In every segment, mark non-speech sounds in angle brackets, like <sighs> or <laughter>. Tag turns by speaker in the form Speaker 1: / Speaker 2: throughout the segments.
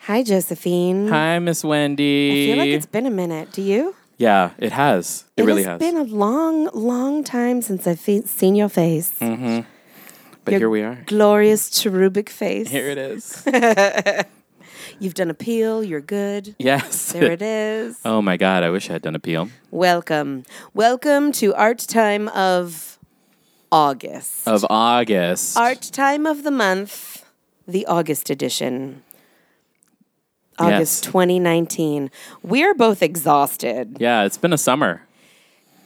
Speaker 1: Hi, Josephine.
Speaker 2: Hi, Miss
Speaker 1: I
Speaker 2: Wendy.
Speaker 1: feel like it's been a minute. Do you?
Speaker 2: yeah, it has. It, really
Speaker 1: has
Speaker 2: has.
Speaker 1: been a long, long time since I've fe- seen your face.
Speaker 2: Mm. but
Speaker 1: your
Speaker 2: here we are.
Speaker 1: Glorious cherubic face.
Speaker 2: Here it is.
Speaker 1: You've done a peel. You're
Speaker 2: <laughs>
Speaker 1: good.
Speaker 2: yes.
Speaker 1: There it is.
Speaker 2: Oh my God! I wish I had done a peel.
Speaker 1: Welcome. Welcome to Art Time of August.
Speaker 2: of August.
Speaker 1: Art Time of the Month, the August edition.
Speaker 2: Yes.
Speaker 1: August 2019. We're both exhausted.
Speaker 2: yeah, it's been a summer.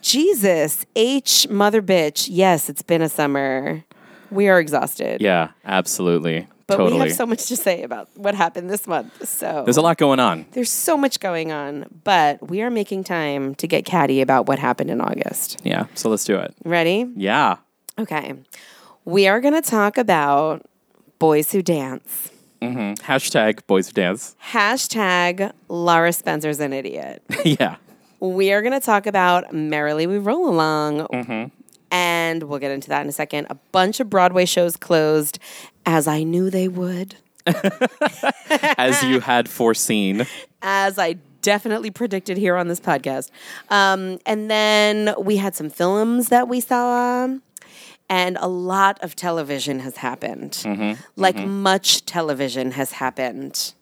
Speaker 1: Jesus, H mother bitch. Yes, it's been a summer. We are exhausted.
Speaker 2: Yeah, absolutely,
Speaker 1: But
Speaker 2: totally.
Speaker 1: we have so much to say about what happened this month. So
Speaker 2: There's a lot going on.
Speaker 1: there's so much going on, but we are making time to get catty about what happened in August.
Speaker 2: Yeah, so let's do it.
Speaker 1: Ready?
Speaker 2: Yeah.
Speaker 1: Okay. We are going to talk about boys who dance.
Speaker 2: Mm, Hashtag boys who dance.
Speaker 1: Hashtag Laura Spencer's an idiot.
Speaker 2: yeah.
Speaker 1: we are going to talk about Merrily We Roll Along. And we'll get into that in a second. A bunch of Broadway shows closed, as I knew they would,
Speaker 2: As you had foreseen.
Speaker 1: as I definitely predicted here on this podcast. Um, and then we had some films that we saw, and a lot of television has happened. Like, much television has happened.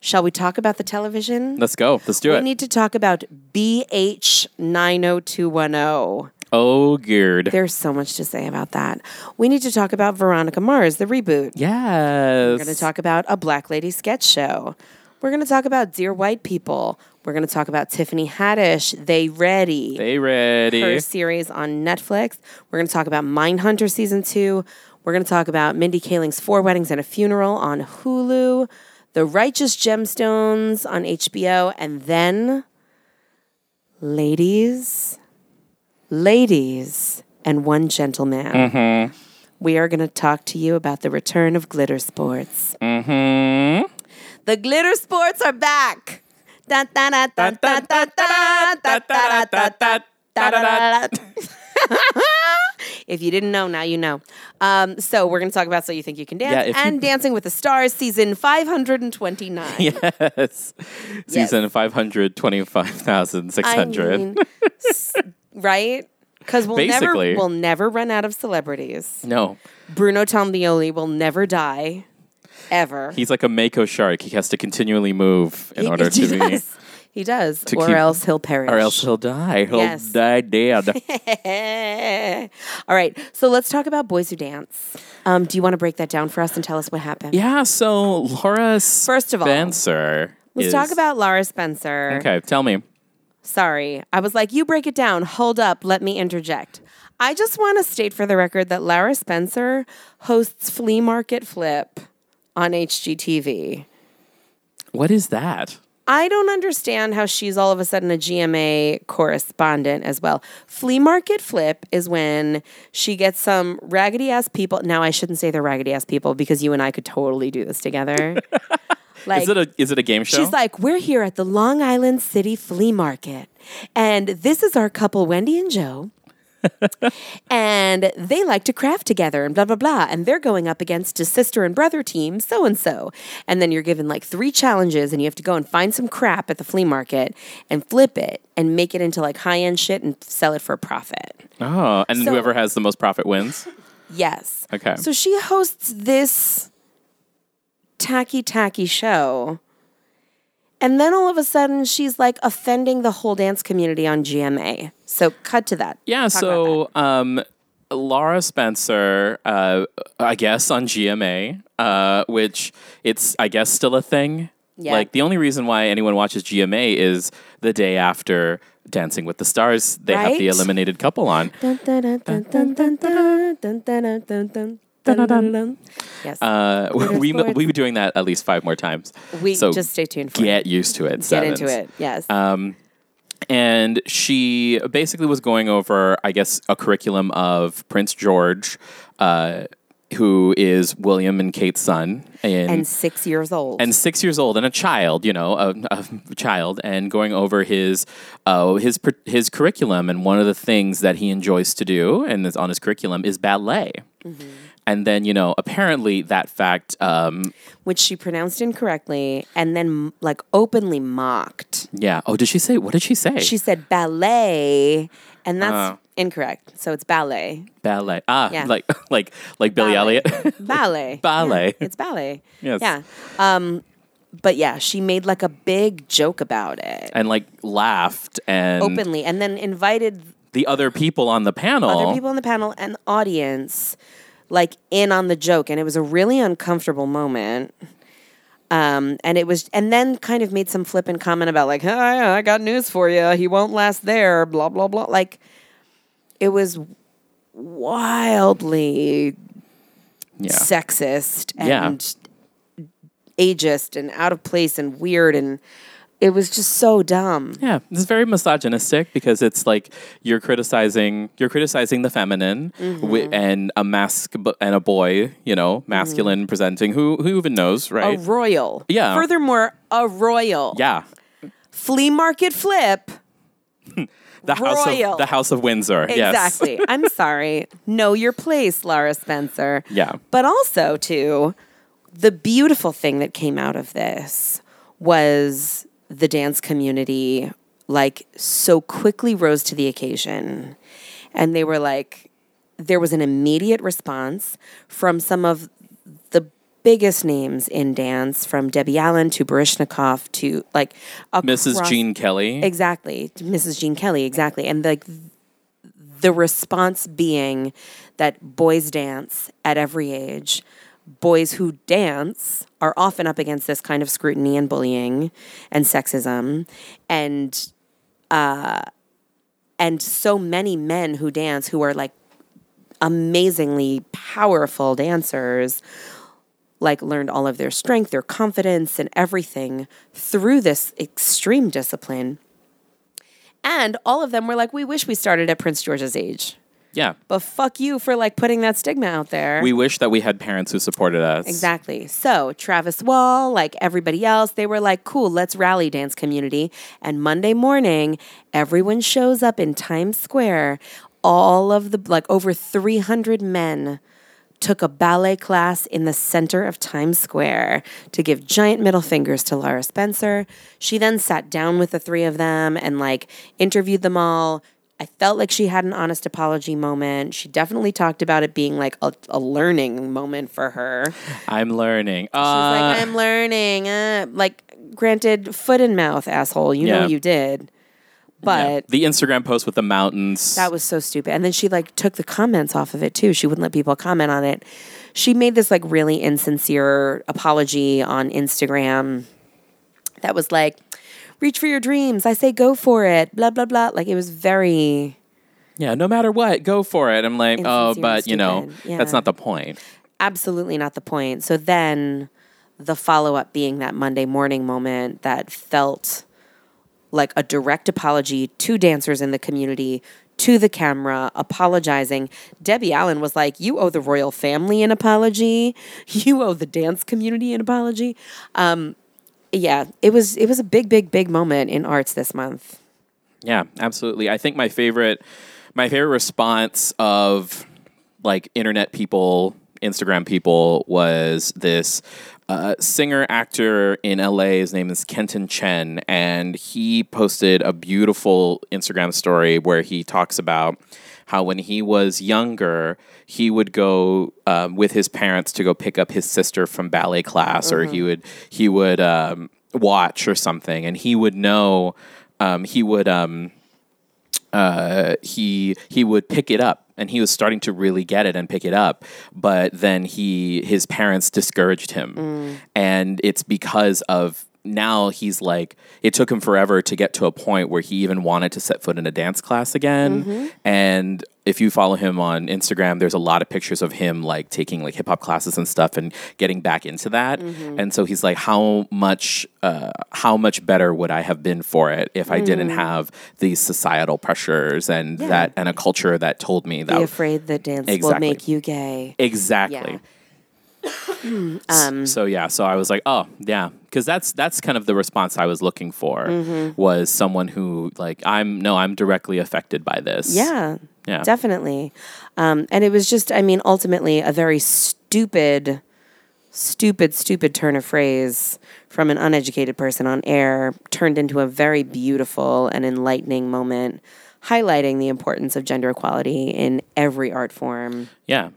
Speaker 1: Shall we talk about the television?
Speaker 2: Let's go. Let's do
Speaker 1: We
Speaker 2: it.
Speaker 1: need to talk about BH 90210.
Speaker 2: oh, geared.
Speaker 1: There's so much to say about that. We need to talk about Veronica Mars, the reboot.
Speaker 2: yes.
Speaker 1: We're going to talk about a Black Lady sketch show. We're going to talk about Dear White People. We're going to talk about Tiffany Haddish, They Ready,
Speaker 2: They ready?
Speaker 1: her series on Netflix. We're going to talk about Mindhunter season two. We're going to talk about Mindy Kaling's Four Weddings and a Funeral on Hulu, The Righteous Gemstones on HBO, and then, ladies, ladies, and one gentleman. We are going to talk to you about the return of glitter sports. The glitter sports are back. Dun, dun, dun, dun, dun, dun, dun, dun, dun, dun, dun, <laughs> if you didn't know, now you know. Um, so we're going to talk about So You Think You Can
Speaker 2: Yeah,
Speaker 1: Dance
Speaker 2: if you-
Speaker 1: and Dancing with the Stars, season
Speaker 2: <laughs>
Speaker 1: 529.
Speaker 2: Yes. Season 525,600.
Speaker 1: I mean, s- right? Because we'll
Speaker 2: Basically.
Speaker 1: never, we'll never run out of celebrities.
Speaker 2: no.
Speaker 1: Bruno Tombioli will never die, ever. <laughs>
Speaker 2: He's like a Mako shark. He has to continually move in order to be.
Speaker 1: does. He does, or
Speaker 2: keep-
Speaker 1: else he'll perish.
Speaker 2: Or else he'll die. He'll
Speaker 1: Yes. <laughs>
Speaker 2: die dead.
Speaker 1: Eh. All right, so let's talk about boys who dance. Um, do you want to break that down for us and tell us what happened?
Speaker 2: yeah, so Laura
Speaker 1: First of all,
Speaker 2: Spencer.
Speaker 1: Let's
Speaker 2: is-
Speaker 1: talk about Laura Spencer.
Speaker 2: Okay, tell me.
Speaker 1: Sorry, I was like, you break it down. Hold up, let me interject. I just want to state for the record that Laura Spencer hosts Flea Market Flip on HGTV.
Speaker 2: What is that?
Speaker 1: I don't understand how she's all of a sudden a GMA correspondent as well. Flea market flip is when she gets some raggedy ass people. Now I shouldn't say they're raggedy ass people because you and I could totally do this together. like
Speaker 2: <laughs> Is it a is it a game show?
Speaker 1: She's like, we're here at the Long Island City Flea Market, and this is our couple, Wendy and Joe. and they like to craft together and blah, blah, blah. And they're going up against a sister and brother team, so and so. And then you're given like three challenges, and you have to go and find some crap at the flea market and flip it and make it into like high end shit and sell it for a profit.
Speaker 2: oh, and
Speaker 1: So-
Speaker 2: whoever has the most profit wins.
Speaker 1: Yes.
Speaker 2: Okay.
Speaker 1: So she hosts this tacky, tacky show. And then all of a sudden, she's like offending the whole dance community on GMA. So cut to that.
Speaker 2: Yeah,
Speaker 1: Talk about
Speaker 2: so um, Laura Spencer, uh, I guess on GMA, uh, which it's I guess still a thing.
Speaker 1: Yeah.
Speaker 2: Like the only reason why anyone watches GMA is the day after Dancing with the Stars, they have the
Speaker 1: Right?
Speaker 2: eliminated couple on.
Speaker 1: that. Yes.
Speaker 2: Uh, we
Speaker 1: Glitter sports.
Speaker 2: we were doing that at least five more times.
Speaker 1: we
Speaker 2: so
Speaker 1: just stay tuned for it.
Speaker 2: get used to it.
Speaker 1: Get into
Speaker 2: sevens.
Speaker 1: it. Yes.
Speaker 2: and she basically was going over, I guess, a curriculum of Prince George, uh, who is William and Kate's son, and,
Speaker 1: and six years old.
Speaker 2: and six years old and a child, you know, a, a child, and going over his uh, his pr- his
Speaker 1: Mm-hmm.
Speaker 2: curriculum. And one of the things that he enjoys to do and is on his curriculum is ballet. And then, you know, apparently that fact, um,
Speaker 1: which she pronounced incorrectly and then like openly mocked.
Speaker 2: yeah. Oh, did she say, what did she say?
Speaker 1: She said ballet, and that's
Speaker 2: Oh.
Speaker 1: incorrect. So it's ballet.
Speaker 2: ballet. Ah,
Speaker 1: Yeah.
Speaker 2: like, <laughs> like, like Billy
Speaker 1: Ballet.
Speaker 2: Elliot. <laughs>
Speaker 1: Ballet.
Speaker 2: Ballet.
Speaker 1: It's ballet.
Speaker 2: Yes.
Speaker 1: Yeah. Um, but yeah, she made like a big joke about it
Speaker 2: and like laughed and
Speaker 1: openly and then invited
Speaker 2: the other people on the panel.
Speaker 1: other people on the panel and the audience like in on the joke and it was a really uncomfortable moment um, and it was and then kind of made some flippant comment about like "Hi, i got news for you he won't last there blah blah blah like it was wildly
Speaker 2: yeah.
Speaker 1: sexist
Speaker 2: Yeah.
Speaker 1: and ageist and out of place and weird and it was just so dumb
Speaker 2: Yeah, it's very misogynistic because it's like you're criticizing you're criticizing the feminine wi-
Speaker 1: Mm-hmm.
Speaker 2: and a mask and a boy, you know, masculine presenting. Who who even knows,
Speaker 1: Mm-hmm. a
Speaker 2: right?
Speaker 1: royal
Speaker 2: Yeah.
Speaker 1: furthermore a royal
Speaker 2: yeah,
Speaker 1: flea market flip
Speaker 2: the house
Speaker 1: Royal.
Speaker 2: of the House of Windsor. Yes.
Speaker 1: Exactly. I'm sorry. Know your place, Laura Spencer.
Speaker 2: Yeah.
Speaker 1: But also, too, the beautiful thing that came out of this was the dance community, like, so quickly rose to the occasion. And they were like, there was an immediate response from some of the biggest names in dance, from Debbie Allen to Barishnikov to like
Speaker 2: Mrs.
Speaker 1: across-
Speaker 2: Jean Kelly.
Speaker 1: Exactly. To Mrs. Jean Kelly, exactly. And like th- the response being that boys dance at every age. Boys who dance are often up against this kind of scrutiny and bullying and sexism and uh and so many men who dance who are like amazingly powerful dancers like learned all of their strength, their confidence, and everything through this extreme discipline. And all of them were like, we wish we started at Prince George's age.
Speaker 2: yeah.
Speaker 1: But fuck you for like putting that stigma out there.
Speaker 2: We wish that we had parents who supported us.
Speaker 1: exactly. So Travis Wall, like everybody else, they were like, cool, let's rally dance community. And Monday morning, everyone shows up in Times Square. All of the, like over 300 men took a ballet class in the center of Times Square to give giant middle fingers to Laura Spencer. She then sat down with the three of them and like interviewed them all. I felt like she had an honest apology moment. She definitely talked about it being like a, a learning moment for her. She's
Speaker 2: I'm learning. Uh,
Speaker 1: like, I'm learning. Uh, like, granted, foot and mouth, asshole. You know
Speaker 2: Yeah.
Speaker 1: you did.
Speaker 2: yeah.
Speaker 1: But
Speaker 2: the Instagram post with the mountains.
Speaker 1: that was so stupid. And then she like took the comments off of it too. She wouldn't let people comment on it. She made this like really insincere apology on Instagram that was like, reach for your dreams. I say go for it. Blah, blah, blah. Like it was very
Speaker 2: yeah, no matter what, go for it. I'm like, oh,
Speaker 1: Insincere
Speaker 2: but you know,
Speaker 1: stupid. Yeah.
Speaker 2: that's not the point.
Speaker 1: absolutely not the point. So then the follow up being that Monday morning moment that felt like a direct apology to dancers in the community, to the camera, apologizing. Debbie Allen was like, You owe the royal family an apology. <laughs> You owe the dance community an apology. Um, yeah, it was it was a big, big, big moment in arts this month.
Speaker 2: Yeah, absolutely. I think my favorite my favorite response of like internet people, Instagram people was this uh, singer actor in LA. His name is Kenton Chen, and he posted a beautiful Instagram story where he talks about how when he was younger, he would go um, with his parents to go pick up his sister from ballet class, or he would he would um, watch or something, and he would know um, he would. Um, uh, he he would pick it up and he was starting to really get it and pick it up but then he his parents discouraged him and it's because of now he's like it took him forever to get to a point where he even wanted to set foot in a dance class again and if you follow him on Instagram there's a lot of pictures of him like taking like hip hop classes and stuff and getting back into that
Speaker 1: Mm-hmm.
Speaker 2: and so he's like how much uh, how much better would I have been for it if I didn't
Speaker 1: Mm.
Speaker 2: have these societal pressures and that and a culture that told me
Speaker 1: Be
Speaker 2: that
Speaker 1: afraid that dance will
Speaker 2: Oh. Exactly.
Speaker 1: make you gay.
Speaker 2: exactly
Speaker 1: Yeah. <clears throat> Um,
Speaker 2: so yeah, so I was like, oh yeah, because that's that's kind of the response I was looking for
Speaker 1: Mm-hmm.
Speaker 2: was someone who like I'm no, I'm directly affected by this.
Speaker 1: Yeah.
Speaker 2: Yeah.
Speaker 1: Definitely. Um, and it was just, I mean, ultimately a very stupid, stupid, stupid turn of phrase from an uneducated person on air turned into a very beautiful and enlightening moment highlighting the importance of gender equality in every art form.
Speaker 2: yeah,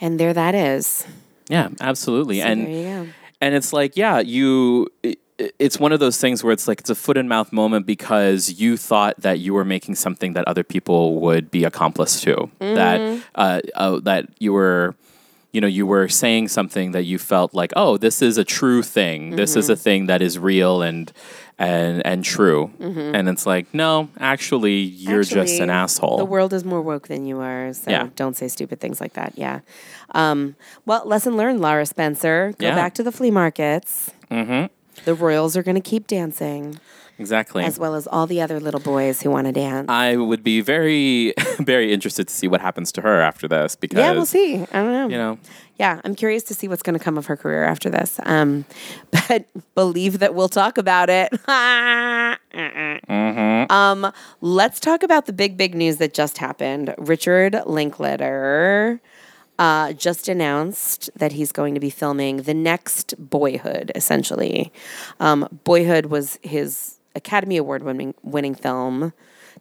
Speaker 1: And there that is.
Speaker 2: yeah, absolutely. and
Speaker 1: there you go.
Speaker 2: and it's like yeah you i- i- it's one of those things where it's like it's a foot in mouth moment because you thought that you were making something that other people would be accomplice to
Speaker 1: Mm-hmm.
Speaker 2: that uh, uh, that you were you know you were saying something that you felt like oh this is a true thing this
Speaker 1: Mm-hmm.
Speaker 2: is a thing that is real and and and true and it's like no actually you're just an
Speaker 1: Mm-hmm. Actually,
Speaker 2: asshole
Speaker 1: The world is more woke than you are, so
Speaker 2: Yeah.
Speaker 1: don't say stupid things like that. Yeah. Um, well, lesson learned, Laura Spencer. Go
Speaker 2: Yeah.
Speaker 1: back to the flea markets. Mm-hmm. The Royals are going to keep dancing,
Speaker 2: exactly
Speaker 1: as well as all the other little boys who want to dance.
Speaker 2: I would be very, <laughs> very interested to see what happens to her after this because,
Speaker 1: yeah, we'll see. I don't know.
Speaker 2: you know,
Speaker 1: Yeah, I'm curious to see what's going to come of her career after this. Um, <laughs> but believe that we'll talk about it. <laughs> Um, let's talk about the big, big news that just happened. Richard Linklater uh, just announced that he's going to be filming the next Boyhood, essentially. Um, Boyhood was his Academy Award winning, winning film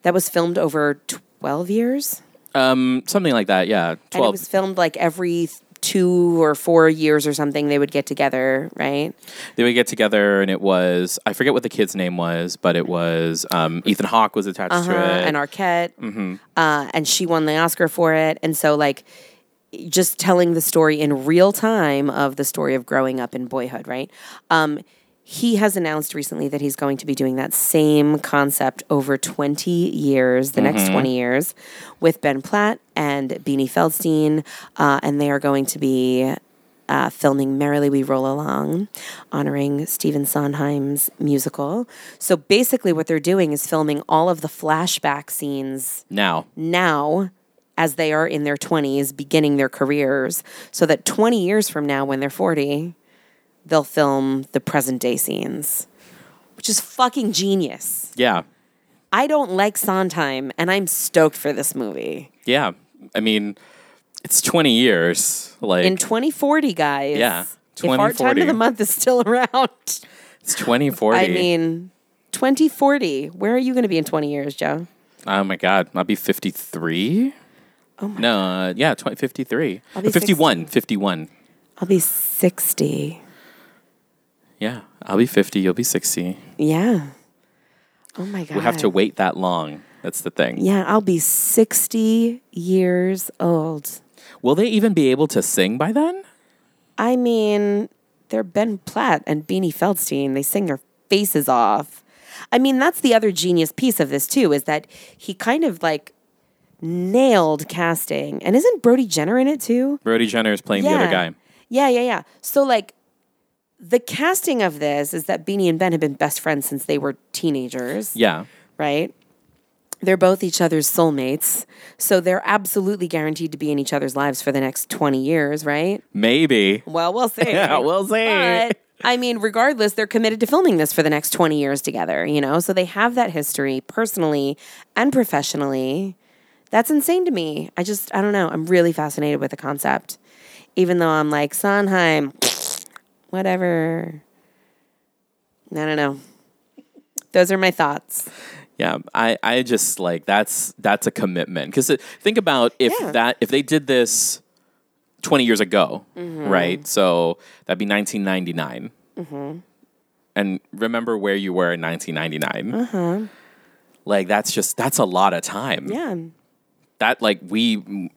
Speaker 1: that was filmed over 12 years.
Speaker 2: Um, something like that. Yeah,
Speaker 1: And it
Speaker 2: twelve.
Speaker 1: was filmed like every th- two or four years or something. They would get together, right?
Speaker 2: they would get together, and it was I forget what the kid's name was, but it was um, Ethan Hawke was attached
Speaker 1: Uh,
Speaker 2: to it.
Speaker 1: and Arquette, uh, and she won the Oscar for it. And so, like, just telling the story in real time of the story of growing up in boyhood, right? Um, he has announced recently that he's going to be doing that same concept over 20 years, the next 20 years, with Ben Platt and Beanie Feldstein. Uh, and they are going to be uh, filming Merrily We Roll Along, honoring Stephen Sondheim's musical. So basically, what they're doing is filming all of the flashback scenes
Speaker 2: now,
Speaker 1: now as they are in their 20s beginning their careers so that 20 years from now when they're 40 they'll film the present day scenes which is fucking genius
Speaker 2: yeah,
Speaker 1: i don't like sondheim and i'm stoked for this movie
Speaker 2: yeah. I mean, it's twenty years. Like
Speaker 1: in 2040 guys
Speaker 2: Yeah,
Speaker 1: if our time
Speaker 2: 2040.
Speaker 1: of the month is still <laughs> around
Speaker 2: it's twenty forty.
Speaker 1: i mean 2040 where are you going to be in 20 years joe
Speaker 2: oh my god, I'll be fifty three. Oh my no, uh, yeah, 20, 53.
Speaker 1: be
Speaker 2: 51, 51.
Speaker 1: i'll be 60
Speaker 2: Yeah, I'll be 50, you'll be 60.
Speaker 1: yeah oh my god
Speaker 2: We have to wait that long. That's the thing.
Speaker 1: Yeah, I'll be 60 years old.
Speaker 2: Will they even be able to sing by then?
Speaker 1: I mean, they're Ben Platt and Beanie Feldstein. They sing their faces off. I mean, that's the other genius piece of this, too, is that he kind of like nailed casting. And isn't Brody Jenner in it, too?
Speaker 2: Brody Jenner is playing the other guy.
Speaker 1: Yeah, yeah, yeah. So, like, the casting of this is that Beanie and Ben have been best friends since they were teenagers
Speaker 2: Yeah.
Speaker 1: right? They're both each other's soulmates. So they're absolutely guaranteed to be in each other's lives for the next 20 years, right?
Speaker 2: Maybe.
Speaker 1: Well, we'll see.
Speaker 2: <laughs> Yeah, we'll see.
Speaker 1: But, I mean, regardless, they're committed to filming this for the next 20 years together, you know? So they have that history personally and professionally. That's insane to me. I just, I don't know. I'm really fascinated with the concept, even though I'm like, Sondheim, <sniffs> whatever. I don't know. Those are my thoughts.
Speaker 2: Yeah, I, I just like that's that's a commitment because think about if
Speaker 1: Yeah.
Speaker 2: that if they did this twenty years ago,
Speaker 1: Mm-hmm.
Speaker 2: right? So that'd be nineteen
Speaker 1: Mm-hmm.
Speaker 2: and remember where you were in nineteen Like that's just that's a lot of time.
Speaker 1: Uh-huh. Yeah.
Speaker 2: That like we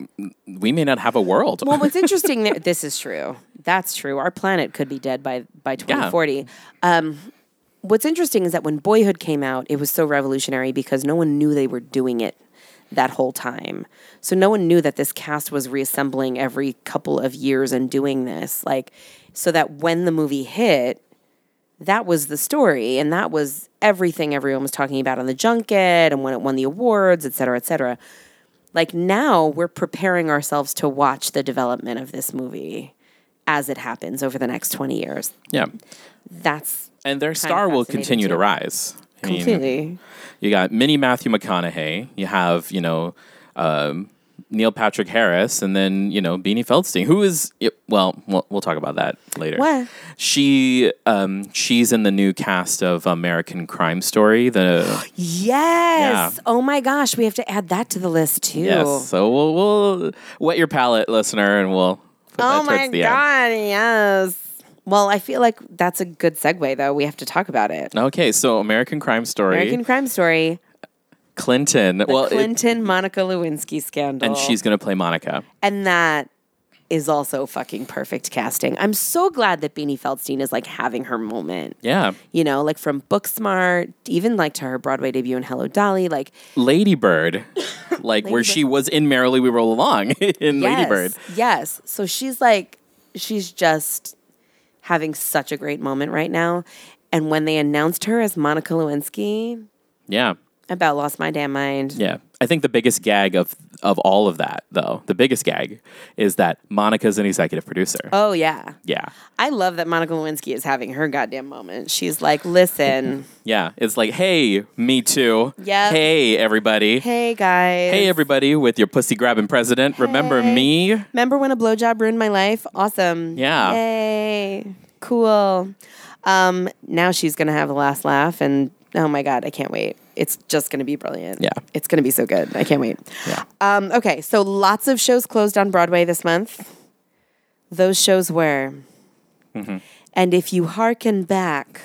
Speaker 2: we may not have a world.
Speaker 1: Well, what's interesting there, this is true. That's true. Our planet could be dead by by 2040. Um, what's interesting is that when Boyhood came out, it was so revolutionary because no one knew they were doing it that whole time. So no one knew that this cast was reassembling every couple of years and doing this. Like so that when the movie hit, that was the story and that was everything everyone was talking about on the junket and when it won the awards, et cetera, et cetera like now we're preparing ourselves to watch the development of this movie as it happens over the next 20 years.
Speaker 2: Yeah.
Speaker 1: That's
Speaker 2: And their star will
Speaker 1: fascinating,
Speaker 2: continue to
Speaker 1: too.
Speaker 2: rise. I mean,
Speaker 1: completely.
Speaker 2: you got mini Matthew McConaughey. You have, you know, um, Neil Patrick Harris, and then you know Beanie Feldstein, who is y- well, we'll, we'll talk about that later.
Speaker 1: What?
Speaker 2: She um, she's in the new cast of American Crime Story.
Speaker 1: <gasps>
Speaker 2: The
Speaker 1: Yes.
Speaker 2: Yeah.
Speaker 1: Oh my gosh, we have to add that to the list too.
Speaker 2: yes, so we'll, we'll wet your palate, listener, and we'll put
Speaker 1: Oh
Speaker 2: that
Speaker 1: my
Speaker 2: towards the end.
Speaker 1: god, yes. Well, I feel like that's a good segue though. We have to talk about it.
Speaker 2: Okay, so American Crime Story,
Speaker 1: American Crime Story,
Speaker 2: Clinton. well, it-
Speaker 1: Clinton Monica Lewinsky scandal.
Speaker 2: and she's gonna play Monica.
Speaker 1: And that is also fucking perfect casting. I'm so glad that Beanie Feldstein is like having her moment.
Speaker 2: Yeah,
Speaker 1: You know, like from Booksmart, even like to her Broadway debut in Hello Dolly, like <laughs>
Speaker 2: Lady Bird, like where she was in Merrily We Roll Along <laughs> in Lady
Speaker 1: yes,
Speaker 2: Bird.
Speaker 1: Yes. So she's like she's just having such a great moment right now. And when they announced her as Monica Lewinsky,
Speaker 2: Yeah.
Speaker 1: I about lost my damn mind.
Speaker 2: Yeah. I think the biggest gag of of all of that though, the biggest gag is that Monica's an executive producer.
Speaker 1: Oh yeah.
Speaker 2: yeah.
Speaker 1: I love that Monica Lewinsky is having her goddamn moment. She's like, listen,
Speaker 2: <laughs> Yeah. It's like, "Hey, me too.
Speaker 1: Yep.
Speaker 2: Hey, everybody. Hey,
Speaker 1: hey guys.
Speaker 2: everybody with your pussy grabbing president. Remember me?"
Speaker 1: Remember when a blowjob ruined my life? Awesome.
Speaker 2: Yeah.
Speaker 1: Yay. Cool. Um, now she's gonna have the last laugh, and oh my god, I can't wait. It's just gonna be brilliant.
Speaker 2: Yeah.
Speaker 1: It's gonna be so good. I can't wait. Yeah. Um, okay, so lots of shows closed on Broadway this month. Those shows were. And if you hearken back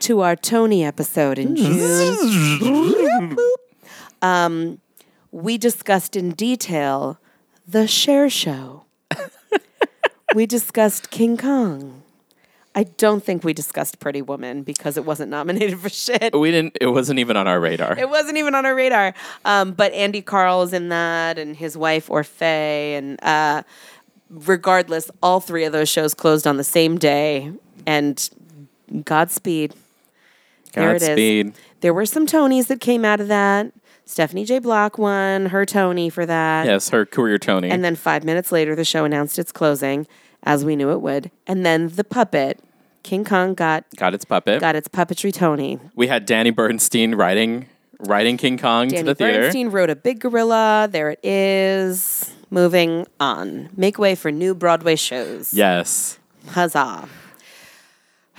Speaker 1: to our Tony episode in June, um, we discussed in detail the Cher Show. we discussed King Kong. I don't think we discussed Pretty Woman because it wasn't nominated <laughs> for shit.
Speaker 2: We didn't it wasn't even on our radar.
Speaker 1: It wasn't even on our radar. Um, but Andy Carl is in that, and his wife Orfei, and uh, regardless, all three of those shows closed on the same day. And Godspeed. There it is.
Speaker 2: Godspeed.
Speaker 1: There were some Tonys that came out of that. Stephanie J. Block won her Tony for that.
Speaker 2: Yes, her career Tony.
Speaker 1: And then five minutes later, the show announced its closing, as we knew it would. And then the puppet, King Kong, got
Speaker 2: got its puppet.
Speaker 1: got its puppetry Tony.
Speaker 2: we had Danny Bernstein writing writing King Kong to
Speaker 1: Danny
Speaker 2: the theater.
Speaker 1: Bernstein wrote a big gorilla. There it is. Moving on. Make way for new Broadway shows.
Speaker 2: Yes.
Speaker 1: Huzzah. <sighs>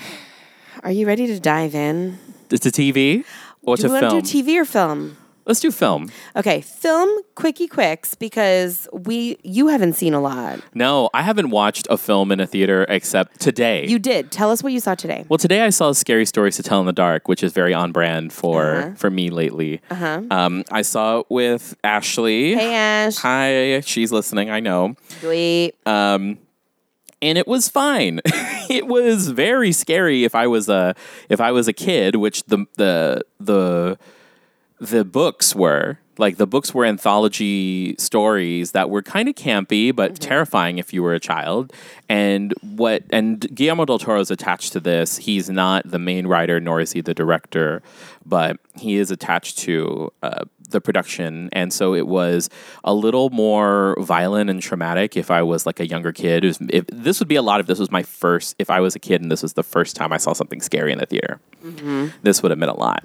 Speaker 1: Are you ready to dive in?
Speaker 2: It's a TV or
Speaker 1: Do
Speaker 2: to
Speaker 1: you want
Speaker 2: film.
Speaker 1: to do TV or film?
Speaker 2: Let's do film.
Speaker 1: Okay, film quickie quicks because we you haven't seen a lot.
Speaker 2: No, I haven't watched a film in a theater except today.
Speaker 1: You did. Tell us what you saw today.
Speaker 2: well, today I saw Scary Stories to Tell in the Dark, which is very on brand for for me lately. Uh-huh. Um, I saw it with Ashley.
Speaker 1: Hey Ash.
Speaker 2: Hi, Uh, she's listening. I know,
Speaker 1: Wait.
Speaker 2: and it was fine. <laughs> it was very scary. If I was a if I was a kid, which the the the the books were like the books were anthology stories that were kind of campy but terrifying if you were a child and what and guillermo del toro is attached to this he's not the main writer nor is he the director but he is attached to uh, the production and so it was a little more violent and traumatic if i was like a younger kid It was- if, this would be a lot if this was my first if i was a kid and this was the first time i saw something scary in the theater this would have meant a lot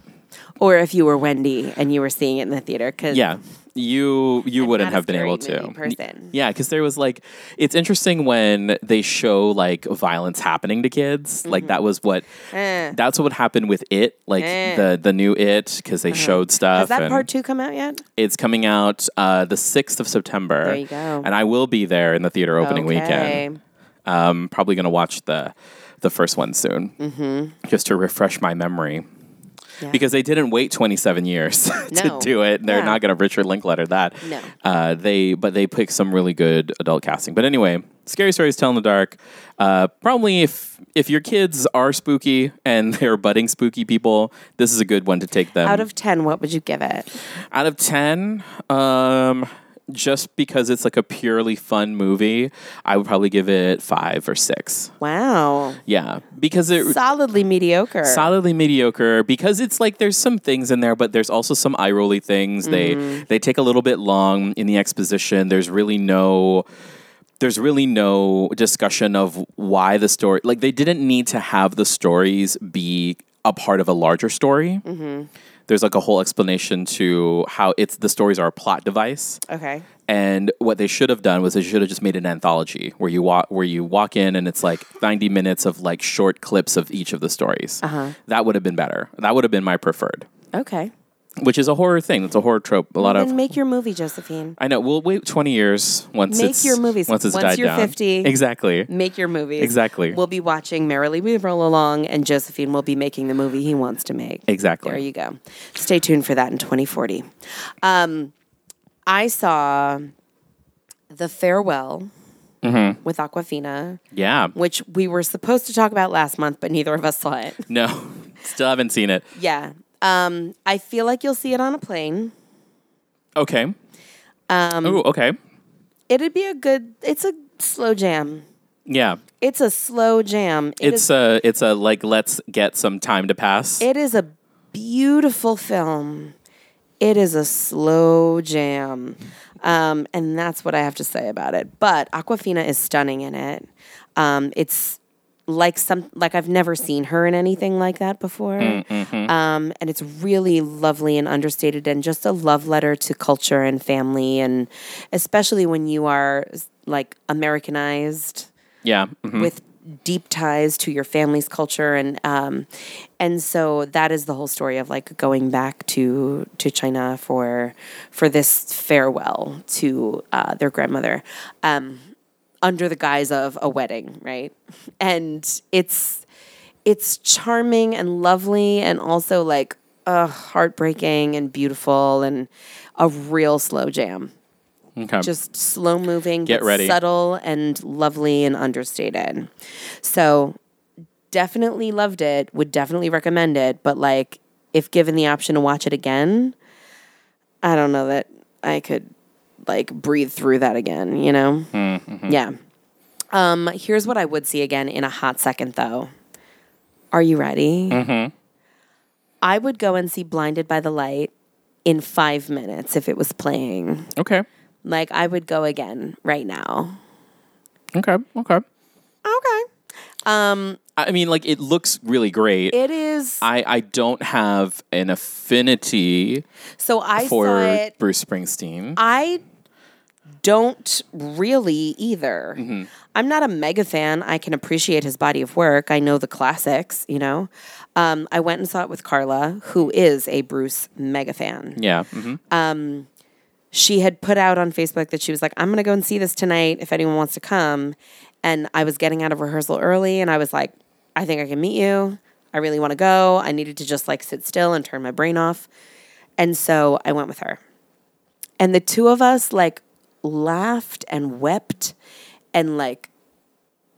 Speaker 1: or if you were Wendy and you were seeing it in the theater cuz
Speaker 2: yeah, you you wouldn't
Speaker 1: not a
Speaker 2: have been
Speaker 1: scary
Speaker 2: able
Speaker 1: movie
Speaker 2: to.
Speaker 1: person.
Speaker 2: Yeah, because there was like, it's interesting when they show like violence happening to kids. Like that was what that's what happened with it. Like
Speaker 1: Mm-hmm. Eh. Mm-hmm.
Speaker 2: the the new it because they showed stuff.
Speaker 1: Has that
Speaker 2: and
Speaker 1: part 2 come out yet?
Speaker 2: it's coming out uh, the sixth of September.
Speaker 1: There you go.
Speaker 2: And I will be there in the theater opening
Speaker 1: Okay.
Speaker 2: weekend. I'm probably gonna watch the the first one soon, mm-hmm. just to refresh my memory.
Speaker 1: Yeah.
Speaker 2: Because they didn't wait 27 years <laughs> to
Speaker 1: No.
Speaker 2: do it. They're
Speaker 1: Yeah.
Speaker 2: not going to Richard Linkletter that.
Speaker 1: No.
Speaker 2: Uh, they but they picked some really good adult casting. But anyway, scary stories tell in the dark. Uh, probably if if your kids are spooky and <laughs> they're budding spooky people, this is a good one to take them
Speaker 1: Out of 10, what would you give it?
Speaker 2: out of 10 um just because it's like a purely fun movie i would probably give it five or six
Speaker 1: Wow.
Speaker 2: yeah because it
Speaker 1: Solidly mediocre.
Speaker 2: solidly mediocre because it's like there's some things in there but there's also some eye rolly things they they take a little bit long in the exposition there's really no there's really no discussion of why the story like they didn't need to have the stories be a part of a larger story there's like a whole explanation to how it's the stories are a plot device
Speaker 1: Okay.
Speaker 2: and what they should have done was they should have just made an anthology where you walk where you walk in and it's like 90 minutes of like short clips of each of the stories
Speaker 1: Uh-huh.
Speaker 2: that would have been better that would have been my preferred
Speaker 1: Okay.
Speaker 2: which is a horror thing that's a horror trope a lot of
Speaker 1: Then make your movie, Josephine.
Speaker 2: I know. We'll wait 20 years once
Speaker 1: Make
Speaker 2: it's
Speaker 1: your movies.
Speaker 2: once it's
Speaker 1: Once
Speaker 2: died
Speaker 1: you're
Speaker 2: down.
Speaker 1: 50.
Speaker 2: Exactly.
Speaker 1: Make your movie.
Speaker 2: Exactly.
Speaker 1: We'll be watching Merrily We Roll Along, and Josephine will be making the movie he wants to make.
Speaker 2: Exactly.
Speaker 1: There you go. Stay tuned for that in 2040. Um, I saw The Farewell
Speaker 2: Mm-hmm.
Speaker 1: with Aquafina,
Speaker 2: Yeah.
Speaker 1: which we were supposed to talk about last month, but neither of us saw <laughs> it.
Speaker 2: No. Still haven't seen it.
Speaker 1: yeah. Um, I feel like you'll see it on a plane.
Speaker 2: Okay. Um, Ooh, okay.
Speaker 1: It'd be a good, it's a slow jam.
Speaker 2: Yeah.
Speaker 1: It's a slow jam. It
Speaker 2: It's a it's a like let's get some time to pass.
Speaker 1: It is a beautiful film. It is a slow jam. Um, and that's what I have to say about it. But Aquafina is stunning in it. Um, it's like some like I've never seen her in anything like that before. Um, and it's really lovely and understated and just a love letter to culture and family and especially when you are like Americanized
Speaker 2: yeah. Mhm.
Speaker 1: with deep ties to your family's culture and um, and so that is the whole story of like going back to to China for for this farewell to uh, their grandmother um, under the guise of a wedding right and it's it's charming and lovely and also like uh, heartbreaking and beautiful and a real slow jam
Speaker 2: Okay.
Speaker 1: just slow moving,
Speaker 2: Get
Speaker 1: but
Speaker 2: ready.
Speaker 1: subtle and lovely and understated. So definitely loved it, would definitely recommend it, but like if given the option to watch it again, I don't know that I could like breathe through that again, you know?
Speaker 2: Hmm, mm-hmm.
Speaker 1: Yeah. Um, here's what I would see again in a hot second though. Are you ready?
Speaker 2: Mm-hmm.
Speaker 1: I would go and see Blinded by the Light in five minutes if it was playing.
Speaker 2: okay.
Speaker 1: Like I would go again right now.
Speaker 2: Okay. Okay.
Speaker 1: Okay. Um,
Speaker 2: I mean like it looks really great.
Speaker 1: It is
Speaker 2: I I don't have an affinity
Speaker 1: so I saw
Speaker 2: for
Speaker 1: it.
Speaker 2: Bruce Springsteen.
Speaker 1: I don't really either. I'm not a mega fan. I can appreciate his body of work. I know the classics, you know. Um, I went and saw it with Carla, who is a Bruce mega fan.
Speaker 2: yeah. mhm.
Speaker 1: she had put out on Facebook that she was like, I'm going to go and see this tonight if anyone wants to come. And I was getting out of rehearsal early and I was like, I think I can meet you. I really want to go. I needed to just like sit still and turn my brain off. And so I went with her. And the two of us like laughed and wept and like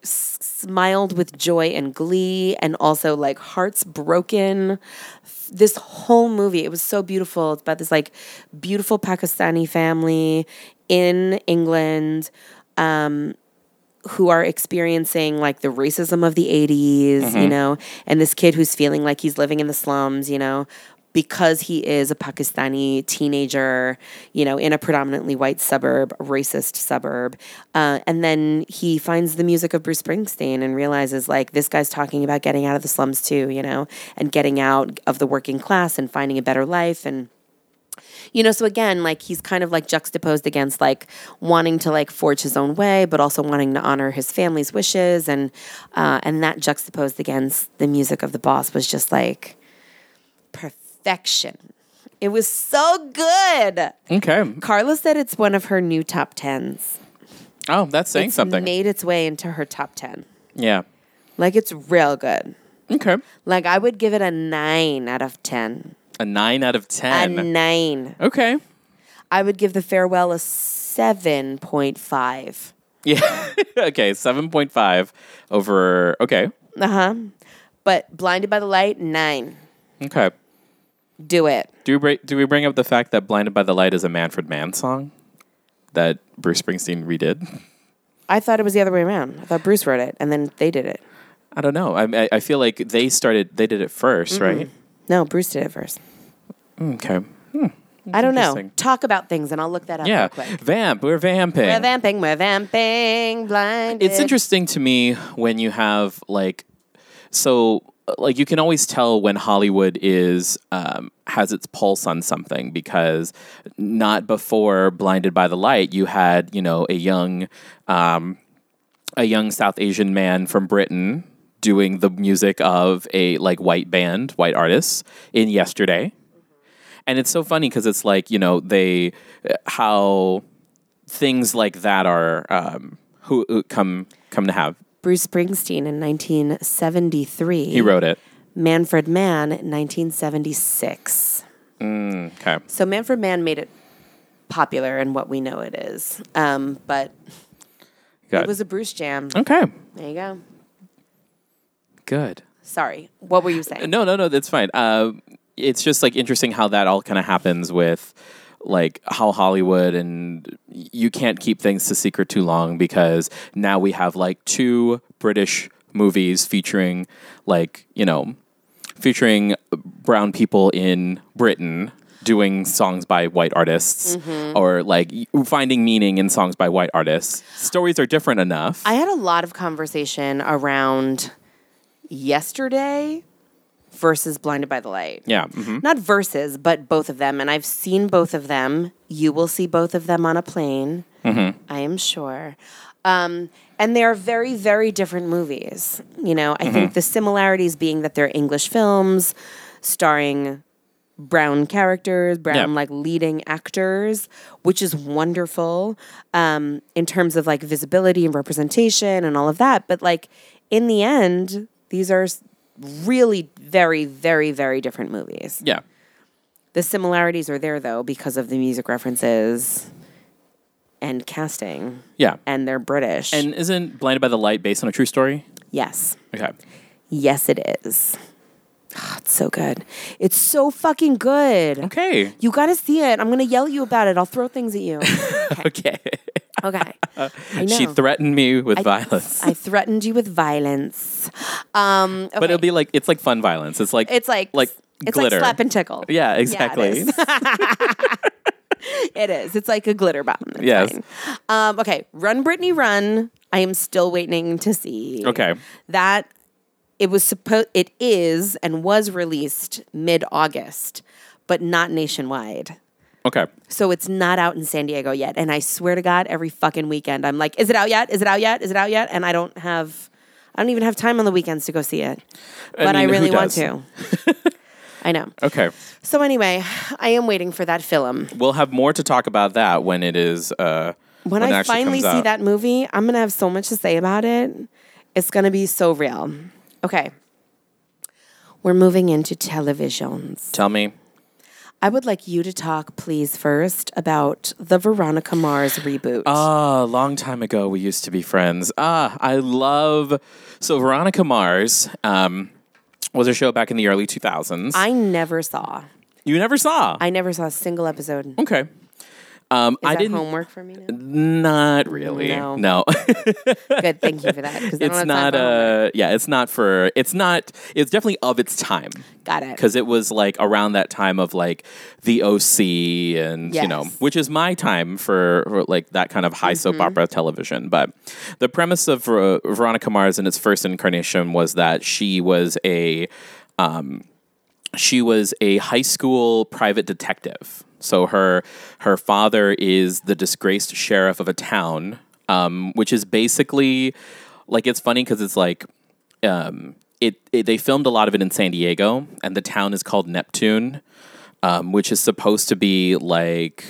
Speaker 1: smiled with joy and glee and also like hearts broken this whole movie it was so beautiful it's about this like beautiful pakistani family in england who are experiencing like the racism of the 80s, you know, and this kid who's feeling like he's living in the slums, you know, because he is a Pakistani teenager, you know, in a predominantly white suburb, racist suburb. Uh, and then he finds the music of Bruce Springsteen and realizes like this guy's talking about getting out of the slums too, you know, and getting out of the working class and finding a better life. And, you know so again like he's kind of like juxtaposed against like wanting to like forge his own way but also wanting to honor his family's wishes and uh, and that juxtaposed against the music of the boss was just like perfection it was so good
Speaker 2: Okay.
Speaker 1: carla said it's one of her new top tens
Speaker 2: Oh, that's saying something.
Speaker 1: made its way into her top 10
Speaker 2: yeah.
Speaker 1: like it's real good
Speaker 2: Okay.
Speaker 1: like i would give it a 9 out of 10
Speaker 2: A 9 out of
Speaker 1: a
Speaker 2: 10.
Speaker 1: 9
Speaker 2: okay. <laughs>
Speaker 1: i would give the farewell a 7.5
Speaker 2: Yeah. okay. 7.5 over. Okay.
Speaker 1: Uh huh. But blinded by the light, nine.
Speaker 2: Okay.
Speaker 1: Do it.
Speaker 2: Do we, bring, do we bring up the fact that Blinded by the Light is a Manfred Mann song that Bruce Springsteen redid?
Speaker 1: I thought it was the other way around. I thought Bruce wrote it and then they did it.
Speaker 2: I don't know. I, I- I feel like they started, they did it 1st right?
Speaker 1: No, Bruce did it first.
Speaker 2: Okay. Hmm.
Speaker 1: I don't know.
Speaker 2: interesting.
Speaker 1: Talk about things and I'll look that up
Speaker 2: Yeah,
Speaker 1: real quick.
Speaker 2: vamp. We're vamping.
Speaker 1: We're vamping, we're vamping, blind.
Speaker 2: it's interesting to me when you have like so uh, like you can always tell when hollywood is um, has its pulse on something because not before blinded by the light you had you know a young um, a young south asian man from britain doing the music of a like white band white artists in yesterday and it's so funny because it's like you know they uh, how things like that are um, who, who come come to have.
Speaker 1: Bruce Springsteen in 1973.
Speaker 2: He wrote it.
Speaker 1: Manfred Mann, 1976.
Speaker 2: Okay.
Speaker 1: So Manfred Mann made it popular in what we know it is. Um, but
Speaker 2: Good.
Speaker 1: it was a Bruce jam.
Speaker 2: okay.
Speaker 1: There you go.
Speaker 2: Good.
Speaker 1: Sorry. What were you saying?
Speaker 2: No, no, no. That's fine. Uh, it's just like interesting how that all kind of happens with like how Hollywood and you can't keep things to secret too long because now we have like two British movies featuring like you know featuring brown people in Britain doing songs by white artists
Speaker 1: Mm-hmm.
Speaker 2: or like finding meaning in songs by white artists stories are different enough
Speaker 1: I had a lot of conversation around yesterday versus Blinded by the Light.
Speaker 2: yeah mhm.
Speaker 1: Not versus, but both of them. And I've seen both of them. You will see both of them on a plane, I am sure. Um, and they are very, very different movies. You know, I think the similarities being that they're English films starring brown characters, brown
Speaker 2: Yeah.
Speaker 1: like leading actors, which is wonderful um, in terms of like visibility and representation and all of that. But like in the end, these are s- really very, very, very different movies.
Speaker 2: yeah
Speaker 1: The similarities are there though because of the music references and casting,
Speaker 2: yeah
Speaker 1: and they're British.
Speaker 2: And isn't Blinded by the Light based on a true story?
Speaker 1: yes.
Speaker 2: Okay.
Speaker 1: Yes, it is. Ah, it's so good. It's so fucking good.
Speaker 2: Okay.
Speaker 1: You gotta see it. I'm gonna yell at you about it. I'll throw things at
Speaker 2: <laughs>
Speaker 1: you.
Speaker 2: Okay.
Speaker 1: Okay. I know.
Speaker 2: Uh, she threatened me with <laughs>
Speaker 1: <laughs>
Speaker 2: violence.
Speaker 1: I threatened you with violence. Um, okay.
Speaker 2: But it'll be like it's like fun violence. It's like
Speaker 1: it's like
Speaker 2: like
Speaker 1: it's
Speaker 2: glitter.
Speaker 1: like slap and tickle.
Speaker 2: <laughs> yeah,
Speaker 1: it
Speaker 2: exactly.
Speaker 1: is. <laughs> it is. <laughs> It's like a glitter bomb. It's
Speaker 2: Yes.
Speaker 1: fine. Um, okay. Run, Brittany, run. I am still waiting to see.
Speaker 2: Okay.
Speaker 1: That it was supposed. It is and was released mid August, but not nationwide.
Speaker 2: <laughs> okay.
Speaker 1: So it's not out in San Diego yet. And I swear to God, every fucking weekend, I'm like, is it out yet? Is it out yet? Is it out yet? And I don't have, I don't even have time on the weekends to go see it. But I,
Speaker 2: mean, who
Speaker 1: really want
Speaker 2: does?
Speaker 1: to.
Speaker 2: <laughs>
Speaker 1: I know.
Speaker 2: Okay.
Speaker 1: So anyway, <sighs> I am waiting for that film.
Speaker 2: We'll have more to talk about that when it is uh
Speaker 1: When,
Speaker 2: it
Speaker 1: I
Speaker 2: actually
Speaker 1: finally
Speaker 2: comes
Speaker 1: see
Speaker 2: out.
Speaker 1: that movie, I'm going to have so much to say about it. It's going to be so real. Okay. We're moving into televisions.
Speaker 2: Tell me.
Speaker 1: I would like you to talk, please, first about the Veronica Mars reboot.
Speaker 2: Ah, a long time ago we used to be friends. Ah, I love so Veronica Mars um was a show back in the early 2000s.
Speaker 1: I never saw.
Speaker 2: you never saw.
Speaker 1: I never saw a single episode. Is
Speaker 2: okay. Um I
Speaker 1: that
Speaker 2: didn't
Speaker 1: homework for me?
Speaker 2: <laughs>
Speaker 1: Now?
Speaker 2: Not really.
Speaker 1: No.
Speaker 2: no.
Speaker 1: Good, thank you for that. Because
Speaker 2: it's not uh yeah it's not for it's not it's definitely of its time
Speaker 1: got it.
Speaker 2: because it was like around that time of like the OC and you know
Speaker 1: Yes. Mm-hmm.
Speaker 2: which is my time for, for, like that kind of high soap opera television but the premise of Ver- Veronica Mars in its first incarnation was that she was a um, she was a high school private detective. So her her father is the disgraced sheriff of a town, um, which is basically like it's funny because it's like um, it, it. They filmed a lot of it in San Diego, and the town is called Neptune, um, which is supposed to be like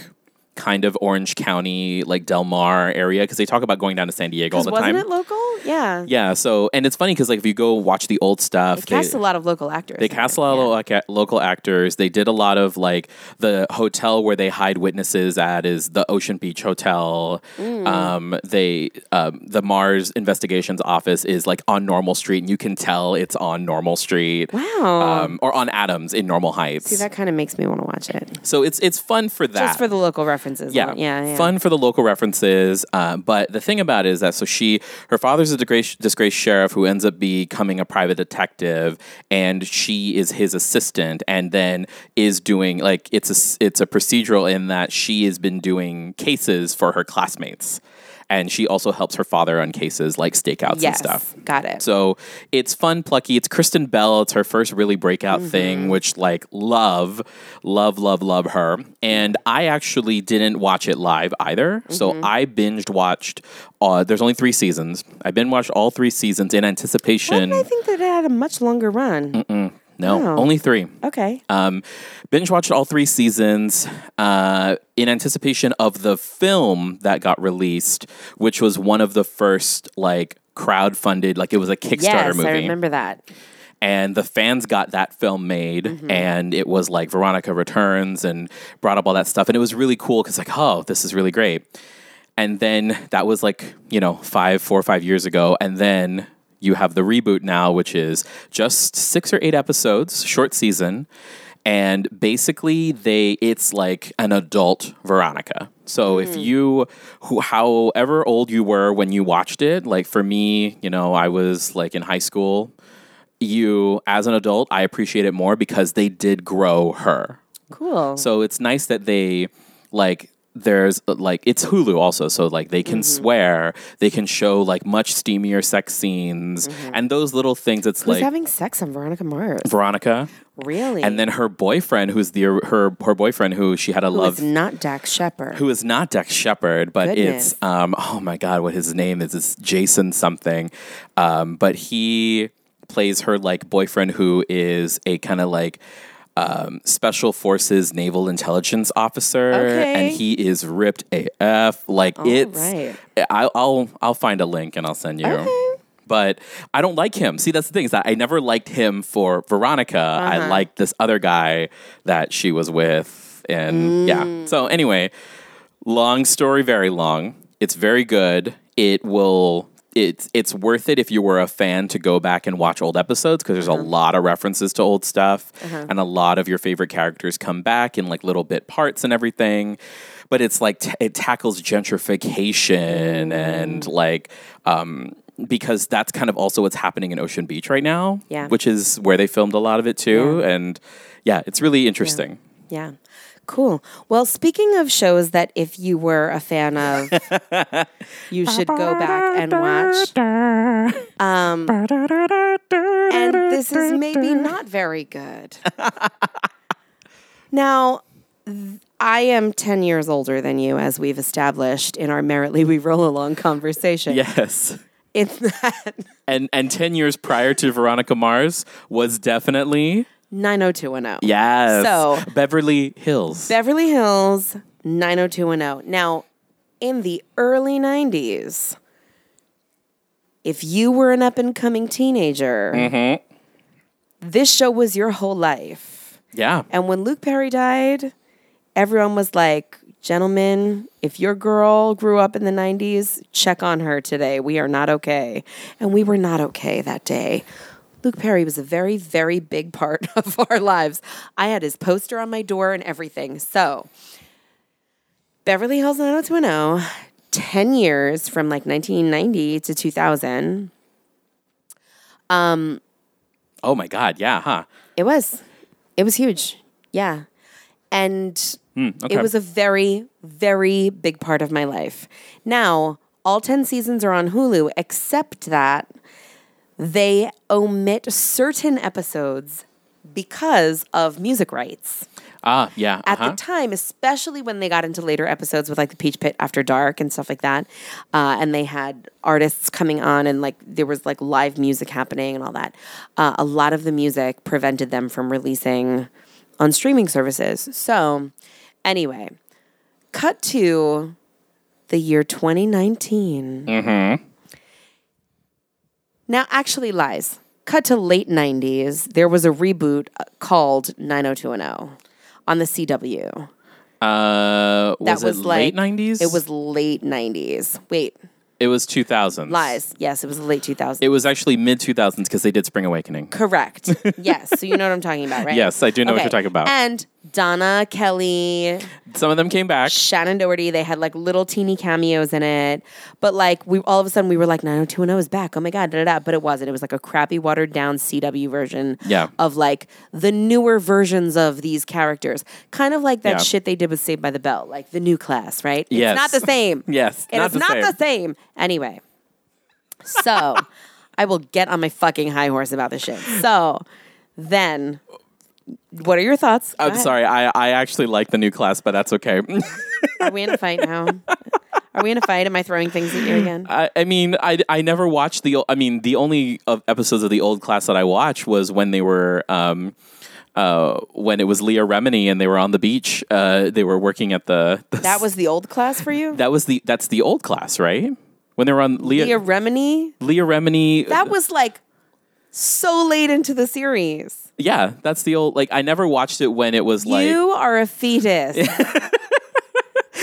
Speaker 2: kind of Orange County, like Del Mar area, because they talk about going down to San Diego all the
Speaker 1: Wasn't
Speaker 2: time.
Speaker 1: it local? Yeah.
Speaker 2: yeah. So and it's funny because like if you go watch the old stuff,
Speaker 1: They cast a lot of local actors.
Speaker 2: they cast a lot of loca- local actors. They did a lot of like the hotel where they hide witnesses at is the Ocean Beach Hotel.
Speaker 1: Mm.
Speaker 2: Um, they um, the Mars Investigations office is like on Normal Street, and you can tell it's on Normal Street. uh,
Speaker 1: Wow.
Speaker 2: Um, or on Adams in Normal Heights.
Speaker 1: that kind of makes me want to watch it.
Speaker 2: so it's it's fun for that.
Speaker 1: Just for the local references.
Speaker 2: yeah,
Speaker 1: yeah, yeah.
Speaker 2: fun for the local references. Uh, but the thing about it is that so she, her father's a disgraced, disgraced sheriff who ends up becoming a private detective, and she is his assistant, and then is doing like it's a s- it's a procedural in that she has been doing cases for her classmates, and she also helps her father on cases like stakeouts
Speaker 1: Yes,
Speaker 2: and stuff.
Speaker 1: got it.
Speaker 2: So it's fun, plucky. It's Kristen Bell. It's her first really breakout
Speaker 1: Mm-hmm.
Speaker 2: thing, which like love, love, love, love her. And I actually didn't watch it live either. So
Speaker 1: Mm-hmm.
Speaker 2: I binged watched. Uh, there's only three seasons. I binge watched all three seasons in anticipation.
Speaker 1: I think that it had a much longer run.
Speaker 2: no,
Speaker 1: Oh.
Speaker 2: only three.
Speaker 1: Okay.
Speaker 2: Um, binge watched all three seasons uh, in anticipation of the film that got released, which was one of the first like crowdfunded, like it was a Kickstarter
Speaker 1: yes,
Speaker 2: movie
Speaker 1: I remember that.
Speaker 2: and the fans got that film made and it was like veronica returns and brought up all that stuff and it was really cool because like oh this is really great and then that was like you know five four or five years ago and then you have the reboot now which is just six or eight episodes short season and basically they it's like an adult veronica so if you who however old you were when you watched it like for me you know i was like in high school you as an adult, I appreciate it more because they did grow her.
Speaker 1: Cool.
Speaker 2: So it's nice that they like there's uh, like it's Hulu also, so like they can
Speaker 1: Mm-hmm.
Speaker 2: swear, they can show like much steamier sex scenes
Speaker 1: Mm-hmm.
Speaker 2: and those little things. It's
Speaker 1: Who's
Speaker 2: like
Speaker 1: having sex on Veronica Mars?
Speaker 2: Veronica
Speaker 1: Really?
Speaker 2: and then her boyfriend, who's the her her boyfriend who she had a
Speaker 1: Who is
Speaker 2: love
Speaker 1: not Dax Shepard.
Speaker 2: who is not Dex Shepard, but
Speaker 1: Goodness.
Speaker 2: it's um oh my god, what his name is? It's Jason something. Um, but he plays her like boyfriend who is a kind of like um, special forces naval intelligence officer,
Speaker 1: Okay.
Speaker 2: and he is ripped AF. Like it's,
Speaker 1: right.
Speaker 2: I, I'll I'll find a link and I'll send you.
Speaker 1: Okay.
Speaker 2: But I don't like him. See, that's the thing is that I never liked him for Veronica.
Speaker 1: Uh-huh.
Speaker 2: I liked this other guy that she was with, and
Speaker 1: Mm.
Speaker 2: yeah. So anyway, long story very long it's very good it will it's it's worth it if you were a fan to go back and watch old episodes because there's a lot of references to old stuff and a lot of your favorite characters come back in like little bit parts and everything but it's like t- it tackles gentrification and like um because that's kind of also what's happening in Ocean Beach right now
Speaker 1: Yeah.
Speaker 2: which is where they filmed a lot of it too and yeah it's really interesting <laughs>
Speaker 1: Yeah. Cool. Well, speaking of shows that if you were a fan of, you should go back and watch. Um, and this is maybe not very good. now, th- I am 10 years older than you, as we've established in our Merrily We Roll Along conversation.
Speaker 2: yes
Speaker 1: It's that <laughs>
Speaker 2: and and 10 years prior to Veronica Mars was definitely
Speaker 1: 90210.
Speaker 2: yes
Speaker 1: So-
Speaker 2: Beverly Hills
Speaker 1: Beverly Hills 90210. Now, in the early 90s, if you were an up and coming teenager, this show was your whole life.
Speaker 2: yeah
Speaker 1: And when Luke Perry died, everyone was like, Gentlemen, if your girl grew up in the 90s, check on her today. We are not okay. And we were not okay that day. Luke Perry was a very, very big part <laughs> of our lives. I had his poster on my door and everything. So, Beverly Hills 90210, 10 years from like 1990 to 2000.
Speaker 2: oh my god yeah huh
Speaker 1: It was. It was huge. Yeah. And
Speaker 2: okay.
Speaker 1: it was a very, very big part of my life. Now, all 10 seasons are on Hulu, except that they omit certain episodes because of music rights.
Speaker 2: ah yeah
Speaker 1: At
Speaker 2: uh-huh.
Speaker 1: the time, especially when they got into later episodes with like the Peach Pit After Dark and stuff like that, uh, and they had artists coming on and like there was like live music happening and all that, uh, a lot of the music prevented them from releasing on streaming services. So, anyway, cut to the year 2019. Now, actually, lies. Cut to late 90s, there was a reboot uh, called 90210 on the CW.
Speaker 2: uh
Speaker 1: That
Speaker 2: was,
Speaker 1: was
Speaker 2: it
Speaker 1: like
Speaker 2: late 90s
Speaker 1: It was late 90s. Wait,
Speaker 2: it was 2000s
Speaker 1: lies. Yes, it was late 2000s. <laughs>
Speaker 2: it was actually mid 2000s because they did Spring Awakening <laughs>
Speaker 1: Correct. yes. So you know what I'm talking about, right?
Speaker 2: Yes, I do know what you're talking about.
Speaker 1: And Donna Kelly,
Speaker 2: Some of them came back.
Speaker 1: Shannon Doherty. They had like little teeny cameos in it, but like we all of a sudden we were like 90210 is back. Oh my god, da da da. But it wasn't. It was like a crappy watered down CW version.
Speaker 2: Yeah.
Speaker 1: Of like the newer versions of these characters, kind of like that
Speaker 2: Yeah.
Speaker 1: shit they did with Saved by the Bell, like the new class, right?
Speaker 2: Yes.
Speaker 1: It's not the
Speaker 2: <laughs>
Speaker 1: same.
Speaker 2: Yes,
Speaker 1: It
Speaker 2: not
Speaker 1: is
Speaker 2: the
Speaker 1: not
Speaker 2: same.
Speaker 1: the same. Anyway,
Speaker 2: <laughs>
Speaker 1: so I will get on my fucking high horse about this shit. So then. What are your thoughts? Go
Speaker 2: I'm
Speaker 1: ahead.
Speaker 2: sorry. I, I actually like the new class, but that's okay.
Speaker 1: Are we in a fight now? Are we in a fight? Am I throwing things at
Speaker 2: Mm.
Speaker 1: you again?
Speaker 2: I, I mean, I, I never watched the. o- I mean, the only of episodes of the old class that I watched was when they were. Um, uh, when it was Leah Remini and they were on the beach, uh, they were working at the, the
Speaker 1: That was the old class for you?
Speaker 2: that was the that's the old class, right? When they were on Leah
Speaker 1: Leah
Speaker 2: Leah,
Speaker 1: Remini?
Speaker 2: Remini,
Speaker 1: That was like so late into the series.
Speaker 2: yeah, that's the old. Like I never watched it when it was like
Speaker 1: you are a fetus.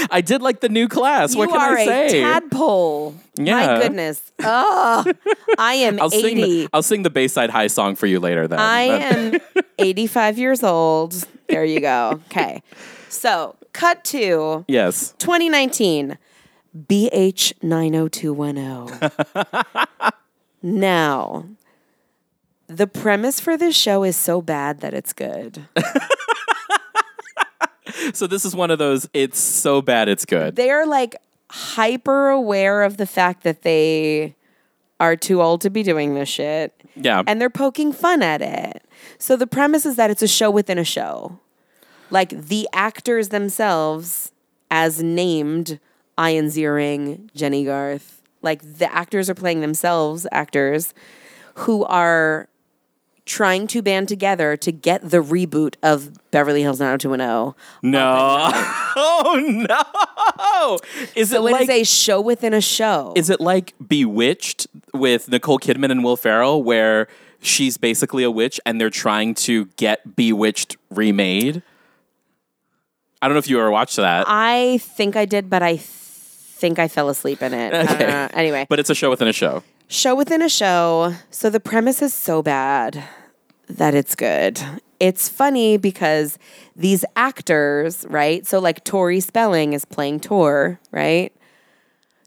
Speaker 2: I did like the new class. <laughs> what
Speaker 1: you
Speaker 2: can
Speaker 1: are
Speaker 2: I
Speaker 1: a
Speaker 2: say?
Speaker 1: tadpole.
Speaker 2: Yeah.
Speaker 1: My goodness.
Speaker 2: <laughs>
Speaker 1: Ugh. I am
Speaker 2: I'll sing
Speaker 1: 80.
Speaker 2: the, I'll sing the Bayside High song for you later. Then
Speaker 1: I
Speaker 2: That-
Speaker 1: am 85 years old. There you go. Okay. So, cut to
Speaker 2: yes.
Speaker 1: 2019 BH90210. now, the premise for this show is so bad that it's good.
Speaker 2: So this is one of those. It's so bad, it's good.
Speaker 1: They are like hyper aware of the fact that they are too old to be doing this shit
Speaker 2: yeah.
Speaker 1: and they're poking fun at it. So the premise is that it's a show within a show. Like the actors themselves, as named Ian Ziering, Jenny Garth, like the actors are playing themselves, actors who are trying to band together to get the reboot of Beverly Hills 90210.
Speaker 2: No. <laughs> oh no. Is it
Speaker 1: So it is
Speaker 2: like
Speaker 1: a show within a show.
Speaker 2: is it like Bewitched with Nicole Kidman and Will Ferrell where she's basically a witch and they're trying to get Bewitched remade? I don't know if you ever watched that.
Speaker 1: I think I did, but I think I fell asleep in it. I don't
Speaker 2: Okay.
Speaker 1: know. Anyway.
Speaker 2: but it's a show within a show.
Speaker 1: Show within a show. So the premise is so bad that it's good. It's funny because these actors, right? So like Tori Spelling is playing Tor, right?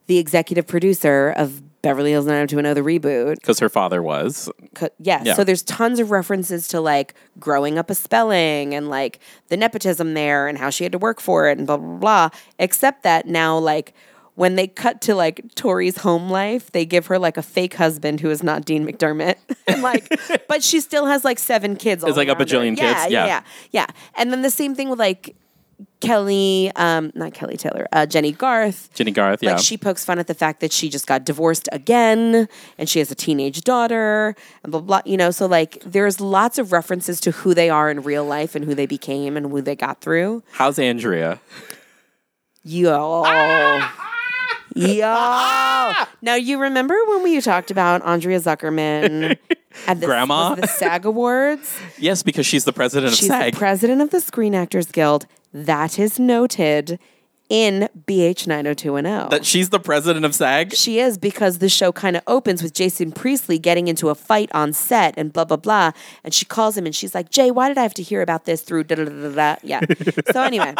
Speaker 1: The executive producer of Beverly Hills 90210 the reboot.
Speaker 2: Because her father was.
Speaker 1: Co- yeah.
Speaker 2: Yeah.
Speaker 1: So there's tons of references to like growing up a spelling and like the nepotism there and how she had to work for it and blah blah blah. Except that now like when they cut to like Tori's home life, they give her like a fake husband who is not Dean McDermott. <laughs> and
Speaker 2: <laughs>
Speaker 1: like but she still has like seven kids. all
Speaker 2: It's like a
Speaker 1: around her.
Speaker 2: bajillion
Speaker 1: Yeah,
Speaker 2: kids,
Speaker 1: Yeah,
Speaker 2: yeah.
Speaker 1: yeah. Yeah. And then the same thing with like Kelly, um, not Kelly Taylor, uh, Jenny Garth.
Speaker 2: Jenny Garth, yeah.
Speaker 1: Like she pokes fun at the fact that she just got divorced again and she has a teenage daughter and blah blah. You know, so like there's lots of references to who they are in real life and who they became and who they got through.
Speaker 2: How's Andrea?
Speaker 1: Yo.
Speaker 2: <laughs>
Speaker 1: Yo. Now you remember when we talked about Andrea
Speaker 2: <laughs>
Speaker 1: Zuckerman at the,
Speaker 2: Grandma?
Speaker 1: was it the SAG
Speaker 2: <laughs>
Speaker 1: Awards?
Speaker 2: Yes, because she's the president of
Speaker 1: She's
Speaker 2: SAG.
Speaker 1: the president of the Screen Actors Guild. That is noted in BH 90210.
Speaker 2: that <laughs> she's the president of SAG? <laughs>
Speaker 1: She is because the show kind of opens with Jason Priestley getting into a fight on set and blah blah blah, and she calls him and she's like, "Jay, why did I have to hear about this through da da da da?" da?" Yeah. so anyway,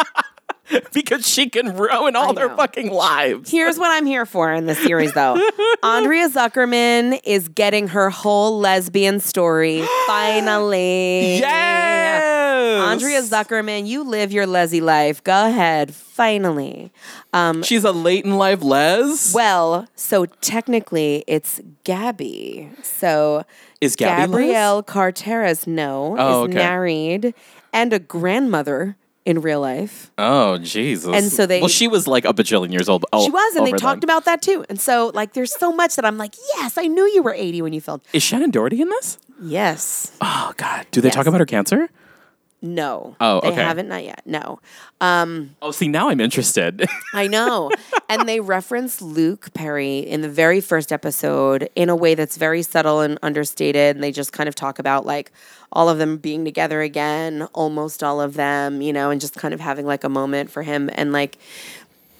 Speaker 2: because she can ruin all their
Speaker 1: know.
Speaker 2: fucking lives.
Speaker 1: here's what I'm here for in this series, though. Andrea Zuckerman is getting her whole lesbian story finally.
Speaker 2: Yes!
Speaker 1: Andrea Zuckerman, you live your lesy life. Go ahead, finally.
Speaker 2: She's a late in life les.
Speaker 1: Well, so technically it's Gabby. So
Speaker 2: Is Gabby
Speaker 1: Gabrielle Carteras? No,
Speaker 2: Oh,
Speaker 1: is
Speaker 2: okay.
Speaker 1: married and a grandmother in real life.
Speaker 2: oh Jesus!
Speaker 1: And so they-
Speaker 2: Well, she was like a bajillion years old. Oh,
Speaker 1: She was, and they talked about that too. And so, like, there's so much that I'm like, yes, I knew you were 80 when you filmed.
Speaker 2: Is Shannon Doherty in this?
Speaker 1: Yes.
Speaker 2: Oh God! Do they
Speaker 1: Yes.
Speaker 2: talk about her cancer?
Speaker 1: No.
Speaker 2: Oh,
Speaker 1: They
Speaker 2: okay.
Speaker 1: haven't, not yet. No.
Speaker 2: Oh, see, now I'm interested. <laughs>
Speaker 1: I know. and they reference Luke Perry in the very first episode in a way that's very subtle and understated. And they just kind of talk about like all of them being together again, almost all of them, you know, and just kind of having like a moment for him. And like, <sighs>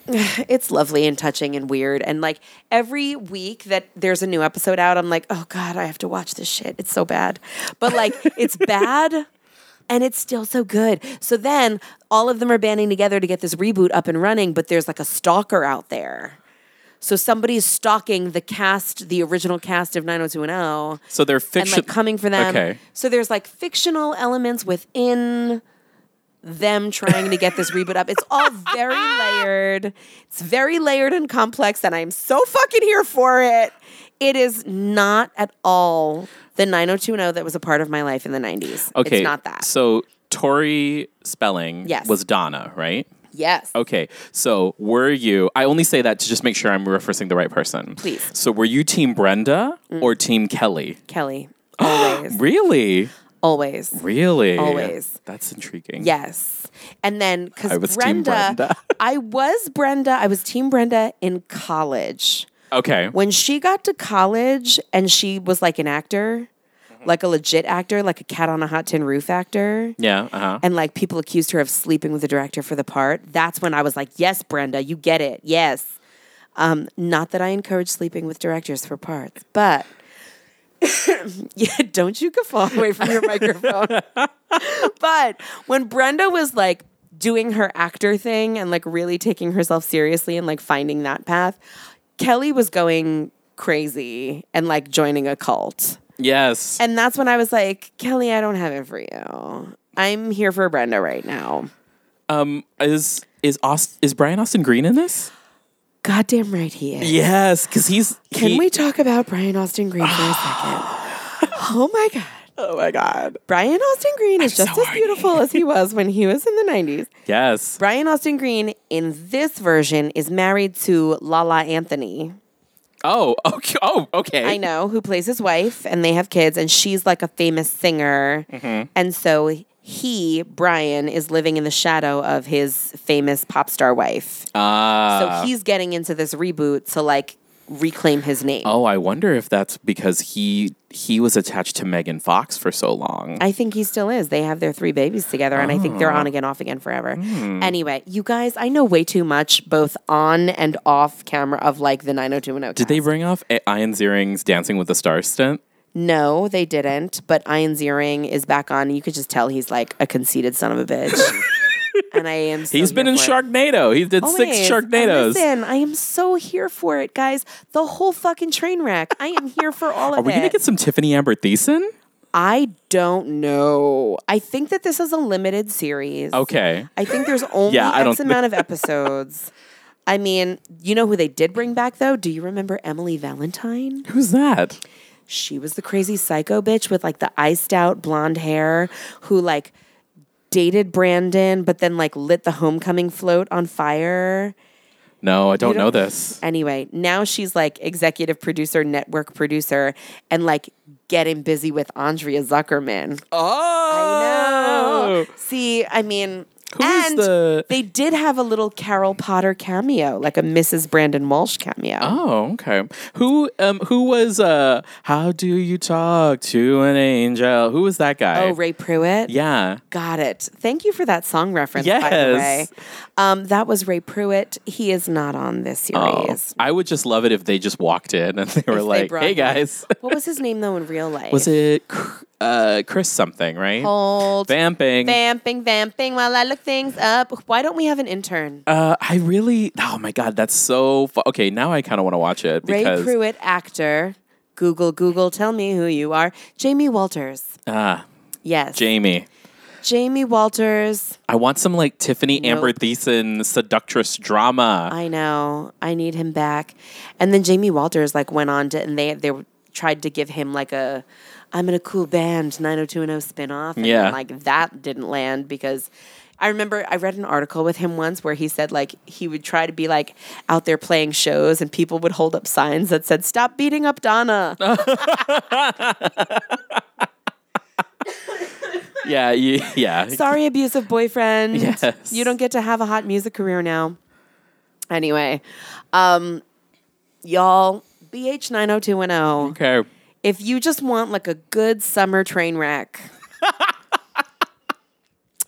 Speaker 1: it's lovely and touching and weird. And like every week that there's a new episode out, I'm like, oh God, I have to watch this shit. It's so bad. But like, it's bad and it's still so good. So then all of them are banding together to get this reboot up and running, but there's like a stalker out there. So somebody's stalking the cast, the original cast of 90210
Speaker 2: So they're
Speaker 1: and
Speaker 2: fiction.
Speaker 1: like coming for them.
Speaker 2: Okay.
Speaker 1: So there's like fictional elements within them trying to
Speaker 2: <laughs>
Speaker 1: get this reboot up. It's all very layered. It's very layered and complex, and I'm so fucking here for it. It is not at all the 90210 that was a part of my life in the 90s.
Speaker 2: okay.
Speaker 1: It's not that.
Speaker 2: So Tori Spelling
Speaker 1: Yes.
Speaker 2: was Donna, right?
Speaker 1: Yes.
Speaker 2: Okay. So were you? I only say that to just make sure I'm referencing the right person.
Speaker 1: Please. Mm.
Speaker 2: So were you Team Brenda or Team Kelly? <gasps>
Speaker 1: Kelly. Always.
Speaker 2: Really?
Speaker 1: always.
Speaker 2: Really?
Speaker 1: Always.
Speaker 2: That's intriguing.
Speaker 1: Yes. And then because
Speaker 2: I was team
Speaker 1: Brenda,
Speaker 2: Brenda. <laughs>
Speaker 1: I was Brenda. I was Team Brenda in college.
Speaker 2: Okay.
Speaker 1: when she got to college and she was like an actor,
Speaker 2: Mm-hmm.
Speaker 1: like a legit actor, like a cat on a hot tin roof actor,
Speaker 2: yeah. Uh huh.
Speaker 1: and like people accused her of sleeping with the director for the part, that's when I was like, yes, Brenda, you get it. Yes. Um, not that I encourage sleeping with directors for parts, but <laughs> yeah, don't you guffaw away from your microphone. <laughs> but when Brenda was like doing her actor thing and like really taking herself seriously and like finding that path, Kelly was going crazy and like joining a cult.
Speaker 2: Yes.
Speaker 1: And that's when I was like, Kelly, I don't have it for you. I'm here for Brenda right now.
Speaker 2: Um. Is is Aust- is Brian Austin Green in this?
Speaker 1: Goddamn right he is.
Speaker 2: Yes, because he's.
Speaker 1: Can
Speaker 2: he-
Speaker 1: we talk about Brian Austin Green for a
Speaker 2: <sighs>
Speaker 1: second? Oh my God.
Speaker 2: Oh my God.
Speaker 1: Brian Austin Green is
Speaker 2: I'm
Speaker 1: just
Speaker 2: so
Speaker 1: as
Speaker 2: horny.
Speaker 1: beautiful as he was when he was in the 90s.
Speaker 2: Yes.
Speaker 1: Brian Austin Green in this version is married to Lala Anthony.
Speaker 2: Oh. <laughs> Okay. Oh. Okay.
Speaker 1: I know, who plays his wife, and they have kids, and she's like a famous singer.
Speaker 2: Mm-hmm.
Speaker 1: And so he, Brian, is living in the shadow of his famous pop star wife.
Speaker 2: Ah.
Speaker 1: so he's getting into this reboot to like reclaim his name.
Speaker 2: oh, I wonder if that's because he he was attached to Megan Fox for so long.
Speaker 1: I think he still is. They have their three babies together, and I think they're
Speaker 2: Oh.
Speaker 1: on again, off again forever.
Speaker 2: Hmm.
Speaker 1: Anyway, you guys, I know way too much, both on and off camera, of like the 90210.
Speaker 2: Did they bring off I- Ian Ziering's Dancing with the Stars stint?
Speaker 1: No, they didn't. But Ian Ziering is back on. You could just tell he's like a conceited son of a bitch. and I am. So
Speaker 2: He's been
Speaker 1: here
Speaker 2: in
Speaker 1: for it.
Speaker 2: Sharknado. He did
Speaker 1: Always.
Speaker 2: six
Speaker 1: And
Speaker 2: Sharknados.
Speaker 1: Listen, I am so here for it, guys. The whole fucking train wreck. I am here for all of
Speaker 2: <laughs> Are we
Speaker 1: it.
Speaker 2: gonna get some Tiffany Amber Thiessen?
Speaker 1: I don't know. I think that this is a limited series.
Speaker 2: Okay.
Speaker 1: I think there's only
Speaker 2: <laughs> Yeah, I
Speaker 1: X
Speaker 2: don't- <laughs>
Speaker 1: amount of episodes. I mean, you know who they did bring back though? Do you remember Emily Valentine?
Speaker 2: Who's that?
Speaker 1: she was the crazy psycho bitch with like the iced out blonde hair who like dated Brandon but then like lit the homecoming float on fire.
Speaker 2: No, I don't, know this.
Speaker 1: Anyway, now she's like executive producer, network producer, and like getting busy with Andrea Zuckerman.
Speaker 2: Oh,
Speaker 1: See, I mean,
Speaker 2: Who's
Speaker 1: and
Speaker 2: the?
Speaker 1: they did have a little Carol Potter cameo, like a Mrs. Brandon Walsh cameo.
Speaker 2: Oh, okay. Who um who was uh how do you talk to an angel? Who was that guy?
Speaker 1: Oh, Ray Pruitt?
Speaker 2: yeah.
Speaker 1: Got it. Thank you for that song reference, by the way.
Speaker 2: Yes.
Speaker 1: Um, that was Ray Pruitt. He is not on this
Speaker 2: Oh,
Speaker 1: series.
Speaker 2: I would just love it if they just walked in and they were
Speaker 1: they
Speaker 2: like,
Speaker 1: brought
Speaker 2: "Hey
Speaker 1: him.
Speaker 2: guys."
Speaker 1: What was his name, though, in real life? <laughs>
Speaker 2: Was it Cr- uh Chris something, right?
Speaker 1: Old
Speaker 2: Vamping.
Speaker 1: vamping, vamping while I look things up. Why don't we have an intern?
Speaker 2: uh, I really, oh my God, that's so, fu- okay, now I kind of want to watch it
Speaker 1: Ray
Speaker 2: because,
Speaker 1: Pruitt, actor. Google, Google, tell me who you are. Jamie Walters.
Speaker 2: ah,
Speaker 1: Yes.
Speaker 2: Jamie,
Speaker 1: Jamie Walters.
Speaker 2: I want some like Tiffany Amber
Speaker 1: Nope. Uh.
Speaker 2: Thiessen seductress drama.
Speaker 1: I know. I need him back. And then Jamie Walters like went on to and they they were- tried to give him like a I'm in a cool band 90210 spin-off and
Speaker 2: Yeah.
Speaker 1: like that didn't land because I remember I read an article with him once where he said like he would try to be like out there playing shows and people would hold up signs that said stop beating up
Speaker 2: <laughs>
Speaker 1: Donna.
Speaker 2: yeah, you, yeah.
Speaker 1: Sorry abusive boyfriend.
Speaker 2: Yes.
Speaker 1: You don't get to have a hot music career now. Anyway, um y'all BH 90210
Speaker 2: Okay.
Speaker 1: if you just want like a good summer train wreck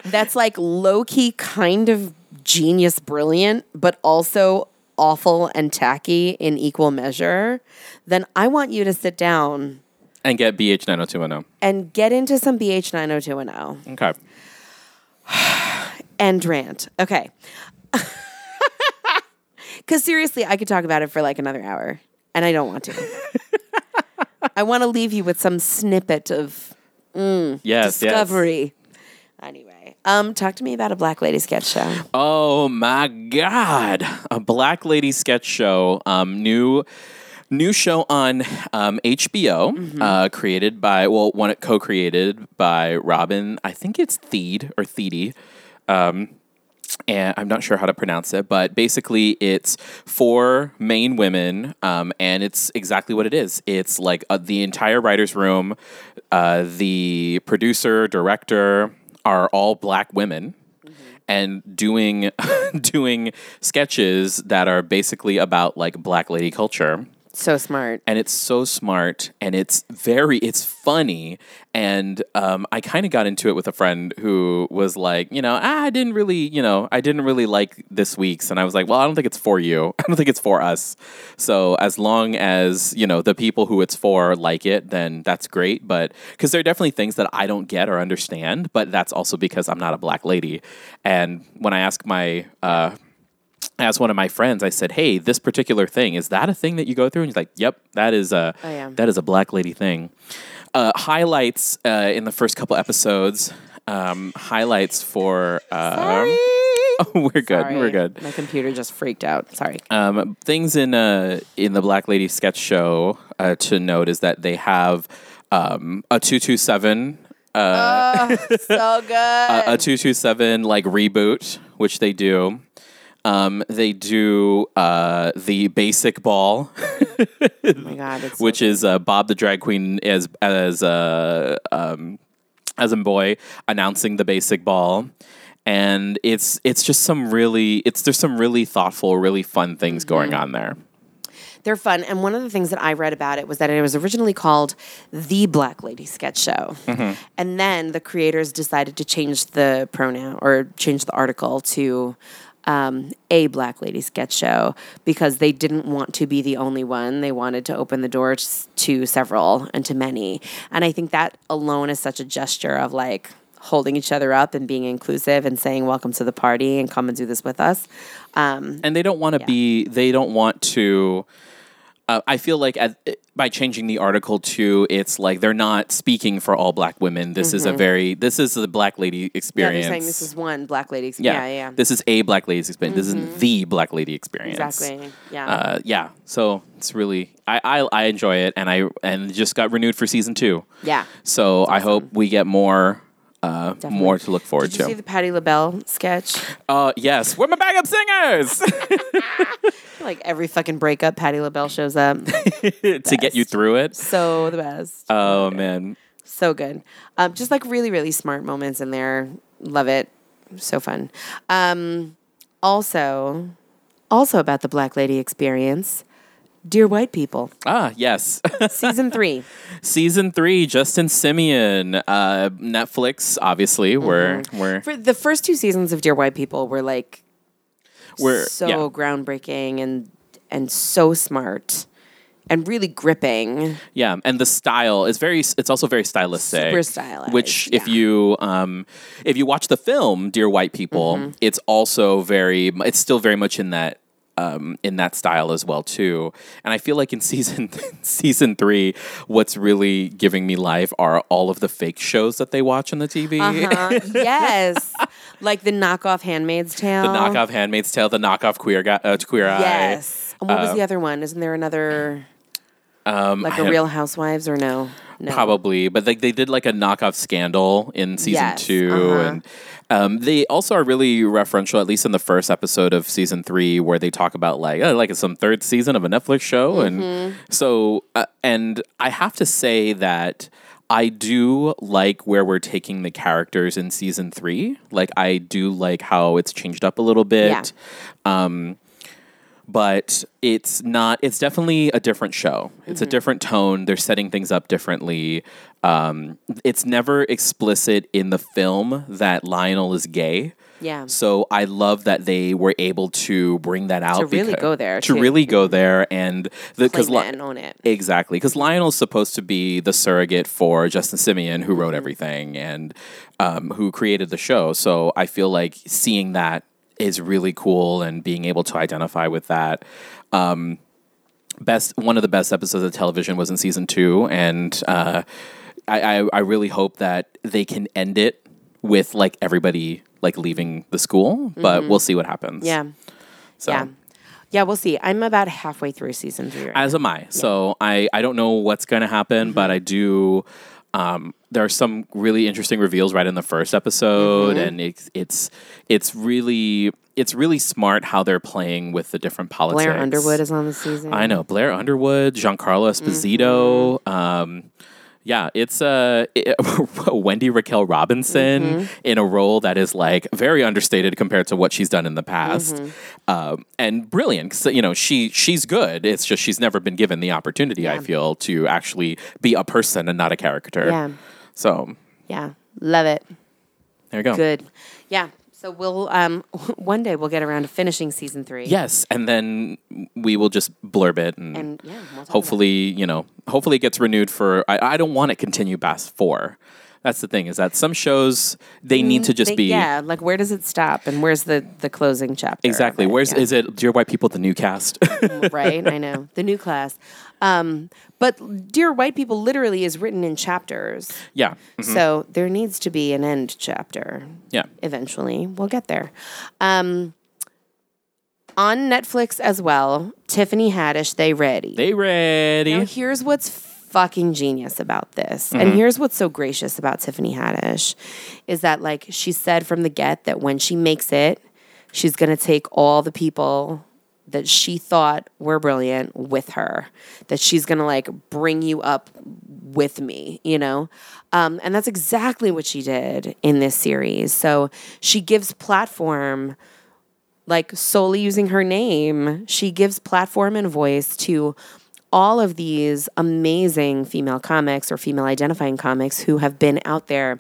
Speaker 1: that's like low key kind of genius brilliant, but also awful and tacky in equal measure, then I want you to sit down
Speaker 2: and get BH 90210.
Speaker 1: and get into some BH 90210
Speaker 2: oh. Okay.
Speaker 1: and rant. Okay. <laughs> Because seriously, I could talk about it for like another hour, and I don't want to. I want to leave you with some snippet of
Speaker 2: Yes. yes.
Speaker 1: discovery. Anyway, um, talk to me about a Black Lady sketch show.
Speaker 2: Oh my God! A Black Lady sketch show, um, new, new show on um, HBO, uh, created by well, one co-created by Robin. I think it's Theed or Theedy. and I'm not sure how to pronounce it, but basically it's four main women, um, and it's exactly what it is. It's like uh, the entire writer's room, uh, the producer, director are all black women. And doing <laughs> doing sketches that are basically about like black lady culture
Speaker 1: So smart.
Speaker 2: and it's so smart and it's very it's funny and um, i kind of got into it with a friend who was like you know ah, i didn't really you know i didn't really like this week's and i was like well i don't think it's for you <laughs> i don't think it's for us so as long as you know the people who it's for like it then that's great but because there are definitely things that i don't get or understand but that's also because i'm not a black lady and when i ask my uh, I asked one of my friends, I said, "Hey, this particular thing is that a thing that you go through?" And he's like, "Yep, that is a
Speaker 1: Oh, yeah.
Speaker 2: that is a black lady thing." Uh, highlights uh, in the first couple episodes. Um, highlights for um, <laughs> we're good,
Speaker 1: Sorry.
Speaker 2: we're good.
Speaker 1: My computer just freaked out. Sorry.
Speaker 2: Um, things in uh, in the Black Lady sketch show uh, to note is that they have um, a two two seven <laughs> Uh,
Speaker 1: so good.
Speaker 2: a 227 like reboot which they do um, they do uh, the basic ball
Speaker 1: oh my god. It's
Speaker 2: which is uh, bob the drag queen as as uh, um, as a boy announcing the basic ball and it's it's just some really it's there's some really thoughtful really fun things
Speaker 1: Mm-hmm.
Speaker 2: going on there
Speaker 1: They're fun. And one of the things that I read about it was that it was originally called The Black Lady Sketch Show.
Speaker 2: Mm-hmm.
Speaker 1: And then the creators decided to change the pronoun or change the article to um, a Black Lady Sketch Show because they didn't want to be the only one. They wanted to open the door s- to several and to many. And I think that alone is such a gesture of like, Holding each other up and being inclusive and saying, Welcome to the party and come and do this with us.
Speaker 2: and they don't want to be they don't want to uh, i feel like at, by changing the article to it's like they're not speaking for all black women this is a very this is the black lady
Speaker 1: Mm-hmm. Yeah,
Speaker 2: experience
Speaker 1: they're saying this is one Black Lady Experience.
Speaker 2: yeah.
Speaker 1: Yeah, yeah, yeah. Mm-hmm.
Speaker 2: this is a black lady's experience this is the black lady experience
Speaker 1: Exactly. Yeah.
Speaker 2: uh, yeah so it's really I, I i enjoy it and i and just got renewed for season two
Speaker 1: yeah.
Speaker 2: so i hope we get more uh, more to look forward
Speaker 1: Did you
Speaker 2: to.
Speaker 1: see the Patti LaBelle sketch?
Speaker 2: uh, yes, we're my backup singers <laughs>
Speaker 1: Like every fucking breakup, Patti LaBelle shows up.
Speaker 2: to get you through
Speaker 1: <laughs>
Speaker 2: it.
Speaker 1: so the best.
Speaker 2: Oh man,
Speaker 1: So good. Um, just like really, really smart moments in there. Love it. So fun. Um, also, also about the Black Lady experience. Dear White
Speaker 2: <laughs>
Speaker 1: People,
Speaker 2: ah yes.
Speaker 1: season three.
Speaker 2: Season three, Justin Simeon, uh, Netflix. Obviously, we're we're
Speaker 1: For the first two seasons of Dear White People were like
Speaker 2: we're
Speaker 1: so
Speaker 2: yeah.
Speaker 1: groundbreaking and and so smart and really gripping.
Speaker 2: Yeah, and the style is very. It's also very stylistic,
Speaker 1: Super stylized,
Speaker 2: Which, if
Speaker 1: yeah.
Speaker 2: you um, if you watch the film Dear White People,
Speaker 1: Mm-hmm.
Speaker 2: it's also very. It's still very much in that. Um, in that style as well too, and I feel like in <laughs> season season three, what's really giving me life are all of the fake shows that they watch on <laughs> the TV.
Speaker 1: Uh, yes, like the knockoff Handmaid's Tale.
Speaker 2: The knockoff Handmaid's Tale, the knockoff Queer Guy, uh, Queer
Speaker 1: Uh-huh. Yes. And
Speaker 2: Uh,
Speaker 1: what was the other one? Isn't there another? Um, like a
Speaker 2: don't-
Speaker 1: Real Housewives or no? No.
Speaker 2: Eye, probably. But like they did like a knockoff Scandal in season
Speaker 1: Yes,
Speaker 2: two,
Speaker 1: uh-huh.
Speaker 2: and um, they also are really referential, at least in the first episode of season three, where they talk about like oh, like it's some third season of a Netflix show,
Speaker 1: Mm-hmm.
Speaker 2: and so uh, and I have to say that. I do like where we're taking the characters in season three. Like, I do like how it's changed up a little bit. Um,
Speaker 1: Yeah.
Speaker 2: but it's not it's definitely a different show it's
Speaker 1: Mm-hmm.
Speaker 2: a different tone they're setting things up differently um, it's never explicit in the film that lionel is gay
Speaker 1: Yeah.
Speaker 2: So I love that they were able to bring that out.
Speaker 1: really
Speaker 2: becau-
Speaker 1: go there,
Speaker 2: To
Speaker 1: to-
Speaker 2: really go there and because
Speaker 1: Claim it and own it.
Speaker 2: Exactly, because Lionel's supposed to be the surrogate for Justin Simeon, who
Speaker 1: Mm-hmm.
Speaker 2: wrote everything and um, who created the show. So I feel like seeing that is really cool and being able to identify with that. Um, best one of the best episodes of television was in season two, and uh, I, I I really hope that they can end it with like everybody like leaving the school, but we'll see what happens.
Speaker 1: Mm-hmm. Yeah.
Speaker 2: So.
Speaker 1: Yeah. Yeah, we'll see. I'm about halfway through season three. Right
Speaker 2: As am I. So I, I don't know what's going to
Speaker 1: Mm-hmm.
Speaker 2: happen, but I do. Um, there are some really interesting reveals right in the first episode,
Speaker 1: Mm-hmm.
Speaker 2: and it's it's it's really it's really smart how they're playing with the different politics.
Speaker 1: Blair Underwood is on the season.
Speaker 2: I know Blair Underwood, Giancarlo Esposito.
Speaker 1: Mm-hmm.
Speaker 2: Um, yeah, it's uh, it- <laughs> Wendy Raquel Robinson
Speaker 1: Mm-hmm.
Speaker 2: in a role that is like very understated compared to what she's done in the past,
Speaker 1: Mm-hmm.
Speaker 2: um, and brilliant. 'cause, you know, she she's good. It's just she's never been given the opportunity. I feel to actually be a person and not a character.
Speaker 1: Yeah.
Speaker 2: So
Speaker 1: Yeah. Love it.
Speaker 2: there you go.
Speaker 1: Good. Yeah. So we'll um <laughs> one day we'll get around to finishing season three.
Speaker 2: Yes, and then we will just blurb it and.
Speaker 1: And yeah, we'll talk about it.
Speaker 2: hopefully you know hopefully it gets renewed for i, I don't want to continue past four that's the thing is that some shows they need to just
Speaker 1: Mm, They-
Speaker 2: be
Speaker 1: Yeah, like where does it stop and where's the the closing chapter? of
Speaker 2: exactly
Speaker 1: it?
Speaker 2: where's
Speaker 1: Yeah.
Speaker 2: is it dear white people the new cast <laughs>
Speaker 1: right? I know the new class, um, but dear white people literally is written in chapters,
Speaker 2: yeah
Speaker 1: so there needs to be an end chapter.
Speaker 2: yeah
Speaker 1: Eventually, we'll get there. Um, on Netflix as well, Tiffany Haddish, they ready.
Speaker 2: they ready
Speaker 1: Now, here's what's fucking genius about this. And here's what's so gracious about Tiffany Haddish is that, like, she said from the get that when she makes it, she's going to take all the people that she thought were brilliant with her, that she's going to, like, bring you up with me, you know? Um, and that's exactly what she did in this series. So she gives platform like solely using her name, she gives platform and voice to all of these amazing female comics or female identifying comics who have been out there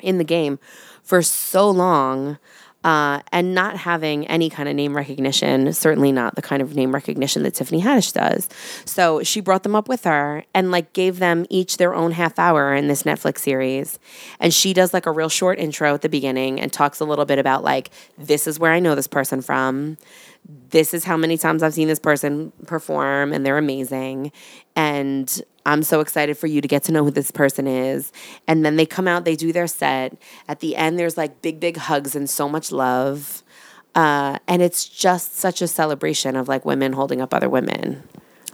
Speaker 1: in the game for so long uh, and not having any kind of name recognition, certainly not the kind of name recognition that Tiffany Haddish does. So she brought them up with her and like gave them each their own half hour in this Netflix series. And she does like a real short intro at the beginning and talks a little bit about like, this is where I know this person from this is how many times I've seen this person perform and they're amazing. And I'm so excited for you to get to know who this person is. And then they come out, they do their set. At the end, there's like big, big hugs and so much love. Uh, and it's just such a celebration of like women holding up other women.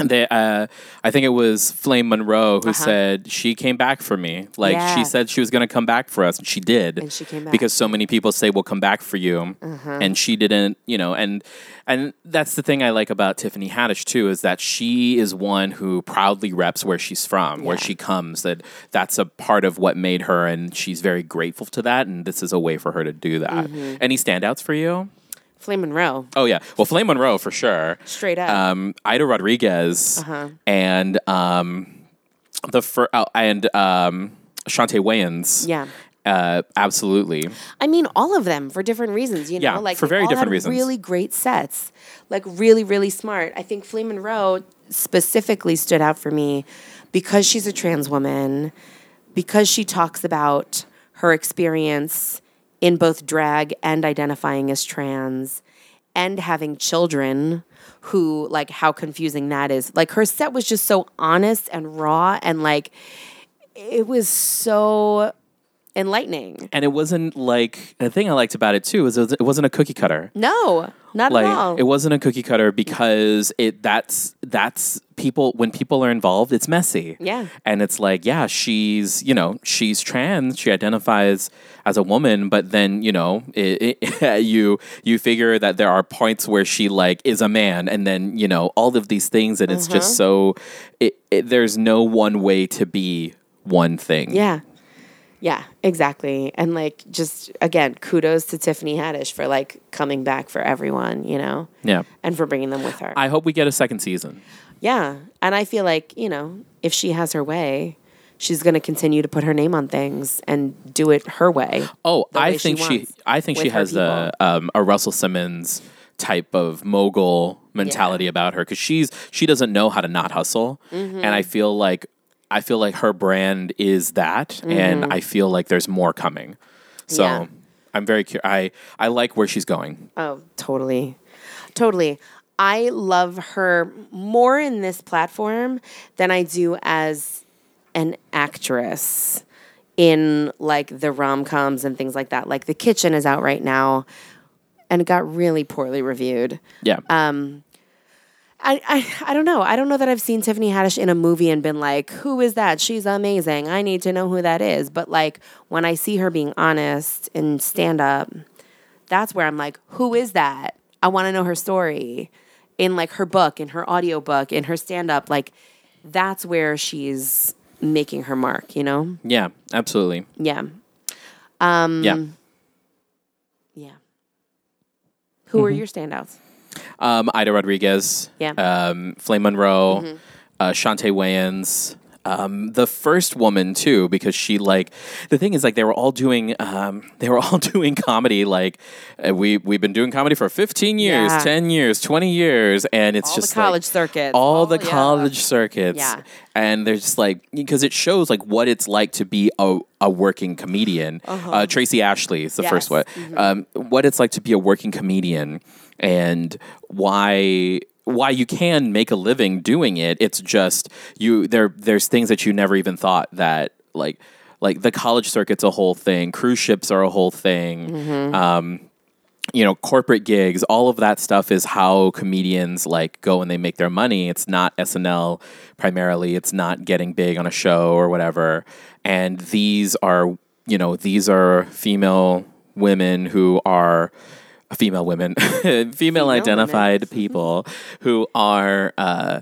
Speaker 2: they uh i think it was flame monroe who said she came back for me like
Speaker 1: Uh-huh. Yeah.
Speaker 2: she said she was going to come back for us and she did
Speaker 1: And she came back. Uh-huh.
Speaker 2: because so many people say we'll come back for you and she didn't you know and and that's the thing i like about tiffany haddish too is that she is one who proudly reps where she's from where
Speaker 1: Yeah.
Speaker 2: she comes that that's a part of what made her and she's very grateful to that and this is a way for her to do that
Speaker 1: Mm-hmm.
Speaker 2: any standouts for you
Speaker 1: Flame Monroe,
Speaker 2: oh yeah well flame monroe for sure
Speaker 1: straight up.
Speaker 2: um, Ida Rodriguez and um, the fir- oh, and um, Shantae Wayans.
Speaker 1: Yeah.
Speaker 2: Uh, absolutely.
Speaker 1: I mean, all of them for different reasons, you know,
Speaker 2: Yeah,
Speaker 1: like
Speaker 2: for
Speaker 1: they
Speaker 2: very
Speaker 1: all
Speaker 2: different
Speaker 1: had
Speaker 2: reasons.
Speaker 1: Really great sets, like really, really smart. I think Flea Monroe specifically stood out for me because she's a trans woman, because she talks about her experience in both drag and identifying as trans and having children who like how confusing that is like her set was just so honest and raw and like it was so enlightening
Speaker 2: And it wasn't like the thing I liked about it too is it was- it wasn't a cookie cutter.
Speaker 1: No, not
Speaker 2: Like
Speaker 1: at all.
Speaker 2: it wasn't a cookie cutter because it that's that's people when people are involved it's messy.
Speaker 1: Yeah.
Speaker 2: And it's like yeah she's you know she's trans she identifies as a woman but then you know it, it, <laughs> you you figure that there are points where she like is a man and then you know all of these things and it's
Speaker 1: Mm-hmm.
Speaker 2: just so it, it, there's no one way to be one thing.
Speaker 1: yeah. Yeah, exactly. And like just again, kudos to Tiffany Haddish for like coming back for everyone, you know,
Speaker 2: Yeah.
Speaker 1: and for bringing them with her.
Speaker 2: I hope we get a second season.
Speaker 1: yeah. And I feel like, you know, if she has her way, she's going to continue to put her name on things and do it her way.
Speaker 2: Oh,
Speaker 1: the
Speaker 2: I
Speaker 1: way she
Speaker 2: think she,
Speaker 1: wants
Speaker 2: I think she
Speaker 1: with her
Speaker 2: has a um, a Russell Simmons type of mogul mentality about her because she's she doesn't know how to not hustle, and
Speaker 1: Mm-hmm.
Speaker 2: I feel like I feel like her brand is that, and I feel like there's more coming. So
Speaker 1: Mm-hmm. Yeah.
Speaker 2: I'm very curious. I I like where she's going.
Speaker 1: Oh, totally. Totally. I love her more in this platform than I do as an actress in like the rom coms and things like that. Like The Kitchen is out right now and it got really poorly reviewed.
Speaker 2: Yeah,
Speaker 1: um, I, I, I don't know. I don't know that I've seen Tiffany Haddish in a movie and been like, who is that? She's amazing. I need to know who that is. But like when I see her being honest in stand up, that's where I'm like, who is that? I want to know her story in like her book, in her audiobook, in her stand up. Like that's where she's making her mark, you know?
Speaker 2: yeah, absolutely.
Speaker 1: Yeah.
Speaker 2: yeah.
Speaker 1: mm, Yeah. Who
Speaker 2: Mm-hmm.
Speaker 1: are your standouts?
Speaker 2: Um, Ida Rodriguez,
Speaker 1: Yeah. Mm-hmm.
Speaker 2: um, Flame Monroe, uh, Shantae Wayans. Um, the first woman too, because she like the thing is like they were all doing um, they were all <laughs> doing comedy like uh, we we've been doing comedy for fifteen years,
Speaker 1: Yeah.
Speaker 2: ten years, twenty years, and it's
Speaker 1: All the
Speaker 2: just
Speaker 1: college
Speaker 2: like,
Speaker 1: circuits.
Speaker 2: all
Speaker 1: Oh,
Speaker 2: the
Speaker 1: yeah.
Speaker 2: college circuits.
Speaker 1: Yeah.
Speaker 2: And they're just like, because it shows like what it's like to be a, a working comedian.
Speaker 1: Uh-huh.
Speaker 2: uh Tracy Ashley is the first
Speaker 1: Yes.
Speaker 2: one. Um, what it's like to be a working comedian and why why you can make a living doing it. It's just you there there's things that you never even thought that like like the college circuit's a whole thing, cruise ships are a whole thing you know corporate gigs all of that stuff is how comedians like go and they make their money it's not snl primarily it's not getting big on a show or whatever and these are you know these are female women who are female women <laughs> female
Speaker 1: <laughs>
Speaker 2: identified people who are uh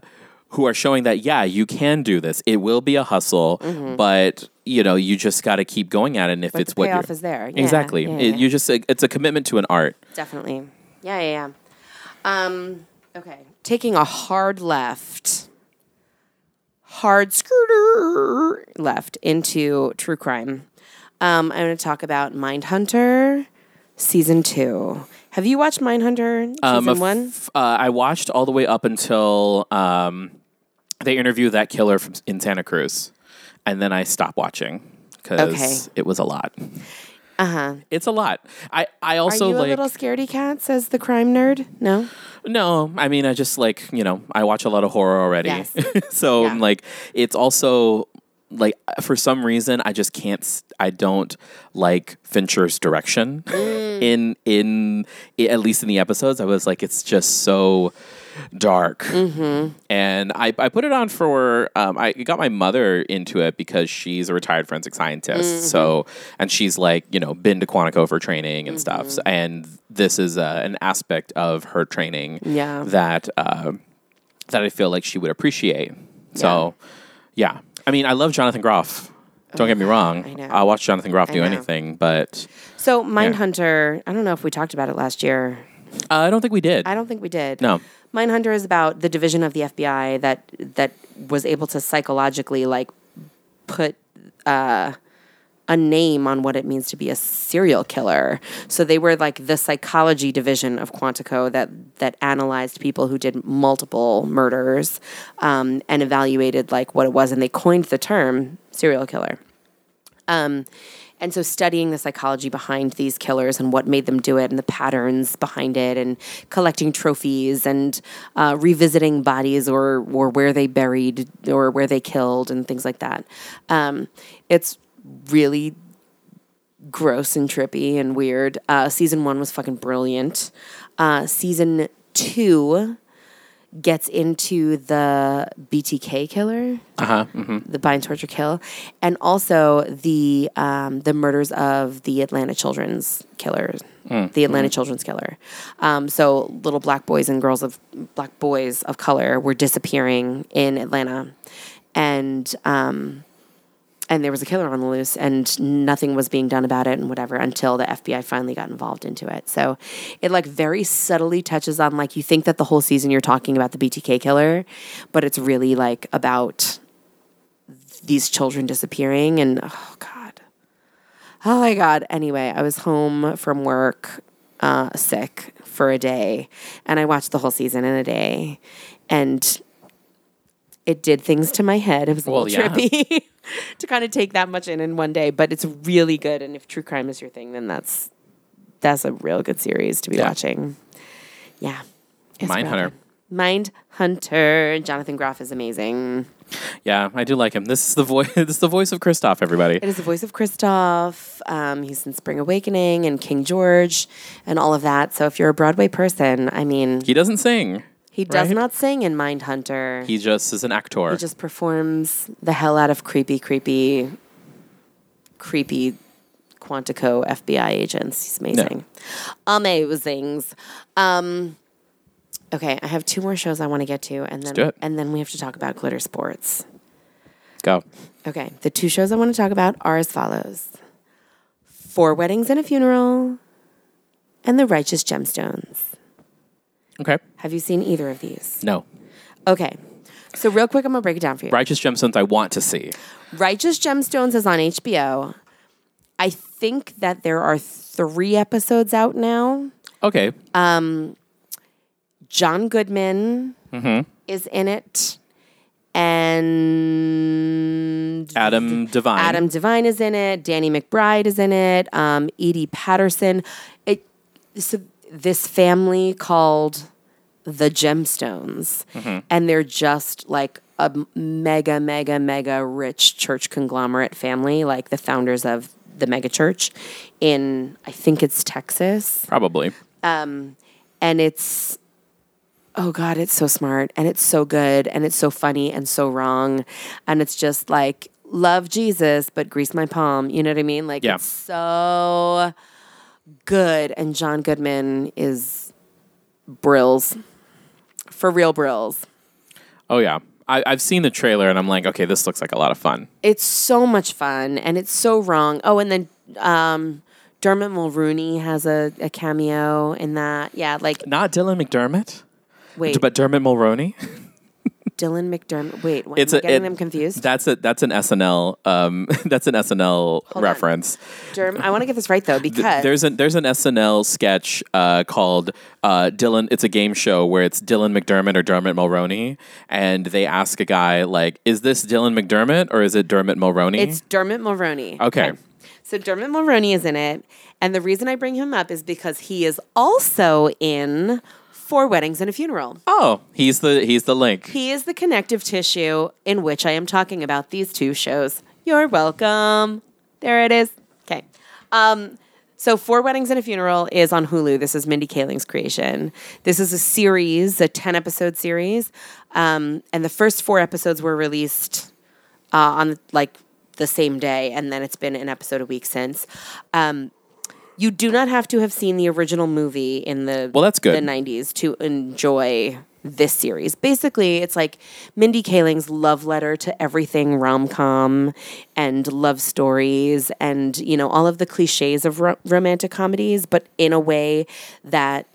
Speaker 2: who are showing that yeah you can do this it will be a hustle but you know you just got to keep going at it and if it's
Speaker 1: Mm-hmm. the
Speaker 2: what
Speaker 1: payoff
Speaker 2: you're-
Speaker 1: is there. Yeah,
Speaker 2: exactly
Speaker 1: yeah,
Speaker 2: It-
Speaker 1: yeah.
Speaker 2: you just it's a commitment to an art
Speaker 1: Definitely. Yeah, yeah, yeah. Um, okay. Taking a hard left, hard scooter left into true crime. Um, I'm going to talk about Mindhunter season two. Have you watched Mindhunter season
Speaker 2: Um,
Speaker 1: one?
Speaker 2: f- uh, I watched all the way up until um, they interview that killer from in Santa Cruz, and then I stopped watching because
Speaker 1: Okay. Uh-huh.
Speaker 2: it was a lot. Uh huh. It's a lot. I I
Speaker 1: Are
Speaker 2: also
Speaker 1: you a
Speaker 2: like
Speaker 1: little scaredy cat? Says the crime nerd. No.
Speaker 2: no. I mean, I just like you know I watch a lot of horror already,
Speaker 1: Yes.
Speaker 2: <laughs> so
Speaker 1: Yeah.
Speaker 2: like it's also like for some reason I just can't. s- I don't like Fincher's direction
Speaker 1: Mm.
Speaker 2: in in at least in the episodes. I was like, it's just so dark.
Speaker 1: Mm-hmm.
Speaker 2: And I, I put it on for, um, I got my mother into it because she's a retired forensic scientist.
Speaker 1: Mm-hmm.
Speaker 2: So, and she's like, you know, been to Quantico for training and stuff.
Speaker 1: Mm-hmm.
Speaker 2: So- And this is uh, an aspect of her training
Speaker 1: Yeah.
Speaker 2: that, uh, that I feel like she would appreciate. So, yeah. I mean, I love Jonathan Groff. Don't get me wrong. I
Speaker 1: know.
Speaker 2: will watch Jonathan Groff do
Speaker 1: know.
Speaker 2: anything, but
Speaker 1: So Mindhunter. I don't know if we talked about it last year.
Speaker 2: uh, I don't think we did.
Speaker 1: I don't think we did.
Speaker 2: No.
Speaker 1: Mindhunter is about the division of the FBI that that was able to psychologically like put uh, a name on what it means to be a serial killer. So they were like the psychology division of Quantico that that analyzed people who did multiple murders um, and evaluated like what it was, and they coined the term serial killer. Um, and so studying the psychology behind these killers and what made them do it and the patterns behind it and collecting trophies and uh, revisiting bodies or, or where they buried or where they killed and things like that. Um, it's really gross and trippy and weird. Uh, season one was fucking brilliant. Uh, season two gets into the BTK killer the bind torture kill and also the um, the murders of the atlanta children's killer the atlanta children's killer um, so little black boys and girls of black boys of color were disappearing in atlanta and um, and there was a killer on the loose and nothing was being done about it and whatever until the FBI finally got involved into it. So it like very subtly touches on like you think that the whole season you're talking about the BTK killer, but it's really like about these children disappearing and oh god. Oh my god. Anyway, I was home from work uh sick for a day and I watched the whole season in a day and it did things to my head. It was a
Speaker 2: Well,
Speaker 1: little
Speaker 2: yeah.
Speaker 1: trippy <laughs> to kind of take that much in in one day, but it's really good and if true crime is your thing then that's that's a real good series to be
Speaker 2: Yeah.
Speaker 1: watching. Yeah. It's
Speaker 2: Mindhunter.
Speaker 1: real good. Mind Hunter. Jonathan Groff is amazing.
Speaker 2: Yeah, I do like him. This is the voice. <laughs> This is the voice of Kristoff. Everybody.
Speaker 1: It is the voice of Kristoff. Um, he's in Spring Awakening and King George and all of that. So if you're a Broadway person, I mean,
Speaker 2: He doesn't sing.
Speaker 1: he does
Speaker 2: right?
Speaker 1: not sing in Mind Hunter. He
Speaker 2: He just is an actor.
Speaker 1: just performs the hell out of creepy, creepy, creepy Quantico FBI agents. He's amazing. Amazing. Um, okay, I have two more shows I want to get to, and then
Speaker 2: do it.
Speaker 1: and then we have to talk about glitter sports.
Speaker 2: Go.
Speaker 1: Okay, the two shows I want to talk about are as follows Four Weddings and a Funeral and The Righteous Gemstones.
Speaker 2: Okay.
Speaker 1: Have you seen either of these?
Speaker 2: No.
Speaker 1: Okay, so real quick, I'm gonna break it down for you.
Speaker 2: Righteous Gemstones. I want to see.
Speaker 1: Righteous Gemstones is on HBO. I think that there are three episodes out now.
Speaker 2: Okay.
Speaker 1: John Goodman is in it, and
Speaker 2: Adam Devine.
Speaker 1: Adam Devine is in it. Danny McBride is in it. Um, Edie Patterson. It so this family called the Gemstones, and they're just like a mega, mega, mega rich church conglomerate family, like the founders of the mega church in I think it's Texas
Speaker 2: Probably.
Speaker 1: and it's oh god it's so smart and it's so good and it's so funny and so wrong and it's just like love jesus but grease my palm you know what i mean like
Speaker 2: Yeah.
Speaker 1: it's so good and john goodman is brills for real brills
Speaker 2: Oh yeah. I, I've seen the trailer and I'm like, okay, this looks like a lot of fun.
Speaker 1: it's so much fun and it's so wrong oh and then um dermot mulrooney has a, a cameo in that yeah like
Speaker 2: Not Dylan McDermott,
Speaker 1: wait
Speaker 2: but Dermot Mulroney.
Speaker 1: dylan mcdermott wait what,
Speaker 2: It's
Speaker 1: am I
Speaker 2: a-
Speaker 1: getting
Speaker 2: it-
Speaker 1: them confused
Speaker 2: That's a that's an SNL um <laughs> that's an SNL
Speaker 1: on.
Speaker 2: reference.
Speaker 1: Derm- I want to get this right though because
Speaker 2: There's an there's an SNL sketch uh, called uh, Dylan. It's a game show where it's Dylan McDermott or Dermot Mulroney, and they ask a guy like, "Is this Dylan McDermott or is it Dermot Mulroney?"
Speaker 1: it's Dermot Mulroney.
Speaker 2: okay.
Speaker 1: So Dermot Mulroney is in it, and the reason I bring him up is because he is also in Four Weddings and a Funeral.
Speaker 2: Oh, he's the he's the link.
Speaker 1: He is the connective tissue in which I am talking about these two shows. You're welcome. There it is. Okay. Um, so, Four Weddings and a Funeral is on Hulu. This is Mindy Kaling's creation. This is a series, a 10 episode series. Um, and the first four episodes were released uh, on like the same day, and then it's been an episode a week since. Um, you do not have to have seen the original movie in the
Speaker 2: Well, that's good.
Speaker 1: the 90s to enjoy this series. Basically, it's like Mindy Kaling's love letter to everything rom-com and love stories and, you know, all of the clichés of ro- romantic comedies, but in a way that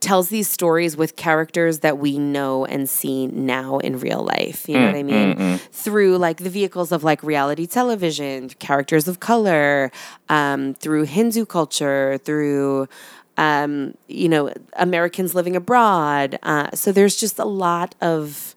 Speaker 1: tells these stories with characters that we know and see now in real life. You know what I mean? Through like the vehicles of like reality television, characters of color, um, through Hindu culture, through um, you know Americans living abroad. Uh, so there's just a lot of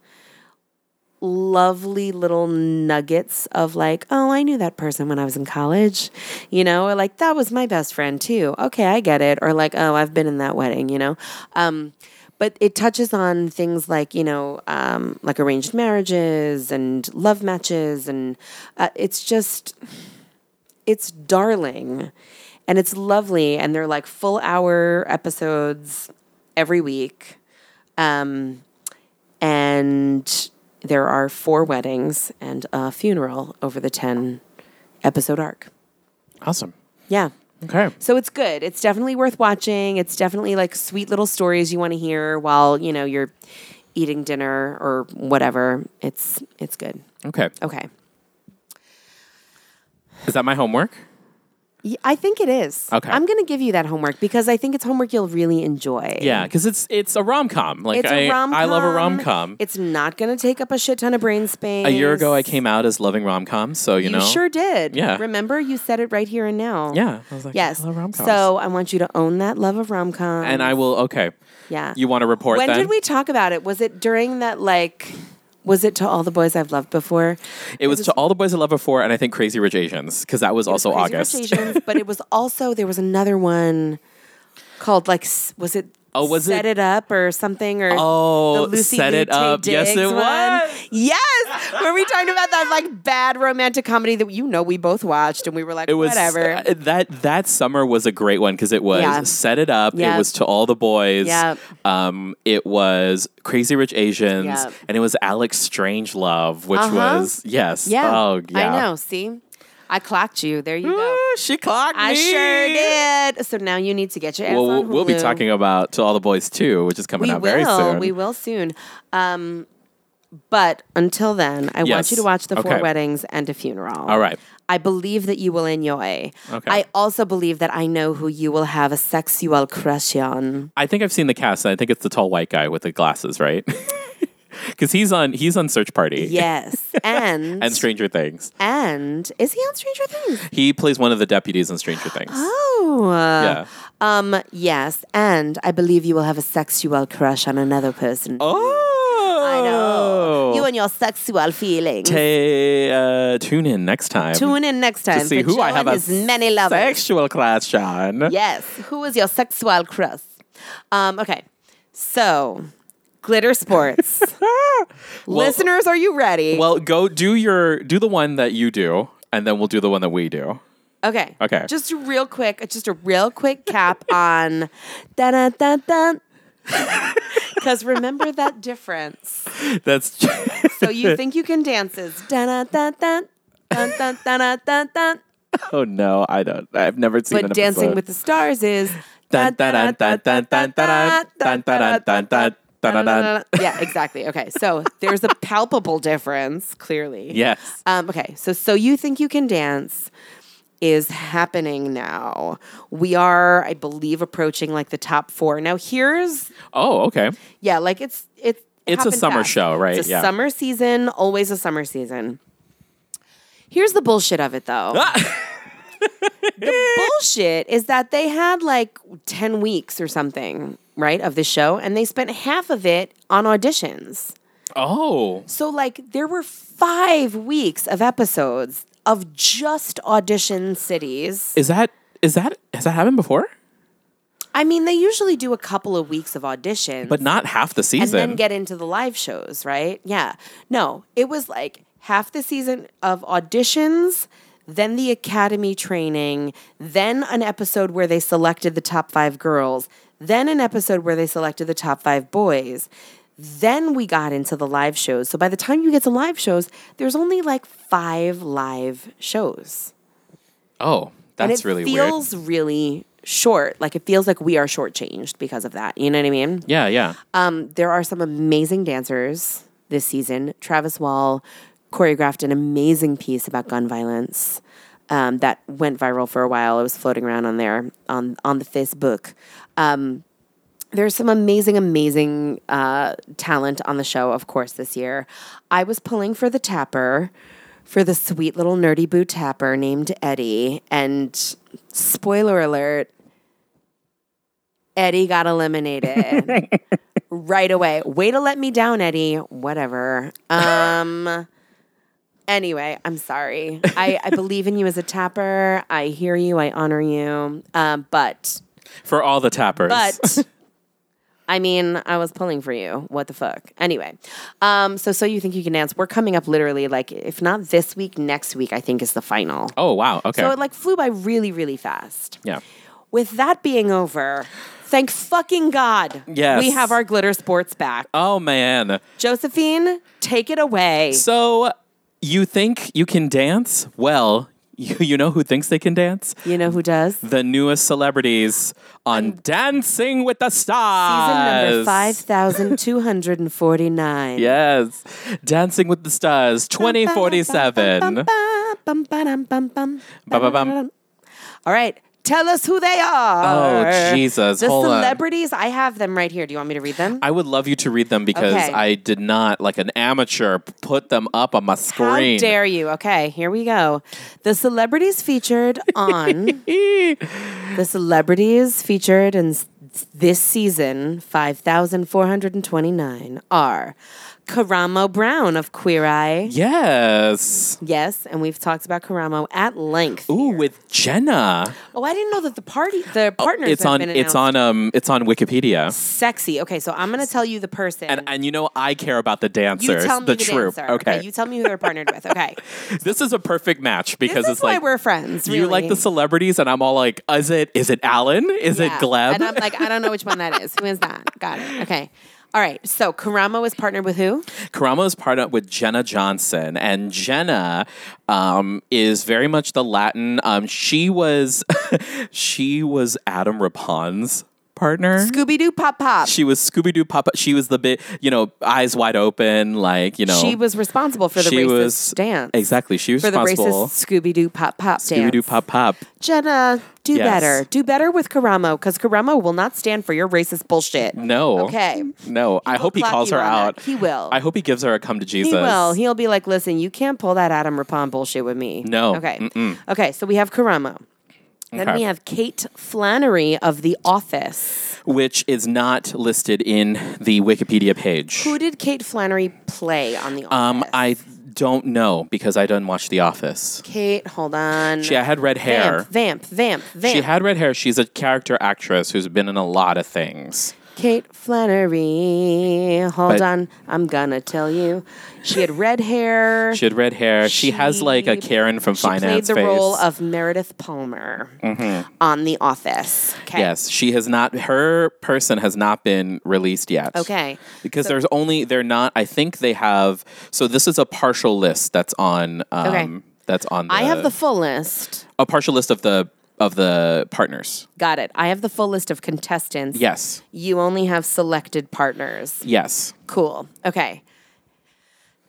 Speaker 1: lovely little nuggets of like, oh, I knew that person when I was in college, you know, or like that was my best friend too. Okay, I get it. Or like, oh, I've been in that wedding, you know. Um, but it touches on things like you know, um, like arranged marriages and love matches, and uh, it's just it's darling and it's lovely and they're like full hour episodes every week um, and there are four weddings and a funeral over the 10 episode arc
Speaker 2: Awesome.
Speaker 1: yeah
Speaker 2: Okay.
Speaker 1: so it's good it's definitely worth watching it's definitely like sweet little stories you want to hear while you know you're eating dinner or whatever it's it's good
Speaker 2: Okay.
Speaker 1: okay
Speaker 2: Is that my homework?
Speaker 1: Y- I think it is.
Speaker 2: Okay.
Speaker 1: I'm going to give you that homework because I think it's homework you'll really enjoy.
Speaker 2: Yeah, because it's it's a rom com. Like
Speaker 1: It's
Speaker 2: I,
Speaker 1: a rom com.
Speaker 2: I love a rom com.
Speaker 1: It's not going to take up a shit ton of brain space.
Speaker 2: A year ago, I came out as loving rom coms. So
Speaker 1: You
Speaker 2: you, know,
Speaker 1: sure did.
Speaker 2: Yeah.
Speaker 1: Remember, you said it right here and now.
Speaker 2: yeah. I was like,
Speaker 1: Yes.
Speaker 2: I love rom coms.
Speaker 1: So I want you to own that love of rom com.
Speaker 2: and I will. Okay,
Speaker 1: yeah.
Speaker 2: you want to report?
Speaker 1: when
Speaker 2: then?
Speaker 1: did we talk about it? Was it during that like? Was it to all the boys I've loved before?
Speaker 2: It was to all the boys I love before, and I think Crazy Rich Asians because that was also
Speaker 1: Crazy Rich
Speaker 2: Oh, August.
Speaker 1: Asians, but it
Speaker 2: <laughs>
Speaker 1: was also there was another one called like s- was it.
Speaker 2: Oh, was
Speaker 1: set
Speaker 2: it-
Speaker 1: it up or something or
Speaker 2: Oh,
Speaker 1: the Lucy
Speaker 2: Set
Speaker 1: Liu
Speaker 2: It
Speaker 1: Tay
Speaker 2: Up. Yes, it
Speaker 1: Diggs one?
Speaker 2: was.
Speaker 1: yes. Were we talking about that like bad romantic comedy that you know we both watched and we were like
Speaker 2: it was
Speaker 1: whatever
Speaker 2: uh, that that summer was a great one because it was
Speaker 1: Yeah.
Speaker 2: set it up. It
Speaker 1: Yep.
Speaker 2: was to all the boys.
Speaker 1: Yep.
Speaker 2: Um, it was Crazy Rich Asians,
Speaker 1: Yep.
Speaker 2: and it was Alex Strange Love, which
Speaker 1: Uh-huh.
Speaker 2: was yes.
Speaker 1: yeah
Speaker 2: Oh yeah.
Speaker 1: I know see I clocked you there you go
Speaker 2: Ooh, she clocked
Speaker 1: I
Speaker 2: me.
Speaker 1: sure did. So now you need to get your ass
Speaker 2: Well, we'll,
Speaker 1: on
Speaker 2: we'll be
Speaker 1: Hulu.
Speaker 2: talking about to all the boys too, which is coming
Speaker 1: We
Speaker 2: out very
Speaker 1: will.
Speaker 2: soon.
Speaker 1: We will soon. Um, but until then, I want
Speaker 2: Yes.
Speaker 1: you to watch the
Speaker 2: Okay.
Speaker 1: four weddings and a funeral.
Speaker 2: All right.
Speaker 1: I believe that you will enjoy.
Speaker 2: Okay.
Speaker 1: I also believe that I know who you will have a sexual crush
Speaker 2: <laughs>
Speaker 1: on.
Speaker 2: I think I've seen the cast, and I think it's the tall white guy with the glasses, right? <laughs> Because he's on he's on Search Party.
Speaker 1: Yes, and
Speaker 2: <laughs> And Stranger Things.
Speaker 1: and is he on Stranger Things?
Speaker 2: He plays one of the deputies in Stranger Things.
Speaker 1: Oh,
Speaker 2: Yeah.
Speaker 1: Um, yes, and I believe you will have a sexual crush on another person.
Speaker 2: Oh,
Speaker 1: I know. You and your sexual feelings.
Speaker 2: Hey, uh, tune in next time.
Speaker 1: Tune in next time.
Speaker 2: to see
Speaker 1: for
Speaker 2: who I
Speaker 1: Joe
Speaker 2: have
Speaker 1: and
Speaker 2: a
Speaker 1: his many lovers.
Speaker 2: sexual crush on.
Speaker 1: Yes. Who is your sexual crush? Um, okay. So, glitter sports. Listeners, are you ready?
Speaker 2: Well, go do your do the one that you do, and then we'll do the one that we do.
Speaker 1: okay.
Speaker 2: okay.
Speaker 1: Just a real quick, just a real quick cap on da da da da. Because remember that difference.
Speaker 2: That's <laughs>
Speaker 1: So you think you can dance is da da da da dun dun dun dun dun dun.
Speaker 2: oh no, I don't. I've never seen. an
Speaker 1: But Dancing
Speaker 2: episode.
Speaker 1: with the Stars is.
Speaker 2: Dun, dun, dun, dun, dun, dun, dun, dun, dun, dun, dun, dun.
Speaker 1: Yeah, exactly. Okay, so there's a palpable difference, clearly.
Speaker 2: yes.
Speaker 1: Um, okay, so So You Think You Can Dance is happening now. We are, I believe, approaching like the top four. Now, here's,
Speaker 2: Oh, okay.
Speaker 1: yeah, like it's, it's, it
Speaker 2: It's a
Speaker 1: happened
Speaker 2: summer
Speaker 1: fast.
Speaker 2: show, right?
Speaker 1: It's a
Speaker 2: Yeah.
Speaker 1: summer season, always a summer season. Here's the bullshit of it, though.
Speaker 2: Ah!
Speaker 1: <laughs> bullshit is that they had like 10 weeks or something, right, of the show, and they spent half of it on auditions.
Speaker 2: Oh,
Speaker 1: So, like, there were five weeks of episodes of just audition cities.
Speaker 2: is that is that has that happened before?
Speaker 1: I mean, they usually do a couple of weeks of auditions.
Speaker 2: But not half the
Speaker 1: and
Speaker 2: season.
Speaker 1: then get into the live shows, right? Yeah. No, it was like half the season of auditions, then the academy training, then an episode where they selected the top five girls, then an episode where they selected the top five boys. Then we got into the live shows. So by the time you get to live shows, there's only like five live shows
Speaker 2: oh,
Speaker 1: and
Speaker 2: that's
Speaker 1: it
Speaker 2: really weird.
Speaker 1: feels really short. Like it feels like we are shortchanged because of that. You know what I mean?
Speaker 2: Yeah, yeah.
Speaker 1: Um, there are some amazing dancers this season. Travis Wall choreographed an amazing piece about gun violence um, that went viral for a while. It was floating around on there on on the Facebook. Um, there's some amazing, amazing uh, talent on the show, of course, this year. I was pulling for the tapper, for the sweet little nerdy boo tapper named Eddie. And spoiler alert, Eddie got eliminated right away. Way to let me down, Eddie.
Speaker 2: <laughs>
Speaker 1: Whatever. Um. anyway, I'm sorry. I,
Speaker 2: <laughs>
Speaker 1: I believe in you as a tapper. I hear you. I honor you. Um, but
Speaker 2: For all the tappers. <laughs>
Speaker 1: but. I mean, I was pulling for you. What the fuck? Anyway, um, so so you think you can dance? We're coming up literally like if not this week, next week. I think is the final.
Speaker 2: oh wow. Okay.
Speaker 1: So it like flew by really, really fast.
Speaker 2: yeah.
Speaker 1: With that being over, thank fucking God,
Speaker 2: Yes.
Speaker 1: we have our glitter sports back.
Speaker 2: Oh man.
Speaker 1: Josephine, take it away.
Speaker 2: So you think you can dance? Well, <laughs> you, you know who thinks they can dance?
Speaker 1: You know who does? Season
Speaker 2: The newest celebrities on Dancing with the Stars.
Speaker 1: number 5,249.
Speaker 2: Yes. Dancing with the Stars 2047.
Speaker 1: Bum, bum, bum, bum, bum, bum, bum,
Speaker 2: Bum, bum, bum.
Speaker 1: bum. All right. Tell us who they are.
Speaker 2: Oh, Jesus.
Speaker 1: The
Speaker 2: Hold on.
Speaker 1: celebrities, I have them right here. Do you want me to read them?
Speaker 2: I would love you to read them because
Speaker 1: Okay.
Speaker 2: I did not, like an amateur, p- put them up on my
Speaker 1: How
Speaker 2: screen.
Speaker 1: dare you? Okay, here we go. The celebrities featured on the celebrities featured in s- this season 5429 are Karamo Brown of Queer Eye.
Speaker 2: Yes.
Speaker 1: Yes, and we've talked about Karamo at length.
Speaker 2: Ooh, with Jenna.
Speaker 1: Oh, I didn't know that the party the partners
Speaker 2: Oh, It's
Speaker 1: have
Speaker 2: on.
Speaker 1: been
Speaker 2: It's
Speaker 1: announced.
Speaker 2: on. Um. It's on Wikipedia.
Speaker 1: sexy. Okay, so I'm going to tell you the person.
Speaker 2: And and you know I care about the
Speaker 1: you
Speaker 2: dancers,
Speaker 1: tell me
Speaker 2: the,
Speaker 1: the,
Speaker 2: troupe.
Speaker 1: dancer.
Speaker 2: Okay.
Speaker 1: You tell me who they're partnered with.
Speaker 2: <laughs>
Speaker 1: Okay.
Speaker 2: this is a perfect match
Speaker 1: this
Speaker 2: because
Speaker 1: is
Speaker 2: it's
Speaker 1: why
Speaker 2: like
Speaker 1: we're friends.
Speaker 2: you like
Speaker 1: really.
Speaker 2: the celebrities, and I'm all like, is it is it Alan? Is it
Speaker 1: Yeah.
Speaker 2: Gleb?
Speaker 1: And I'm like, I don't know which one that is. Who is that? Got it. Okay. All right. So Karamo is partnered with who?
Speaker 2: Karamo is partnered up with Jenna Johnson, and Jenna um, is very much the Latin. Um, she was <laughs> she was Adam Rapon's partner.
Speaker 1: Scooby Doo Pop Pop. She,
Speaker 2: she was Scooby Doo Papa. She was the bit, you know, eyes wide open, like you know.
Speaker 1: was responsible for the
Speaker 2: she
Speaker 1: racist
Speaker 2: was-
Speaker 1: dance.
Speaker 2: exactly. She was
Speaker 1: For the
Speaker 2: responsible.
Speaker 1: racist Scooby Doo Pop Pop dance.
Speaker 2: Scooby Doo Pop Pop.
Speaker 1: Jenna, do
Speaker 2: Yes.
Speaker 1: better. Do better with Karamo because Karamo will not stand for your racist bullshit.
Speaker 2: No.
Speaker 1: Okay.
Speaker 2: No. I hope he
Speaker 1: clock
Speaker 2: calls
Speaker 1: you
Speaker 2: her
Speaker 1: on
Speaker 2: out.
Speaker 1: that. He will.
Speaker 2: I hope he gives her a come to Jesus.
Speaker 1: He will. He'll be like, listen, you can't pull that Adam Rapon bullshit with me.
Speaker 2: No.
Speaker 1: Okay. Okay. So we have Karamo. Then
Speaker 2: Okay.
Speaker 1: we have Kate Flannery of The Office.
Speaker 2: Which is not listed in the Wikipedia page.
Speaker 1: Who did Kate Flannery play on The Office?
Speaker 2: Um, I don't know because I didn't watch The Office.
Speaker 1: Kate, hold on.
Speaker 2: She had red hair.
Speaker 1: vamp, vamp, vamp, vamp.
Speaker 2: She had red hair. She's a character actress who's been in a lot of things.
Speaker 1: Kate Flannery. Hold
Speaker 2: But-
Speaker 1: on. I'm gonna tell you. She had red hair.
Speaker 2: <laughs> She had red hair. She, has like a
Speaker 1: She-
Speaker 2: Karen from
Speaker 1: She played
Speaker 2: Finance
Speaker 1: the
Speaker 2: face. Mm-hmm.
Speaker 1: role of Meredith Palmer on The Office. 'Kay.
Speaker 2: yes, she has not. Her person has not been released yet.
Speaker 1: Okay.
Speaker 2: Because there's only they're not. I think they have. So this is a partial list that's on. Um,
Speaker 1: Okay.
Speaker 2: That's on. The,
Speaker 1: I have the full list.
Speaker 2: a partial list of the of the partners.
Speaker 1: Got it. I have the full list of contestants.
Speaker 2: Yes.
Speaker 1: You only have selected partners.
Speaker 2: Yes.
Speaker 1: Cool. Okay.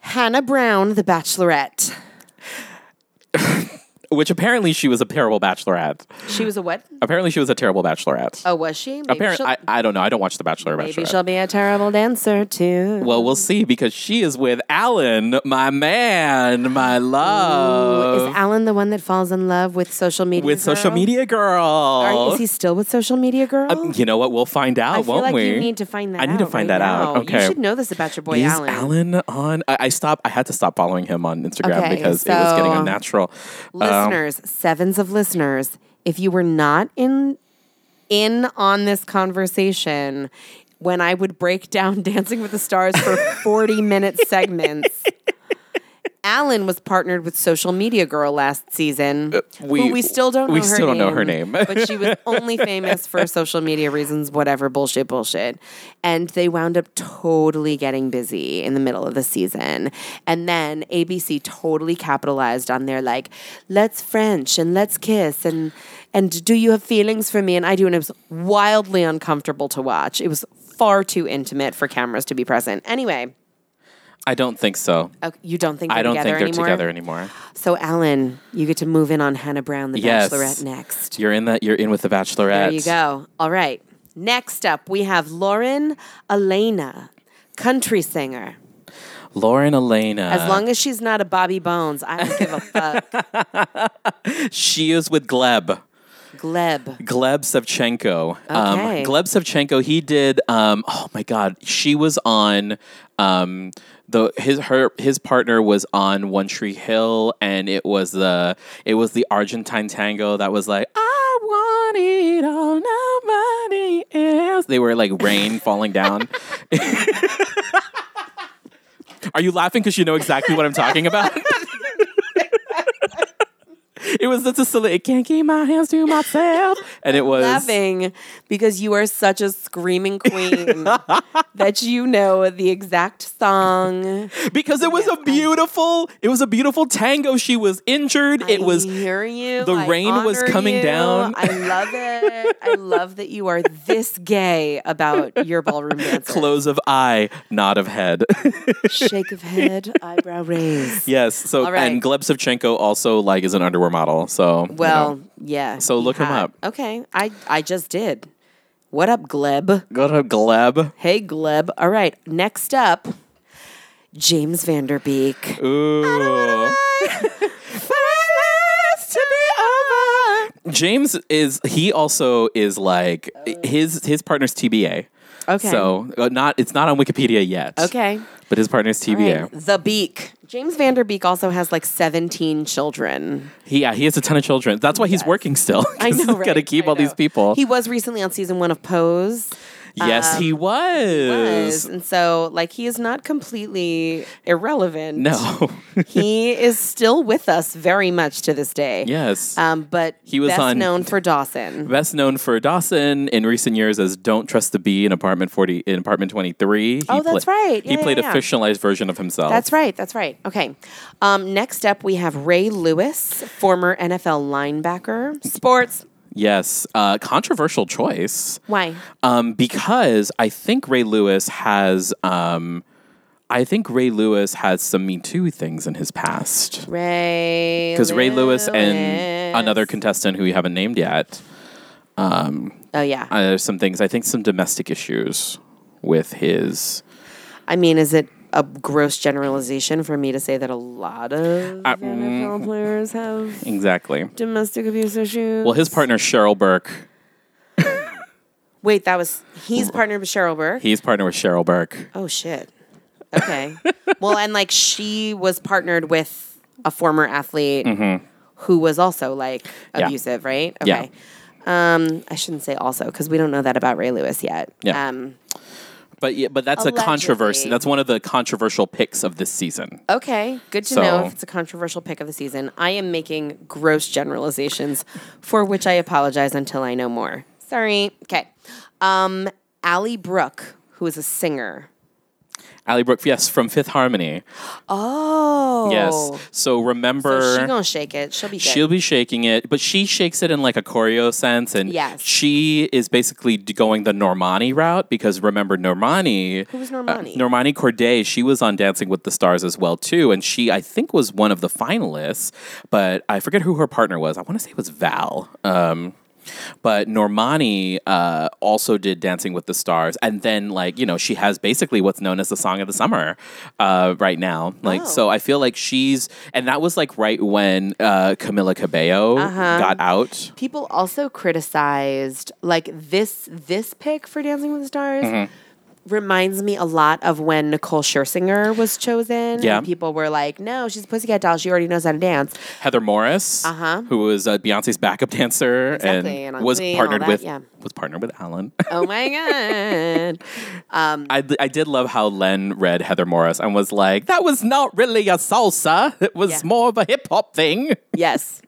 Speaker 1: Hannah Brown, The Bachelorette.
Speaker 2: Which apparently she was a terrible bachelorette.
Speaker 1: She was a what?
Speaker 2: Apparently she was a terrible bachelorette.
Speaker 1: Oh, was she? Maybe
Speaker 2: Apparently,
Speaker 1: she'll-
Speaker 2: I, I don't know. I don't watch The Bachelor or
Speaker 1: Maybe
Speaker 2: Bachelorette.
Speaker 1: she'll be a terrible dancer too.
Speaker 2: well, we'll see because she is with Alan, my man, my love,
Speaker 1: is Alan the one that falls in love with social media?
Speaker 2: Uh, with social
Speaker 1: girl?
Speaker 2: media girl.
Speaker 1: Or is he still with social media girl?
Speaker 2: you know what? We'll find out,
Speaker 1: I feel
Speaker 2: won't
Speaker 1: like
Speaker 2: we?
Speaker 1: you need to find that.
Speaker 2: I need to
Speaker 1: out
Speaker 2: find
Speaker 1: right
Speaker 2: that out.
Speaker 1: now.
Speaker 2: Okay.
Speaker 1: you should know this about your boy
Speaker 2: is
Speaker 1: Alan.
Speaker 2: Alan um, on? I, I stopped. I had to stop following him on Instagram
Speaker 1: Okay,
Speaker 2: because it was getting
Speaker 1: so-
Speaker 2: unnatural. Um,
Speaker 1: Listeners, sevens of listeners, if you were not in in on this conversation when I would break down <laughs> Dancing with the Stars for forty minute segments. Alan was partnered with Social Media Girl last season.
Speaker 2: Uh, we-
Speaker 1: who we still don't know
Speaker 2: we
Speaker 1: her
Speaker 2: still
Speaker 1: name,
Speaker 2: don't know her name.
Speaker 1: but she was only famous
Speaker 2: <laughs>
Speaker 1: for social media reasons, whatever bullshit, bullshit. And they wound up totally getting busy in the middle of the season. And then ABC totally capitalized on their like, let's French and let's kiss and and do you have feelings for me? And I do. And it was wildly uncomfortable to watch. It was far too intimate for cameras to be present. Anyway,
Speaker 2: I don't think so.
Speaker 1: okay, you don't think they're
Speaker 2: I don't think
Speaker 1: together
Speaker 2: they're
Speaker 1: anymore?
Speaker 2: together anymore.
Speaker 1: So, Alan, you get to move in on Hannah Brown, the
Speaker 2: Yes.
Speaker 1: Bachelorette, next.
Speaker 2: You're in that. You're in with the Bachelorette.
Speaker 1: There you go. All right. Next up, we have Lauren Elena, country singer.
Speaker 2: Lauren Elena.
Speaker 1: As long as she's not a Bobby Bones, I don't
Speaker 2: <laughs>
Speaker 1: give a fuck.
Speaker 2: she is with Gleb. <laughs>
Speaker 1: Gleb.
Speaker 2: Gleb Savchenko. Um,
Speaker 1: Okay.
Speaker 2: Gleb Savchenko. He did. Um, oh my God, she was on. Um, the his her his partner was on One Tree Hill, and it was the it was the Argentine tango that was like I want it all, nobody else. They were like rain falling down. Are you laughing because you know exactly what I'm talking about? it was such a silly. It can't keep my hands to myself, and it was
Speaker 1: Laughing because you are such a screaming
Speaker 2: <laughs>
Speaker 1: queen that you know the exact song.
Speaker 2: because it was a beautiful it was a beautiful tango she was injured it was
Speaker 1: I hear you.
Speaker 2: the
Speaker 1: I
Speaker 2: rain was
Speaker 1: honor
Speaker 2: coming
Speaker 1: you.
Speaker 2: down.
Speaker 1: I love it. I love that you are this gay about your
Speaker 2: <laughs>
Speaker 1: ballroom dance.
Speaker 2: close of eye nod of head <laughs>
Speaker 1: Shake of head, eyebrow raise.
Speaker 2: yes so
Speaker 1: right.
Speaker 2: and gleb savchenko also like is an underwear model. So you
Speaker 1: <laughs> Well,
Speaker 2: know.
Speaker 1: yeah.
Speaker 2: So look him
Speaker 1: Hi.
Speaker 2: up.
Speaker 1: Okay, I I just did. What up, Gleb?
Speaker 2: go to Gleb.
Speaker 1: Hey, Gleb. All right, next up, James <laughs> Vanderbeek.
Speaker 2: Ooh. James is he also is like his his partner's TBA.
Speaker 1: Uh. Okay.
Speaker 2: So uh, not it's not on Wikipedia yet.
Speaker 1: Okay.
Speaker 2: But his partner's TBA.
Speaker 1: Right, The Beak. James Vanderbeek also has like 17
Speaker 2: <laughs>
Speaker 1: children.
Speaker 2: He, yeah, he has a ton of children. That's why he's working still.
Speaker 1: <laughs> I
Speaker 2: <laughs> 'cause
Speaker 1: know.
Speaker 2: He's got to
Speaker 1: right?
Speaker 2: keep
Speaker 1: I
Speaker 2: all these
Speaker 1: know.
Speaker 2: people.
Speaker 1: He was recently on season one of Pose.
Speaker 2: yes, he was.
Speaker 1: was, And so, like, he is not completely irrelevant.
Speaker 2: No. <laughs>
Speaker 1: he is still with us very much to this day.
Speaker 2: yes.
Speaker 1: Um, but he
Speaker 2: was
Speaker 1: best
Speaker 2: on-
Speaker 1: known for Dawson.
Speaker 2: Best known for Dawson in recent years as "Don't Trust the Bee" in Apartment Forty in Apartment Twenty Three.
Speaker 1: Oh, that's right.
Speaker 2: he
Speaker 1: Yeah,
Speaker 2: played
Speaker 1: yeah, yeah.
Speaker 2: a fictionalized version of himself.
Speaker 1: That's right. That's right. Okay. Um, next up, we have Ray Lewis, former NFL linebacker. Sports.
Speaker 2: Yes, uh, controversial choice.
Speaker 1: Why?
Speaker 2: Um, because I think Ray Lewis has, um, I think Ray Lewis has some Me Too things in his past.
Speaker 1: Ray.
Speaker 2: Because Ray Lewis and another contestant who we haven't named yet,
Speaker 1: Oh yeah.
Speaker 2: uh, there's some things. I think some domestic issues with his.
Speaker 1: I mean, is it a gross generalization for me to say that a lot of NFL players have
Speaker 2: Exactly.
Speaker 1: domestic abuse issues?
Speaker 2: Well, his partner Cheryl Burke.
Speaker 1: Wait, that was he's partnered with Cheryl Burke.
Speaker 2: He's partnered with Cheryl Burke.
Speaker 1: Oh shit. Okay. <laughs> well, and like she was partnered with a former athlete who was also like
Speaker 2: Mm-hmm. Yeah.
Speaker 1: abusive, right?
Speaker 2: Yeah.
Speaker 1: Okay. Um, I shouldn't say also because we don't know that about Ray Lewis yet.
Speaker 2: Yeah.
Speaker 1: Um,
Speaker 2: But yeah, but that's a controversy.
Speaker 1: Allegedly.
Speaker 2: That's one of the controversial picks of this season.
Speaker 1: okay. Good to
Speaker 2: So-
Speaker 1: know if it's a controversial pick of the season. I am making gross generalizations for which I apologize until I know more. Sorry. Okay. Um, Allie Brooke, who is a singer.
Speaker 2: Allie Brooke, yes, from Fifth Harmony.
Speaker 1: Oh.
Speaker 2: Yes. So remember
Speaker 1: She's gonna shake it. She'll be good.
Speaker 2: She'll be shaking it, but she shakes it in like a choreo sense, and
Speaker 1: Yes.
Speaker 2: she is basically d- going the Normani route because remember Normani. Who
Speaker 1: was Normani?
Speaker 2: Normani Corday. She was on Dancing with the Stars as well too, and she I think was one of the finalists, but I forget who her partner was. I want to say it was Val. Um, but Normani uh, also did Dancing with the Stars, and then like you know she has basically what's known as the Song of the Summer uh, right now. Like
Speaker 1: Oh.
Speaker 2: so, I feel like she's and that was like right when uh, Camila Cabello
Speaker 1: Uh-huh.
Speaker 2: got out.
Speaker 1: people also criticized like this this pick for Dancing with the Stars
Speaker 2: Mm-hmm.
Speaker 1: reminds me a lot of when Nicole Scherzinger was chosen.
Speaker 2: Yeah.
Speaker 1: And people were like, No, she's a pussycat doll, she already knows how to dance.
Speaker 2: Heather Morris, uh-huh. who was uh, Beyonce's backup dancer
Speaker 1: Exactly,
Speaker 2: and,
Speaker 1: and on
Speaker 2: was
Speaker 1: Glee and all
Speaker 2: partnered
Speaker 1: that,
Speaker 2: with
Speaker 1: yeah.
Speaker 2: was partnered with Alan.
Speaker 1: Oh my
Speaker 2: <laughs>
Speaker 1: god. Mm.
Speaker 2: I, I did love how Len read Heather Morris and was like, "That was not really a salsa; it was
Speaker 1: Yeah.
Speaker 2: more of a hip hop thing."
Speaker 1: yes.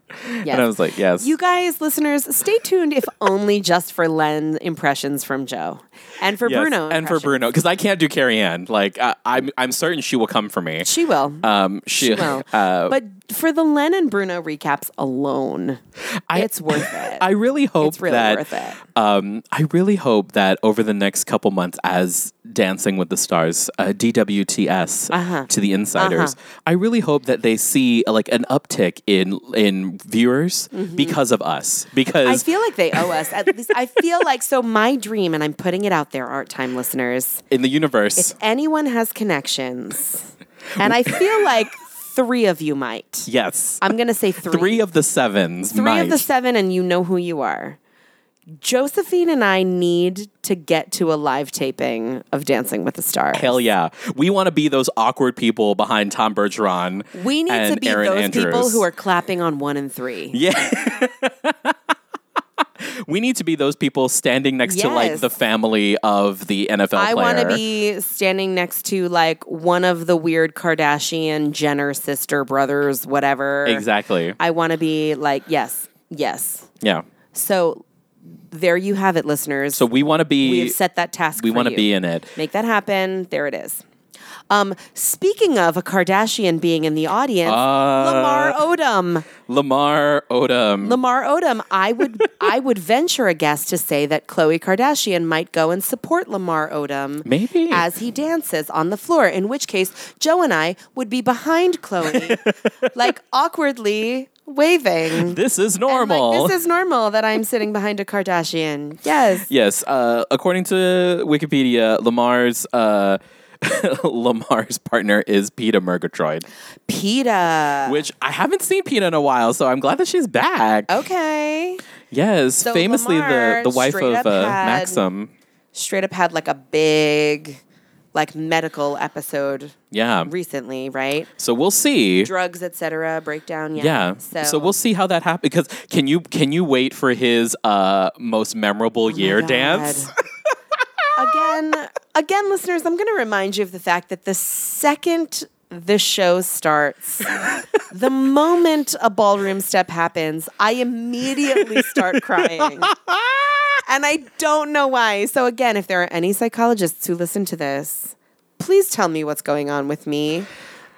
Speaker 1: Yes.
Speaker 2: And I was like, "Yes,
Speaker 1: you guys, listeners, stay tuned if only just for Len impressions from Joe. And for
Speaker 2: Yes,
Speaker 1: Bruno.
Speaker 2: and for
Speaker 1: impressions.
Speaker 2: Bruno because I can't do Carrie Ann. Like I, I'm, I'm certain she will come for me.
Speaker 1: She will.
Speaker 2: Um, she,
Speaker 1: will.
Speaker 2: uh,
Speaker 1: but for the Len and Bruno recaps alone, it's worth it.
Speaker 2: <laughs> I really hope
Speaker 1: It's really
Speaker 2: that,
Speaker 1: worth it.
Speaker 2: Um, I really hope that over the next couple months, as Dancing with the Stars, uh, DWTS
Speaker 1: Uh-huh.
Speaker 2: to the insiders, I really hope that they see uh, like an uptick in in viewers because of us.
Speaker 1: Mm-hmm. I
Speaker 2: Because
Speaker 1: feel like they owe us. At least I feel like so. My dream, and I'm putting it out there, art time listeners.
Speaker 2: in the universe,
Speaker 1: Anyone has connections, and I feel like three of you might.
Speaker 2: yes,
Speaker 1: I'm gonna say three.
Speaker 2: three of the sevens.
Speaker 1: Three
Speaker 2: might.
Speaker 1: of the seven, and you know who you are. Josephine and I need to get to a live taping of Dancing with the Stars.
Speaker 2: Hell yeah. We want to be those awkward people behind Tom Bergeron.
Speaker 1: we need to
Speaker 2: and
Speaker 1: be
Speaker 2: Erin
Speaker 1: those
Speaker 2: Andrews.
Speaker 1: people who are clapping on one and three.
Speaker 2: <laughs> We need to be those people standing next to like
Speaker 1: Yes.
Speaker 2: the family of the NFL
Speaker 1: I
Speaker 2: player.
Speaker 1: want to be standing next to like one of the weird Kardashian Jenner sister brothers, whatever.
Speaker 2: Exactly.
Speaker 1: I want to be like, yes, yes.
Speaker 2: Yeah.
Speaker 1: So there you have it, listeners.
Speaker 2: So we want to be.
Speaker 1: we have set that task.
Speaker 2: we
Speaker 1: want to
Speaker 2: be in it.
Speaker 1: Make that happen. There it is. Um, speaking of a Kardashian being in the audience,
Speaker 2: Uh,
Speaker 1: Lamar Odom.
Speaker 2: Lamar Odom.
Speaker 1: Lamar Odom, I
Speaker 2: <laughs>
Speaker 1: would I would venture a guess to say that Khloe Kardashian might go and support Lamar Odom
Speaker 2: Maybe. <laughs>
Speaker 1: as he dances on the floor,
Speaker 2: <laughs>
Speaker 1: in which case Joe and I would be behind Chloe, like awkwardly waving.
Speaker 2: This is
Speaker 1: I'm like,
Speaker 2: normal.
Speaker 1: this is normal that I'm sitting behind a Kardashian. Yes.
Speaker 2: <laughs> Yes, uh, according to Wikipedia, Lamar's uh, <laughs> Lamar's partner is Peta Murgatroyd,
Speaker 1: PETA.
Speaker 2: which I haven't seen Peta in a while, so I'm glad that she's back.
Speaker 1: okay.
Speaker 2: Yes,
Speaker 1: Oh. So
Speaker 2: famously
Speaker 1: Lamar
Speaker 2: the, the wife
Speaker 1: straight up
Speaker 2: of uh,
Speaker 1: had-
Speaker 2: Maxim.
Speaker 1: Straight up had like a big, like medical episode
Speaker 2: Yeah.
Speaker 1: recently, right?
Speaker 2: So we'll see.
Speaker 1: Drugs, etc. Breakdown. Yeah.
Speaker 2: Yeah.
Speaker 1: So,
Speaker 2: we'll see how that happens. Because can you can you wait for his uh, most memorable year
Speaker 1: Oh God.
Speaker 2: dance?
Speaker 1: <laughs> again, again, listeners, I'm going to remind you of the fact that the second the show
Speaker 2: <laughs>
Speaker 1: starts, the moment a ballroom step happens, I immediately start
Speaker 2: <laughs>
Speaker 1: crying. And I don't know why. So, again, if there are any psychologists who listen to this, please tell me what's going on with me.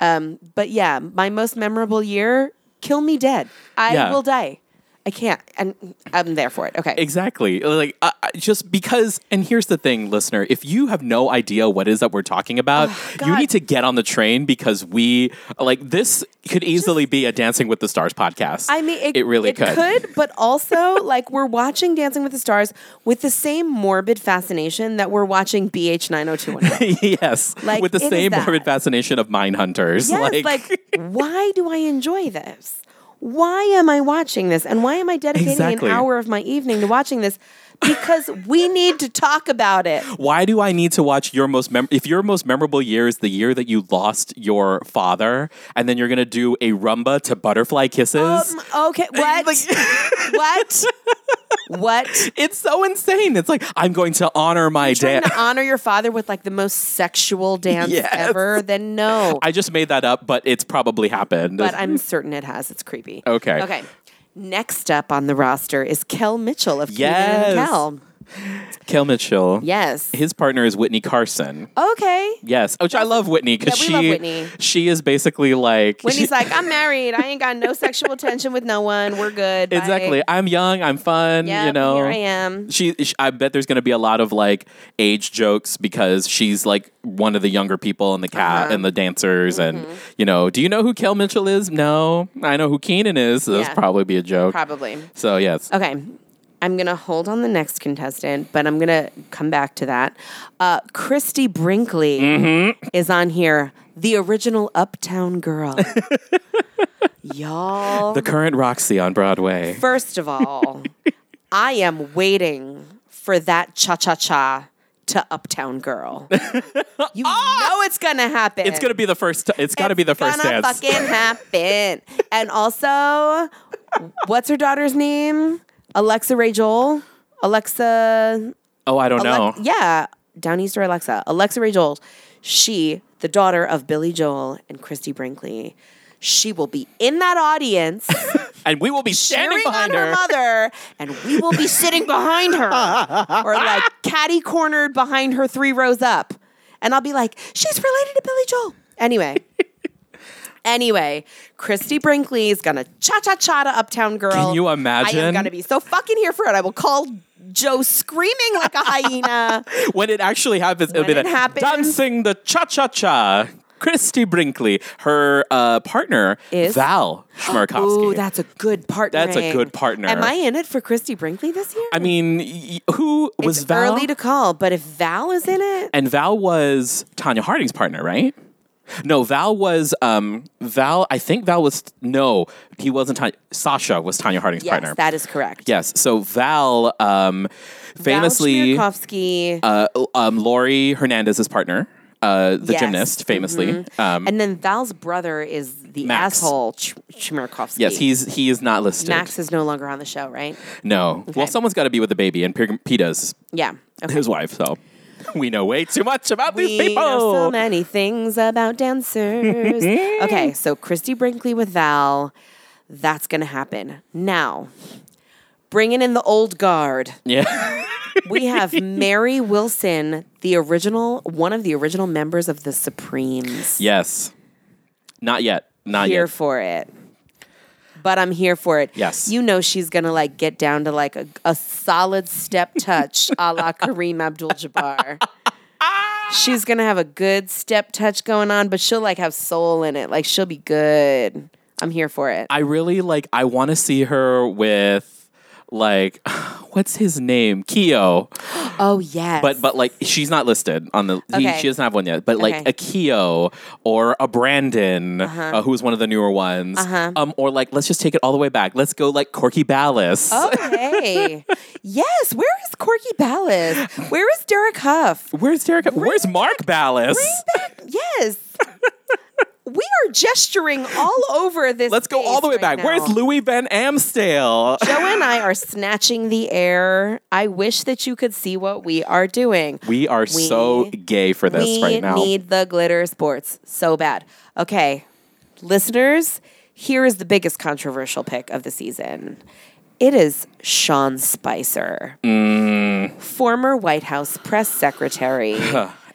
Speaker 1: Um, but yeah, my most memorable year, kill me dead. I
Speaker 2: Yeah.
Speaker 1: will die. I can't. And I'm there for it. Okay.
Speaker 2: Exactly. Like uh, uh, just because and here's the thing listener, if you have no idea what is that we're talking about, you
Speaker 1: Oh, God.
Speaker 2: need to get on the train because we like this could easily be a Dancing with the Stars podcast.
Speaker 1: I mean, it,
Speaker 2: it really could.
Speaker 1: but also like we're watching Dancing with the Stars with the same morbid fascination that we're watching BH
Speaker 2: <laughs>
Speaker 1: 90210.
Speaker 2: <laughs> yes.
Speaker 1: Like,
Speaker 2: with the
Speaker 1: it is
Speaker 2: same
Speaker 1: that.
Speaker 2: morbid fascination of mine hunters.
Speaker 1: yes, like, why do I enjoy this? Why am I watching this? And why am I dedicating
Speaker 2: Exactly.
Speaker 1: an hour of my evening to watching this? Because we need to talk about it.
Speaker 2: why do I need to watch your most mem- if your most memorable year is the year that you lost your father and then you're going to do a rumba to butterfly kisses?
Speaker 1: Um,
Speaker 2: <laughs>
Speaker 1: okay, what? what?
Speaker 2: <laughs>
Speaker 1: What?
Speaker 2: it's so insane. It's like I'm going to honor my
Speaker 1: Trying
Speaker 2: dad.
Speaker 1: to honor your father with like the most sexual dance
Speaker 2: <laughs> Yes.
Speaker 1: ever? Then no.
Speaker 2: I just made that up, but it's probably happened.
Speaker 1: but I'm certain it has. It's creepy.
Speaker 2: Okay.
Speaker 1: Okay. Next up on the roster is Kel Mitchell of Kenan and
Speaker 2: Yes.
Speaker 1: Kel.
Speaker 2: Kel Mitchell.
Speaker 1: Yes.
Speaker 2: His partner is Whitney Carson.
Speaker 1: Okay.
Speaker 2: Yes, which I love Whitney because
Speaker 1: Yeah, we
Speaker 2: she
Speaker 1: love Whitney.
Speaker 2: she is basically like <laughs>
Speaker 1: Whitney's like, I'm married. I ain't got no sexual tension with no one. We're good. Bye."
Speaker 2: exactly. I'm young. I'm fun.
Speaker 1: Yep,
Speaker 2: you know.
Speaker 1: Here I am.
Speaker 2: She, sh I bet there's going to be a lot of like age jokes because she's like one of the younger people in the cat
Speaker 1: Uh-huh.
Speaker 2: and the dancers,
Speaker 1: Mm-hmm.
Speaker 2: and you know, do you know who Kel Mitchell is? No, I know who Keenan is. So That's
Speaker 1: Yeah. uh,
Speaker 2: probably be a joke.
Speaker 1: Probably.
Speaker 2: So yes,
Speaker 1: Okay. I'm going to hold on the next contestant, but I'm going to come back to that. Uh, Christy Brinkley
Speaker 2: Mm-hmm.
Speaker 1: is on here, the original Uptown
Speaker 2: <laughs>
Speaker 1: Girl. Y'all.
Speaker 2: the current Roxy on Broadway.
Speaker 1: First of
Speaker 2: <laughs>
Speaker 1: all, I am waiting for that cha cha cha to Uptown Girl. You
Speaker 2: <laughs>
Speaker 1: know it's gonna happen.
Speaker 2: Ah! It's gonna be the first. T- it's gotta be the first
Speaker 1: gonna
Speaker 2: dance.
Speaker 1: fucking
Speaker 2: <laughs>
Speaker 1: happen. And also, what's her daughter's name? Alexa Ray Joel. Alexa.
Speaker 2: oh, I don't know.
Speaker 1: Alec- yeah, Down Easter Alexa. Alexa Ray Joel. She, the daughter of Billy Joel and Christy Brinkley. She will be in that audience
Speaker 2: And we will be standing
Speaker 1: cheering
Speaker 2: behind
Speaker 1: on her.
Speaker 2: her.
Speaker 1: mother, and we will be sitting behind
Speaker 2: <laughs>
Speaker 1: her, or like catty cornered behind her three rows up, and I'll be like, she's related to Billy Joel.
Speaker 2: <laughs>
Speaker 1: Anyway. Anyway, Christy Brinkley is gonna cha cha cha to Uptown Girl.
Speaker 2: Can you
Speaker 1: I am
Speaker 2: imagine?
Speaker 1: gonna be so fucking here for it. I will call Joe screaming like a
Speaker 2: <laughs>
Speaker 1: hyena.
Speaker 2: when it actually happens, it'll
Speaker 1: When
Speaker 2: be
Speaker 1: it
Speaker 2: that
Speaker 1: happens-
Speaker 2: dancing the cha cha cha. Christy Brinkley, her uh, partner
Speaker 1: Is- <gasps>
Speaker 2: Val Schmerkovsky.
Speaker 1: Ooh, that's a good partner.
Speaker 2: That's a good partner.
Speaker 1: Am I in it for Christy Brinkley this year?
Speaker 2: I mean, y- who was
Speaker 1: it's
Speaker 2: Val?
Speaker 1: early to call, but if Val is in it,
Speaker 2: and Val was Tanya Harding's partner, right? No, Val was um, Val. I think Val was no, he wasn't. Tanya, Sasha was Tanya Harding's
Speaker 1: yes,
Speaker 2: partner.
Speaker 1: that is correct.
Speaker 2: yes. So Val, um, famously,
Speaker 1: Val Schmierkowski,
Speaker 2: uh, um, Lori Hernandez's partner, uh, the
Speaker 1: Yes. Mm-hmm.
Speaker 2: gymnast, famously. Um,
Speaker 1: and then Val's brother is the
Speaker 2: Max.
Speaker 1: asshole Ch- Chmerkovsky.
Speaker 2: yes, he's he is not listed.
Speaker 1: Max is no longer on the show, right?
Speaker 2: No. Well, someone's got to be with the baby, and P- Peta's
Speaker 1: Yeah. Okay.
Speaker 2: his wife, so we know way too much about these
Speaker 1: We
Speaker 2: <laughs> people.
Speaker 1: know so many things about dancers.
Speaker 2: <laughs>
Speaker 1: okay, so Christy Brinkley with Val, that's gonna happen now. Bringing in the old guard,
Speaker 2: yeah.
Speaker 1: <laughs> we have Mary Wilson, the original, one of the original members of the Supremes.
Speaker 2: yes. Not yet. Not
Speaker 1: here
Speaker 2: yet.
Speaker 1: for it. But I'm here for it.
Speaker 2: Yes.
Speaker 1: You know she's gonna like get down to like a, a solid step touch a la
Speaker 2: <laughs>
Speaker 1: Kareem Abdul Jabbar.
Speaker 2: Ah!
Speaker 1: she's gonna have a good step touch going on, but she'll like have soul in it. Like she'll be good. I'm here for it.
Speaker 2: I really like. I want to see her with like <sighs> what's his name, Keo.
Speaker 1: oh yes.
Speaker 2: But but like she's not listed on the. He,
Speaker 1: Okay.
Speaker 2: she doesn't have one yet. But like
Speaker 1: Okay.
Speaker 2: a Keo or a Brandon, uh who's one of the newer ones.
Speaker 1: Uh-huh.
Speaker 2: Um, or like let's just take it all the way back. Let's go like Corky Ballas.
Speaker 1: <laughs> Oh. okay. yes. Where is Corky Ballas? Where is Derek Huff?
Speaker 2: Where's Derek? Where's Mark Ballas? <laughs>
Speaker 1: Yes. we are gesturing all over this.
Speaker 2: Let's go all the way
Speaker 1: space right
Speaker 2: back. Where's
Speaker 1: now.
Speaker 2: Louis Van
Speaker 1: <laughs>
Speaker 2: Amstel?
Speaker 1: Joe and I are snatching the air. I wish that you could see what we are doing.
Speaker 2: We are so gay for this
Speaker 1: we
Speaker 2: right now.
Speaker 1: need the glitter sports so bad. Okay, listeners, here is the biggest controversial pick of the season. It is Sean Spicer,
Speaker 2: Mm.
Speaker 1: former White House press
Speaker 2: <laughs>
Speaker 1: secretary.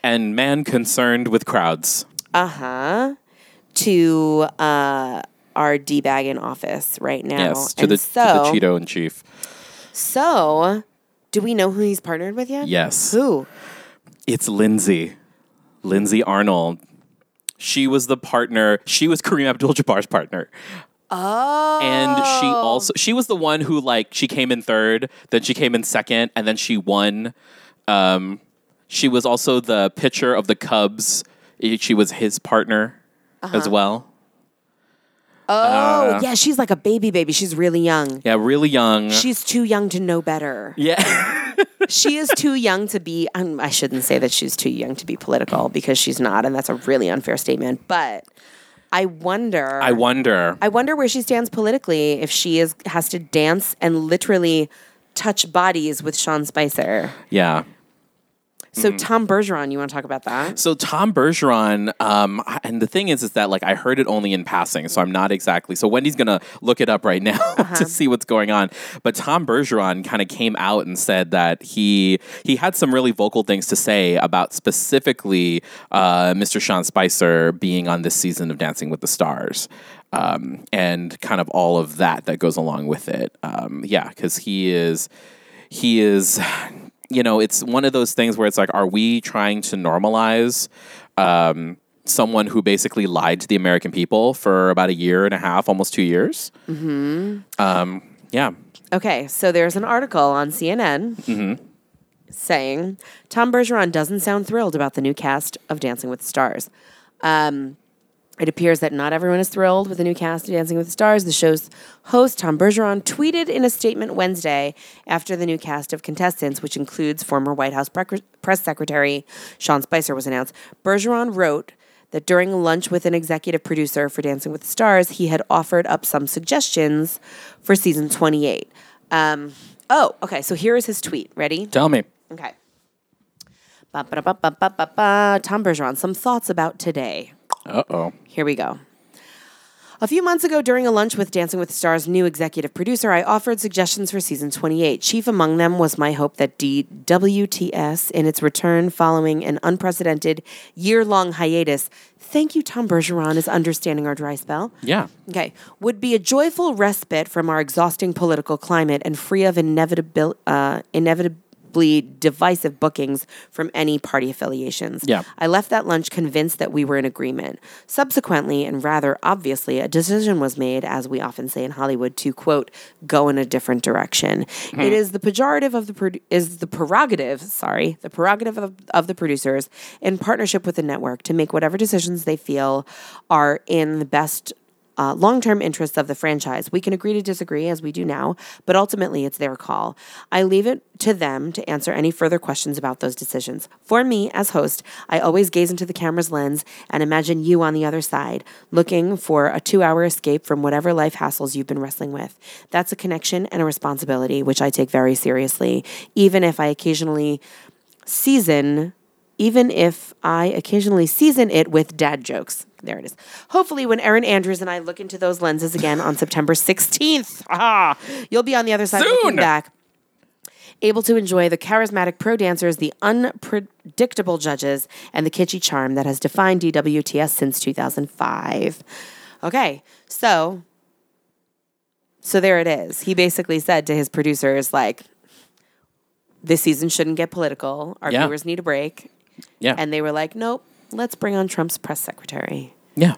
Speaker 2: and man concerned with crowds.
Speaker 1: uh-huh to uh our d bag in office right now
Speaker 2: Yes, to
Speaker 1: Oh, and
Speaker 2: the,
Speaker 1: so
Speaker 2: to the Cheeto in chief.
Speaker 1: so do we know who he's partnered with yet
Speaker 2: Yes,
Speaker 1: who
Speaker 2: it's Lindsay, Lindsay Arnold. She was the partner. She was Kareem Abdul-Jabbar's partner,
Speaker 1: oh
Speaker 2: and she also she was the one who like she came in third, then she came in second, and then she won. Um, she was also the pitcher of the Cubs. She was his partner
Speaker 1: Uh-huh.
Speaker 2: as well.
Speaker 1: oh yeah she's like a baby baby she's really young
Speaker 2: Yeah, really young.
Speaker 1: She's too young to know better.
Speaker 2: yeah.
Speaker 1: <laughs> She is too young to be. Um, I shouldn't say that she's too young to be political because she's not, and that's a really unfair statement. But I wonder.
Speaker 2: I wonder.
Speaker 1: I wonder where she stands politically if she is has to dance and literally touch bodies with Sean Spicer.
Speaker 2: yeah. Mm-hmm.
Speaker 1: So Tom Bergeron, you want to talk about that?
Speaker 2: So Tom Bergeron, um, and the thing is, is that like I heard it only in passing, so I'm not exactly. So Wendy's gonna look it up right now <laughs> to see what's going on. But Tom Bergeron kind of came out and said that he he had some really vocal things to say about specifically uh, Mr. Sean Spicer being on this season of Dancing with the Stars. Um, and kind of all of that that goes along with it. Um, yeah, because he is he is you know it's one of those things where it's like are we trying to normalize um, someone who basically lied to the american people for about a year and a half almost two years mm-hmm. um, yeah
Speaker 1: Okay, so there's an article on CNN
Speaker 2: Mm-hmm.
Speaker 1: saying Tom Bergeron doesn't sound thrilled about the new cast of Dancing with the Stars. Um, it appears that not everyone is thrilled with the new cast of Dancing with the Stars. The show's host, Tom Bergeron, tweeted in a statement Wednesday after the new cast of contestants, which includes former White House prec- press secretary Sean Spicer, was announced. Bergeron wrote that during lunch with an executive producer for Dancing with the Stars, he had offered up some suggestions for season 28. Um, oh, okay. So here is his tweet. Ready?
Speaker 2: tell me
Speaker 1: Okay. Ba-ba-da-ba-ba-ba-ba. Tom Bergeron, some thoughts about today.
Speaker 2: uh-oh
Speaker 1: Here we go. A few months ago, during a lunch with Dancing with the Stars' new executive producer, I offered suggestions for season 28. Chief among them was my hope that DWTS, in its return following an unprecedented year long hiatus, thank you, Tom Bergeron, is understanding our dry spell.
Speaker 2: yeah
Speaker 1: Okay. Would be a joyful respite from our exhausting political climate and free of inevitabil- uh, inevitably divisive bookings from any party affiliations.
Speaker 2: Yeah.
Speaker 1: I left that lunch convinced that we were in agreement. Subsequently, and rather obviously, a decision was made, as we often say in Hollywood, to quote, go in a different direction. It is the pejorative of the produ- is the prerogative, sorry, the prerogative of, of the producers in partnership with the network to make whatever decisions they feel are in the best uh, long term interests of the franchise. We can agree to disagree as we do now, but ultimately it's their call. I leave it to them to answer any further questions about those decisions. For me, as host, I always gaze into the camera's lens and imagine you on the other side, looking for a two hour escape from whatever life hassles you've been wrestling with. That's a connection and a responsibility, which I take very seriously, even if I occasionally season even if I occasionally season it with dad jokes. There it is. Hopefully, when Erin Andrews and I look into those lenses again on September <laughs> 16th, ah, you'll be on the other side
Speaker 2: Soon.
Speaker 1: looking back, able to enjoy the charismatic pro dancers, the unpredictable judges, and the kitschy charm that has defined DWTS since 2005. Okay, so. So there it is. He basically said to his producers, like, this season shouldn't get political. Our
Speaker 2: Yeah.
Speaker 1: viewers need a break.
Speaker 2: yeah
Speaker 1: And they were like, nope, let's bring on Trump's press secretary.
Speaker 2: yeah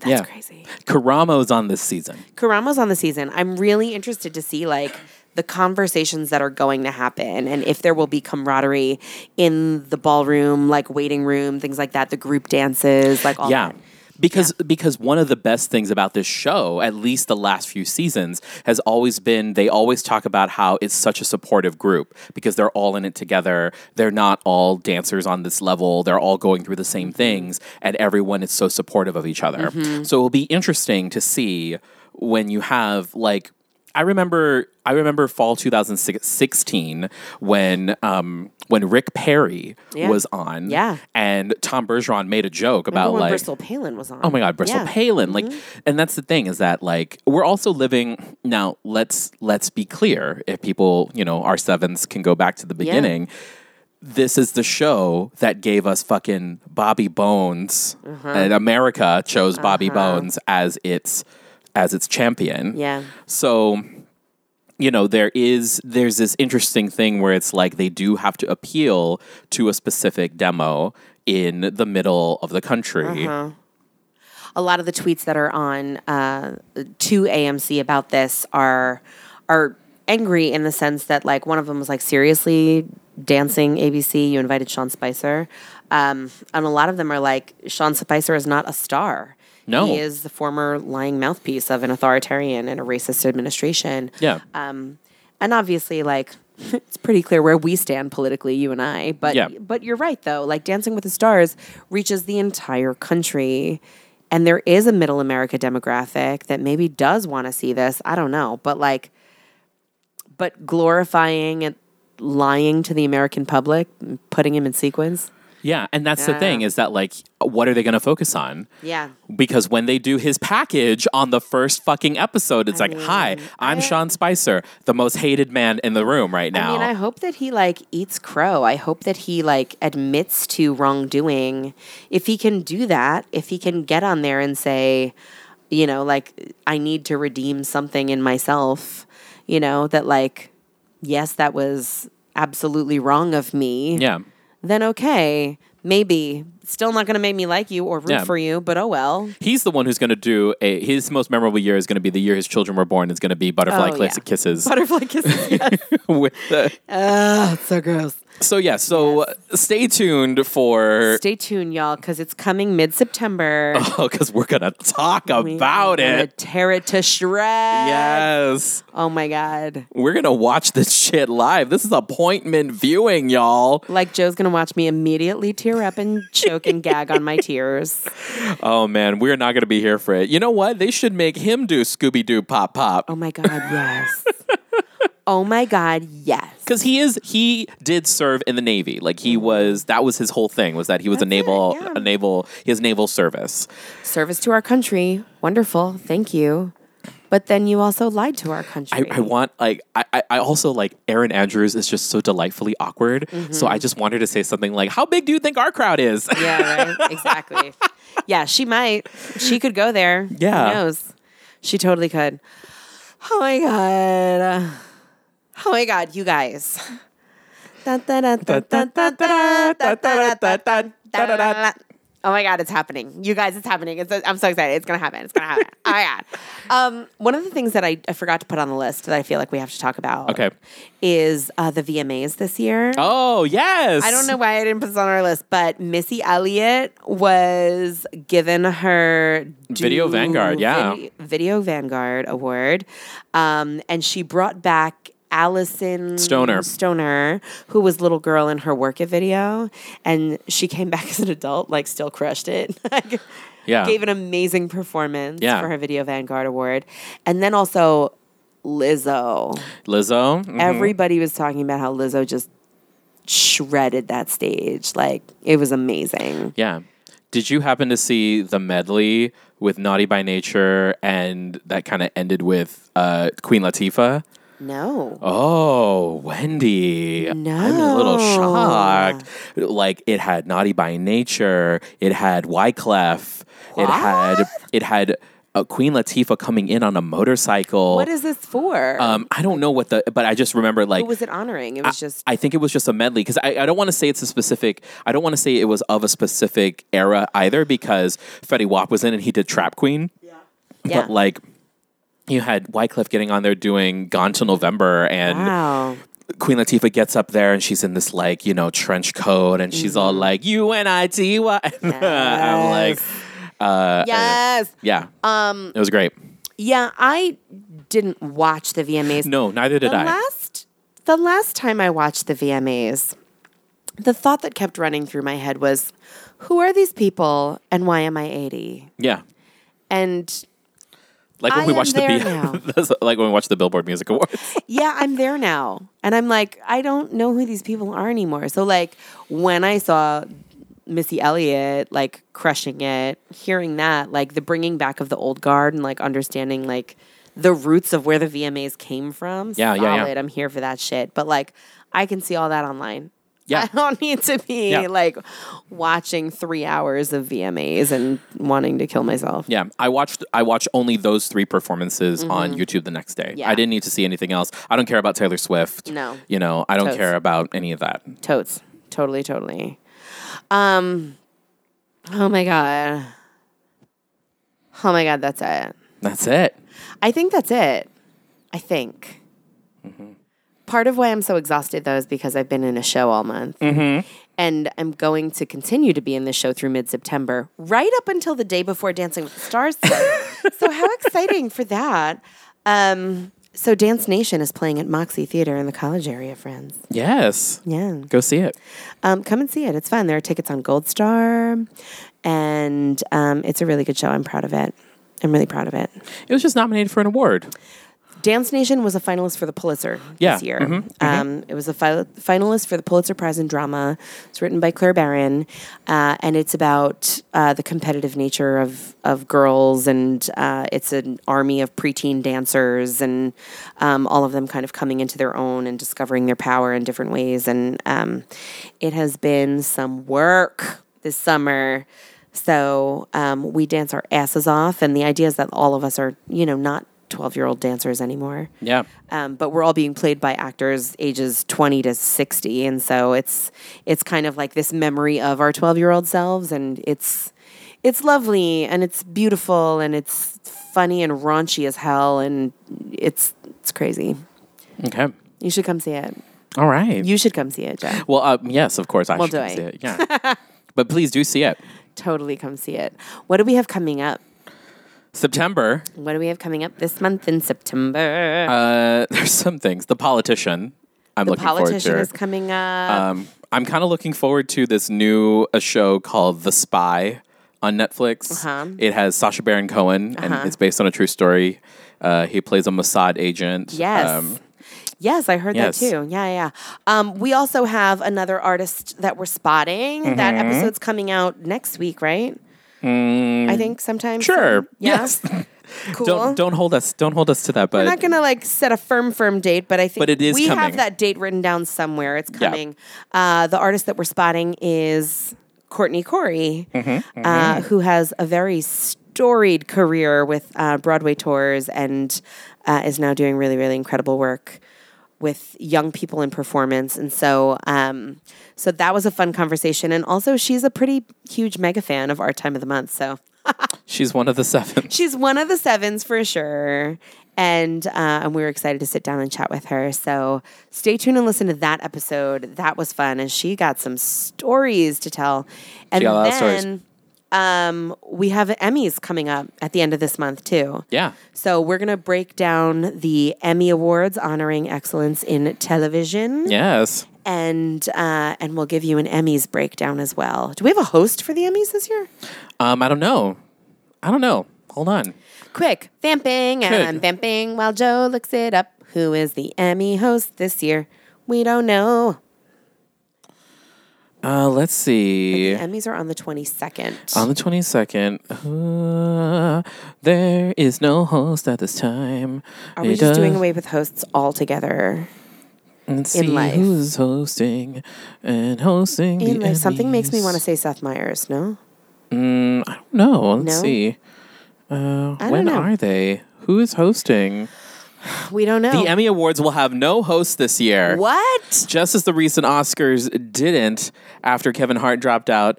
Speaker 1: That's
Speaker 2: Yeah.
Speaker 1: crazy.
Speaker 2: Karamo's on this season.
Speaker 1: Karamo's on the season. I'm really interested to see like the conversations that are going to happen and if there will be camaraderie in the ballroom, like waiting room, things like that, the group dances, like all
Speaker 2: yeah.
Speaker 1: that.
Speaker 2: Because because one of the best things about this show, at least the last few seasons, has always been they always talk about how it's such a supportive group because they're all in it together. They're not all dancers on this level. They're all going through the same things, and everyone is so supportive of each other.
Speaker 1: Mm-hmm.
Speaker 2: So it'll be interesting to see when you have like I remember I remember fall 2016 when um, when Rick Perry
Speaker 1: Yeah.
Speaker 2: was on
Speaker 1: Yeah.
Speaker 2: and Tom Bergeron made a joke
Speaker 1: Remember
Speaker 2: about
Speaker 1: when
Speaker 2: Oh, like
Speaker 1: Oh, Bristol Palin was on.
Speaker 2: oh my god Bristol
Speaker 1: Yeah. Mm-hmm.
Speaker 2: Palin like and that's the thing is that like we're also living now let's let's be clear if people you know our sevens can go back to the beginning this is the show that gave us fucking Bobby Bones
Speaker 1: Uh-huh.
Speaker 2: and America chose Bobby Bones as its as its champion
Speaker 1: Yeah.
Speaker 2: so you know there is there's this interesting thing where it's like they do have to appeal to a specific demo in the middle of the country
Speaker 1: Uh-huh. a lot of the tweets that are on uh, to AMC about this are are angry in the sense that like one of them was like seriously dancing ABC you invited Sean Spicer um, and a lot of them are like Sean Spicer is not a star
Speaker 2: No.
Speaker 1: he is the former lying mouthpiece of an authoritarian and a racist administration
Speaker 2: yeah
Speaker 1: um, and obviously, like <laughs> it's pretty clear where we stand politically, you and I. But
Speaker 2: Yeah.
Speaker 1: but you're right though. Like Dancing with the Stars reaches the entire country, and there is a middle America demographic that maybe does want to see this. I don't know, but like, but glorifying it, lying to the American public, putting him in sequence.
Speaker 2: yeah and that's the thing is that like what are they going to focus on
Speaker 1: Yeah.
Speaker 2: because when they do his package on the first fucking episode it's like hi i'm sean spicer the most hated man in the room right
Speaker 1: I
Speaker 2: now
Speaker 1: mean, I hope that he like eats crow. I hope that he like admits to wrongdoing. If he can do that, if he can get on there and say, you know, like I need to redeem something in myself, you know, that like yes, that was absolutely wrong of me.
Speaker 2: yeah
Speaker 1: Then okay, maybe still not going to make me like you or root
Speaker 2: Yeah.
Speaker 1: for you, but oh well. <laughs>
Speaker 2: he's the one who's going to do a his most memorable year is going to be the year his children were born is going to be butterfly
Speaker 1: Oh,
Speaker 2: Kiss-
Speaker 1: yeah.
Speaker 2: kisses
Speaker 1: Butterfly kisses. Yes.
Speaker 2: <laughs> with the
Speaker 1: Ugh, so gross.
Speaker 2: So yeah, so uh, stay tuned for
Speaker 1: Stay tuned, y'all, because it's coming mid September.
Speaker 2: <laughs> because we're gonna talk
Speaker 1: We
Speaker 2: about
Speaker 1: are gonna
Speaker 2: it.
Speaker 1: Tear it to shreds.
Speaker 2: Yes,
Speaker 1: Oh my God.
Speaker 2: we're gonna watch this shit live. This is appointment viewing, y'all.
Speaker 1: Like Joe's gonna watch me immediately tear up and choke and gag on
Speaker 2: <laughs>
Speaker 1: my tears.
Speaker 2: Oh man, we're not gonna be here for it. You know what? They should make him do Scooby Doo pop pop
Speaker 1: Oh my God, yes. Oh my God, yes.
Speaker 2: because he is he did serve in the Navy. Like he was that was his whole thing was that he was a naval
Speaker 1: yeah.
Speaker 2: a naval his naval service.
Speaker 1: Service to our country. Wonderful. Thank you. But then you also lied to our
Speaker 2: I,
Speaker 1: country.
Speaker 2: I want like I, I- I also like Aaron Andrews is just so delightfully awkward.
Speaker 1: Mm-hmm.
Speaker 2: So I just wanted to say something like, "How big do you think our crowd is?"
Speaker 1: yeah, right? Exactly. Yeah, she might. She could go there.
Speaker 2: Yeah.
Speaker 1: Who knows? She totally could. Oh my God. Oh my God, you guys. Da, da, da, da, da, da, da, <laughs> da, da, da, da, da. Oh my God, it's happening. You guys, it's happening. It's, I'm so excited. It's going to happen. It's going to happen. Oh my God. Um, one of the things that I, I forgot to put on the list that I feel like we have to talk about
Speaker 2: Okay.
Speaker 1: is uh, the VMAs this year.
Speaker 2: <laughs> Oh yes.
Speaker 1: I don't know why I didn't put this on our list, but Missy Elliott was given her
Speaker 2: Video
Speaker 1: due
Speaker 2: Vanguard, yeah.
Speaker 1: Vide- Video Vanguard Award, um, and she brought back Allison
Speaker 2: Stoner.
Speaker 1: Stoner, who was little girl in her work it video, and she came <laughs> back as an adult, like still crushed it. <laughs> Like,
Speaker 2: Yeah.
Speaker 1: gave an amazing performance
Speaker 2: Yeah.
Speaker 1: for her Video Vanguard Award, and then also Lizzo.
Speaker 2: Lizzo. Mhm.
Speaker 1: Mm-hmm. Everybody was talking about how Lizzo just shredded that stage. Like it was amazing.
Speaker 2: yeah. Did you happen to see the medley with Naughty by Nature and that kind of ended with uh, Queen Latifah?
Speaker 1: No.
Speaker 2: Oh, Wendy. I'm a little
Speaker 1: No.
Speaker 2: shocked. Like it had Naughty by Nature, it had Wyclef, it had it had uh, Queen Latifah coming in on a motorcycle.
Speaker 1: What is this for?
Speaker 2: um, I don't know what the, but I just remember like
Speaker 1: what was it honoring? It was just
Speaker 2: I think it was just a medley because I, I don't want to say it's a specific. I don't want to say it was of a specific era either because Fetty Wap was in and he did Trap Queen.
Speaker 1: yeah.
Speaker 2: But like, you had Wyclef getting on there doing Gone to November, and
Speaker 1: wow.
Speaker 2: Queen Latifah gets up there and she's in this like you know trench coat, and she's
Speaker 1: Mm-hmm.
Speaker 2: all like "You and I, T Y." <laughs> I'm like, uh,
Speaker 1: Yes.
Speaker 2: yeah. Um, it was great.
Speaker 1: Yeah, I didn't watch the VMAs.
Speaker 2: No, neither did
Speaker 1: the
Speaker 2: I.
Speaker 1: last the last time I watched the VMAs, the thought that kept running through my head was, who are these people and why am I 80?
Speaker 2: yeah.
Speaker 1: And
Speaker 2: Like when
Speaker 1: I
Speaker 2: we
Speaker 1: am
Speaker 2: watched the
Speaker 1: there
Speaker 2: B-
Speaker 1: now.
Speaker 2: <laughs> that's like when we watched the Billboard Music Awards.
Speaker 1: yeah, I'm there now. And I'm like, I don't know who these people are anymore. So like when I saw Missy Elliott like crushing it, hearing that, like the bringing back of the old guard and like understanding like the roots of where the VMAs came from.
Speaker 2: Yeah, yeah, yeah.
Speaker 1: solid, I'm here for that shit. But like I can see all that online.
Speaker 2: Yeah.
Speaker 1: <laughs> I don't need to be
Speaker 2: Yeah.
Speaker 1: like watching three hours of VMAs and wanting to kill myself.
Speaker 2: Yeah, I watched. I watched only those three performances on YouTube the next day.
Speaker 1: Mm-hmm. Yeah.
Speaker 2: I didn't need to see anything else. I don't care about Taylor Swift.
Speaker 1: No.
Speaker 2: you know, I don't
Speaker 1: Totes.
Speaker 2: care about any of that.
Speaker 1: Totes. Totally, totally. Um Oh my god. Oh my god, that's it.
Speaker 2: That's it.
Speaker 1: I think that's it. I think. Part of why I'm so exhausted though is because I've been in a show all month. And I'm going to continue to be in this show through mid September, right up until the day before Dancing with the Stars. starts. so, how exciting for that! Um, so, Dance Nation is playing at Moxie Theater in the college area, friends.
Speaker 2: Yes,
Speaker 1: Yeah.
Speaker 2: go see it.
Speaker 1: Um, come and see it. It's fun. There are tickets on Gold Star, and um, it's a really good show. I'm proud of it. I'm really proud of it.
Speaker 2: It was just nominated for an award.
Speaker 1: Dance Nation was a finalist for the Pulitzer
Speaker 2: Yeah.
Speaker 1: this year. Um, it was a fi- finalist for the Pulitzer Prize in Drama. It's written by Claire Barron, uh, and it's about uh, the competitive nature of of girls, and uh, it's an army of preteen dancers, and um, all of them kind of coming into their own and discovering their power in different ways. And um, it has been some work this summer. So um, we dance our asses off, and the idea is that all of us are, you know, not 12 year old dancers anymore.
Speaker 2: Yeah,
Speaker 1: Um, but we're all being played by actors ages 20 to 60. And so it's, it's kind of like this memory of our 12 year old selves. And it's, it's lovely and it's beautiful and it's funny and raunchy as hell. And it's, it's crazy.
Speaker 2: okay,
Speaker 1: You should come see it.
Speaker 2: all right.
Speaker 1: You should come see it,
Speaker 2: <laughs>
Speaker 1: Jeff.
Speaker 2: well, uh, yes, of course I
Speaker 1: Well,
Speaker 2: should come
Speaker 1: do I.
Speaker 2: see it. Yeah, but please do see it.
Speaker 1: Totally come see it. What do we have coming up?
Speaker 2: September. <laughs>
Speaker 1: What do we have coming up this month in September?
Speaker 2: Uh, there's some things. The politician. I'm
Speaker 1: the
Speaker 2: looking forward to.
Speaker 1: politician is coming up.
Speaker 2: Um, I'm kind of looking forward to this new a show called The Spy on Netflix.
Speaker 1: Uh-huh.
Speaker 2: It has Sasha Baron Cohen, and it's based on a true story. Uh, he plays a Mossad agent. Um,
Speaker 1: Yes. yes, I heard
Speaker 2: yes.
Speaker 1: that too. Yeah, yeah. Um, we also have another artist that we're spotting. That
Speaker 2: Mm-hmm.
Speaker 1: episode's coming out next week, right? I think sometime.
Speaker 2: Mm, sure.
Speaker 1: soon. Yeah.
Speaker 2: Yes. <laughs>
Speaker 1: Cool.
Speaker 2: don't don't hold us don't hold us to that,
Speaker 1: we're not
Speaker 2: but
Speaker 1: gonna like set a firm, firm date, but I think
Speaker 2: But it is
Speaker 1: we
Speaker 2: coming.
Speaker 1: have that date written down somewhere. It's coming. Uh, the artist that we're spotting is Courtney Corey,
Speaker 2: Mm-hmm,
Speaker 1: Uh, who has a very storied career with uh, Broadway tours and uh, is now doing really, really incredible work with young people in performance. And so, um, so that was a fun conversation. And also, she's a pretty huge mega fan of our time of the month. So
Speaker 2: she's one of
Speaker 1: <laughs>
Speaker 2: the seven.
Speaker 1: she's one of the sevens for sure. And uh, and we were excited to sit down and chat with her. So stay tuned and listen to that episode. That was fun, and she got some stories to tell. And
Speaker 2: got a lot of stories.
Speaker 1: then um, we have Emmys coming up at the end of this month too.
Speaker 2: Yeah.
Speaker 1: So we're gonna break down the Emmy Awards honoring excellence in television,
Speaker 2: Yes.
Speaker 1: and uh, and we'll give you an Emmys breakdown as well. Do we have a host for the Emmys this year?
Speaker 2: Um, I don't know. I don't know. Hold on.
Speaker 1: Quick, vamping and
Speaker 2: Quick.
Speaker 1: vamping while Joe looks it up. Who is the Emmy host this year? We don't know.
Speaker 2: Uh, let's see.
Speaker 1: Emmys are on the 22nd.
Speaker 2: On the 22nd, uh, there is no host at this time.
Speaker 1: are we just doing away with hosts altogether?
Speaker 2: and see
Speaker 1: life?
Speaker 2: who's hosting and hosting the
Speaker 1: In life, something makes me
Speaker 2: Emmys.
Speaker 1: want to say Seth Meyers, no?
Speaker 2: Mm, I don't know. Let's
Speaker 1: No?
Speaker 2: see. Uh,
Speaker 1: don't
Speaker 2: when
Speaker 1: know.
Speaker 2: are they? Who is hosting?
Speaker 1: We don't know.
Speaker 2: The Emmy Awards will have no host this year.
Speaker 1: what?
Speaker 2: Just as the recent Oscars didn't after Kevin Hart dropped out,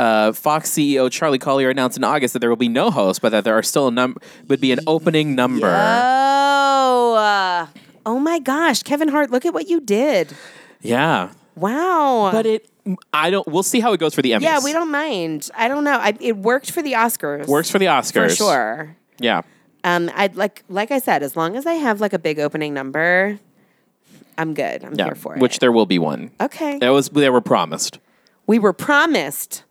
Speaker 2: uh, Fox CEO Charlie Collier announced in August that there will be no host, but that there are still a number would be an opening number.
Speaker 1: Oh. uh, oh my gosh, Kevin Hart, look at what you did.
Speaker 2: Yeah.
Speaker 1: Wow.
Speaker 2: But it I don't we'll see how it goes for the Emmys.
Speaker 1: yeah, we don't mind. I don't know. I, it worked for the Oscars.
Speaker 2: works for the
Speaker 1: for
Speaker 2: Oscars.
Speaker 1: sure.
Speaker 2: Yeah.
Speaker 1: Um, I'd like, like I said, as long as I have like a big opening number, I'm good. I'm
Speaker 2: Yeah.
Speaker 1: here for
Speaker 2: Which
Speaker 1: it.
Speaker 2: there will be one.
Speaker 1: Okay.
Speaker 2: That was they were promised.
Speaker 1: We were promised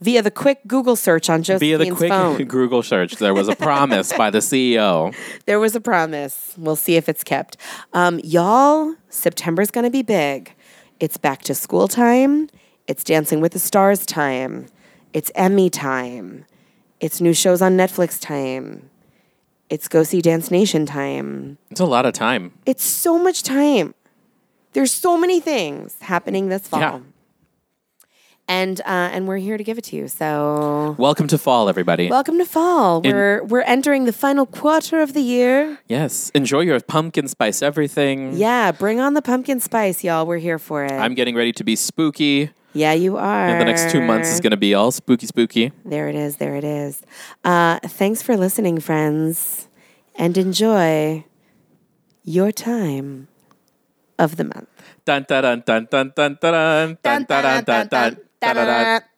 Speaker 1: via the quick Google search on
Speaker 2: Via
Speaker 1: Josephine's
Speaker 2: the quick
Speaker 1: phone.
Speaker 2: <laughs> Google search, there was a promise by the CEO.
Speaker 1: There was a promise. We'll see if it's kept. Um, y'all, September's going to be big. It's back to school time. It's Dancing with the Stars time. It's Emmy time. It's new shows on Netflix time. It's Go See Dance Nation time.
Speaker 2: It's a lot of time.
Speaker 1: It's so much time. There's so many things happening this fall.
Speaker 2: Yeah.
Speaker 1: And uh, and we're here to give it to you. So
Speaker 2: Welcome to fall, everybody.
Speaker 1: welcome to fall. We're we're entering the final quarter of the year.
Speaker 2: yes. Enjoy your pumpkin spice everything.
Speaker 1: Yeah, bring on the pumpkin spice, y'all. We're here for it.
Speaker 2: Mm. I'm getting ready to be spooky.
Speaker 1: yeah, you are.
Speaker 2: The next two months is going to be all spooky, spooky.
Speaker 1: There it is. There it is. Uh, thanks for listening, friends, and enjoy your time of the month.
Speaker 2: Dun dun dun dun dun dun dun dun dun dun dun dun dun dun.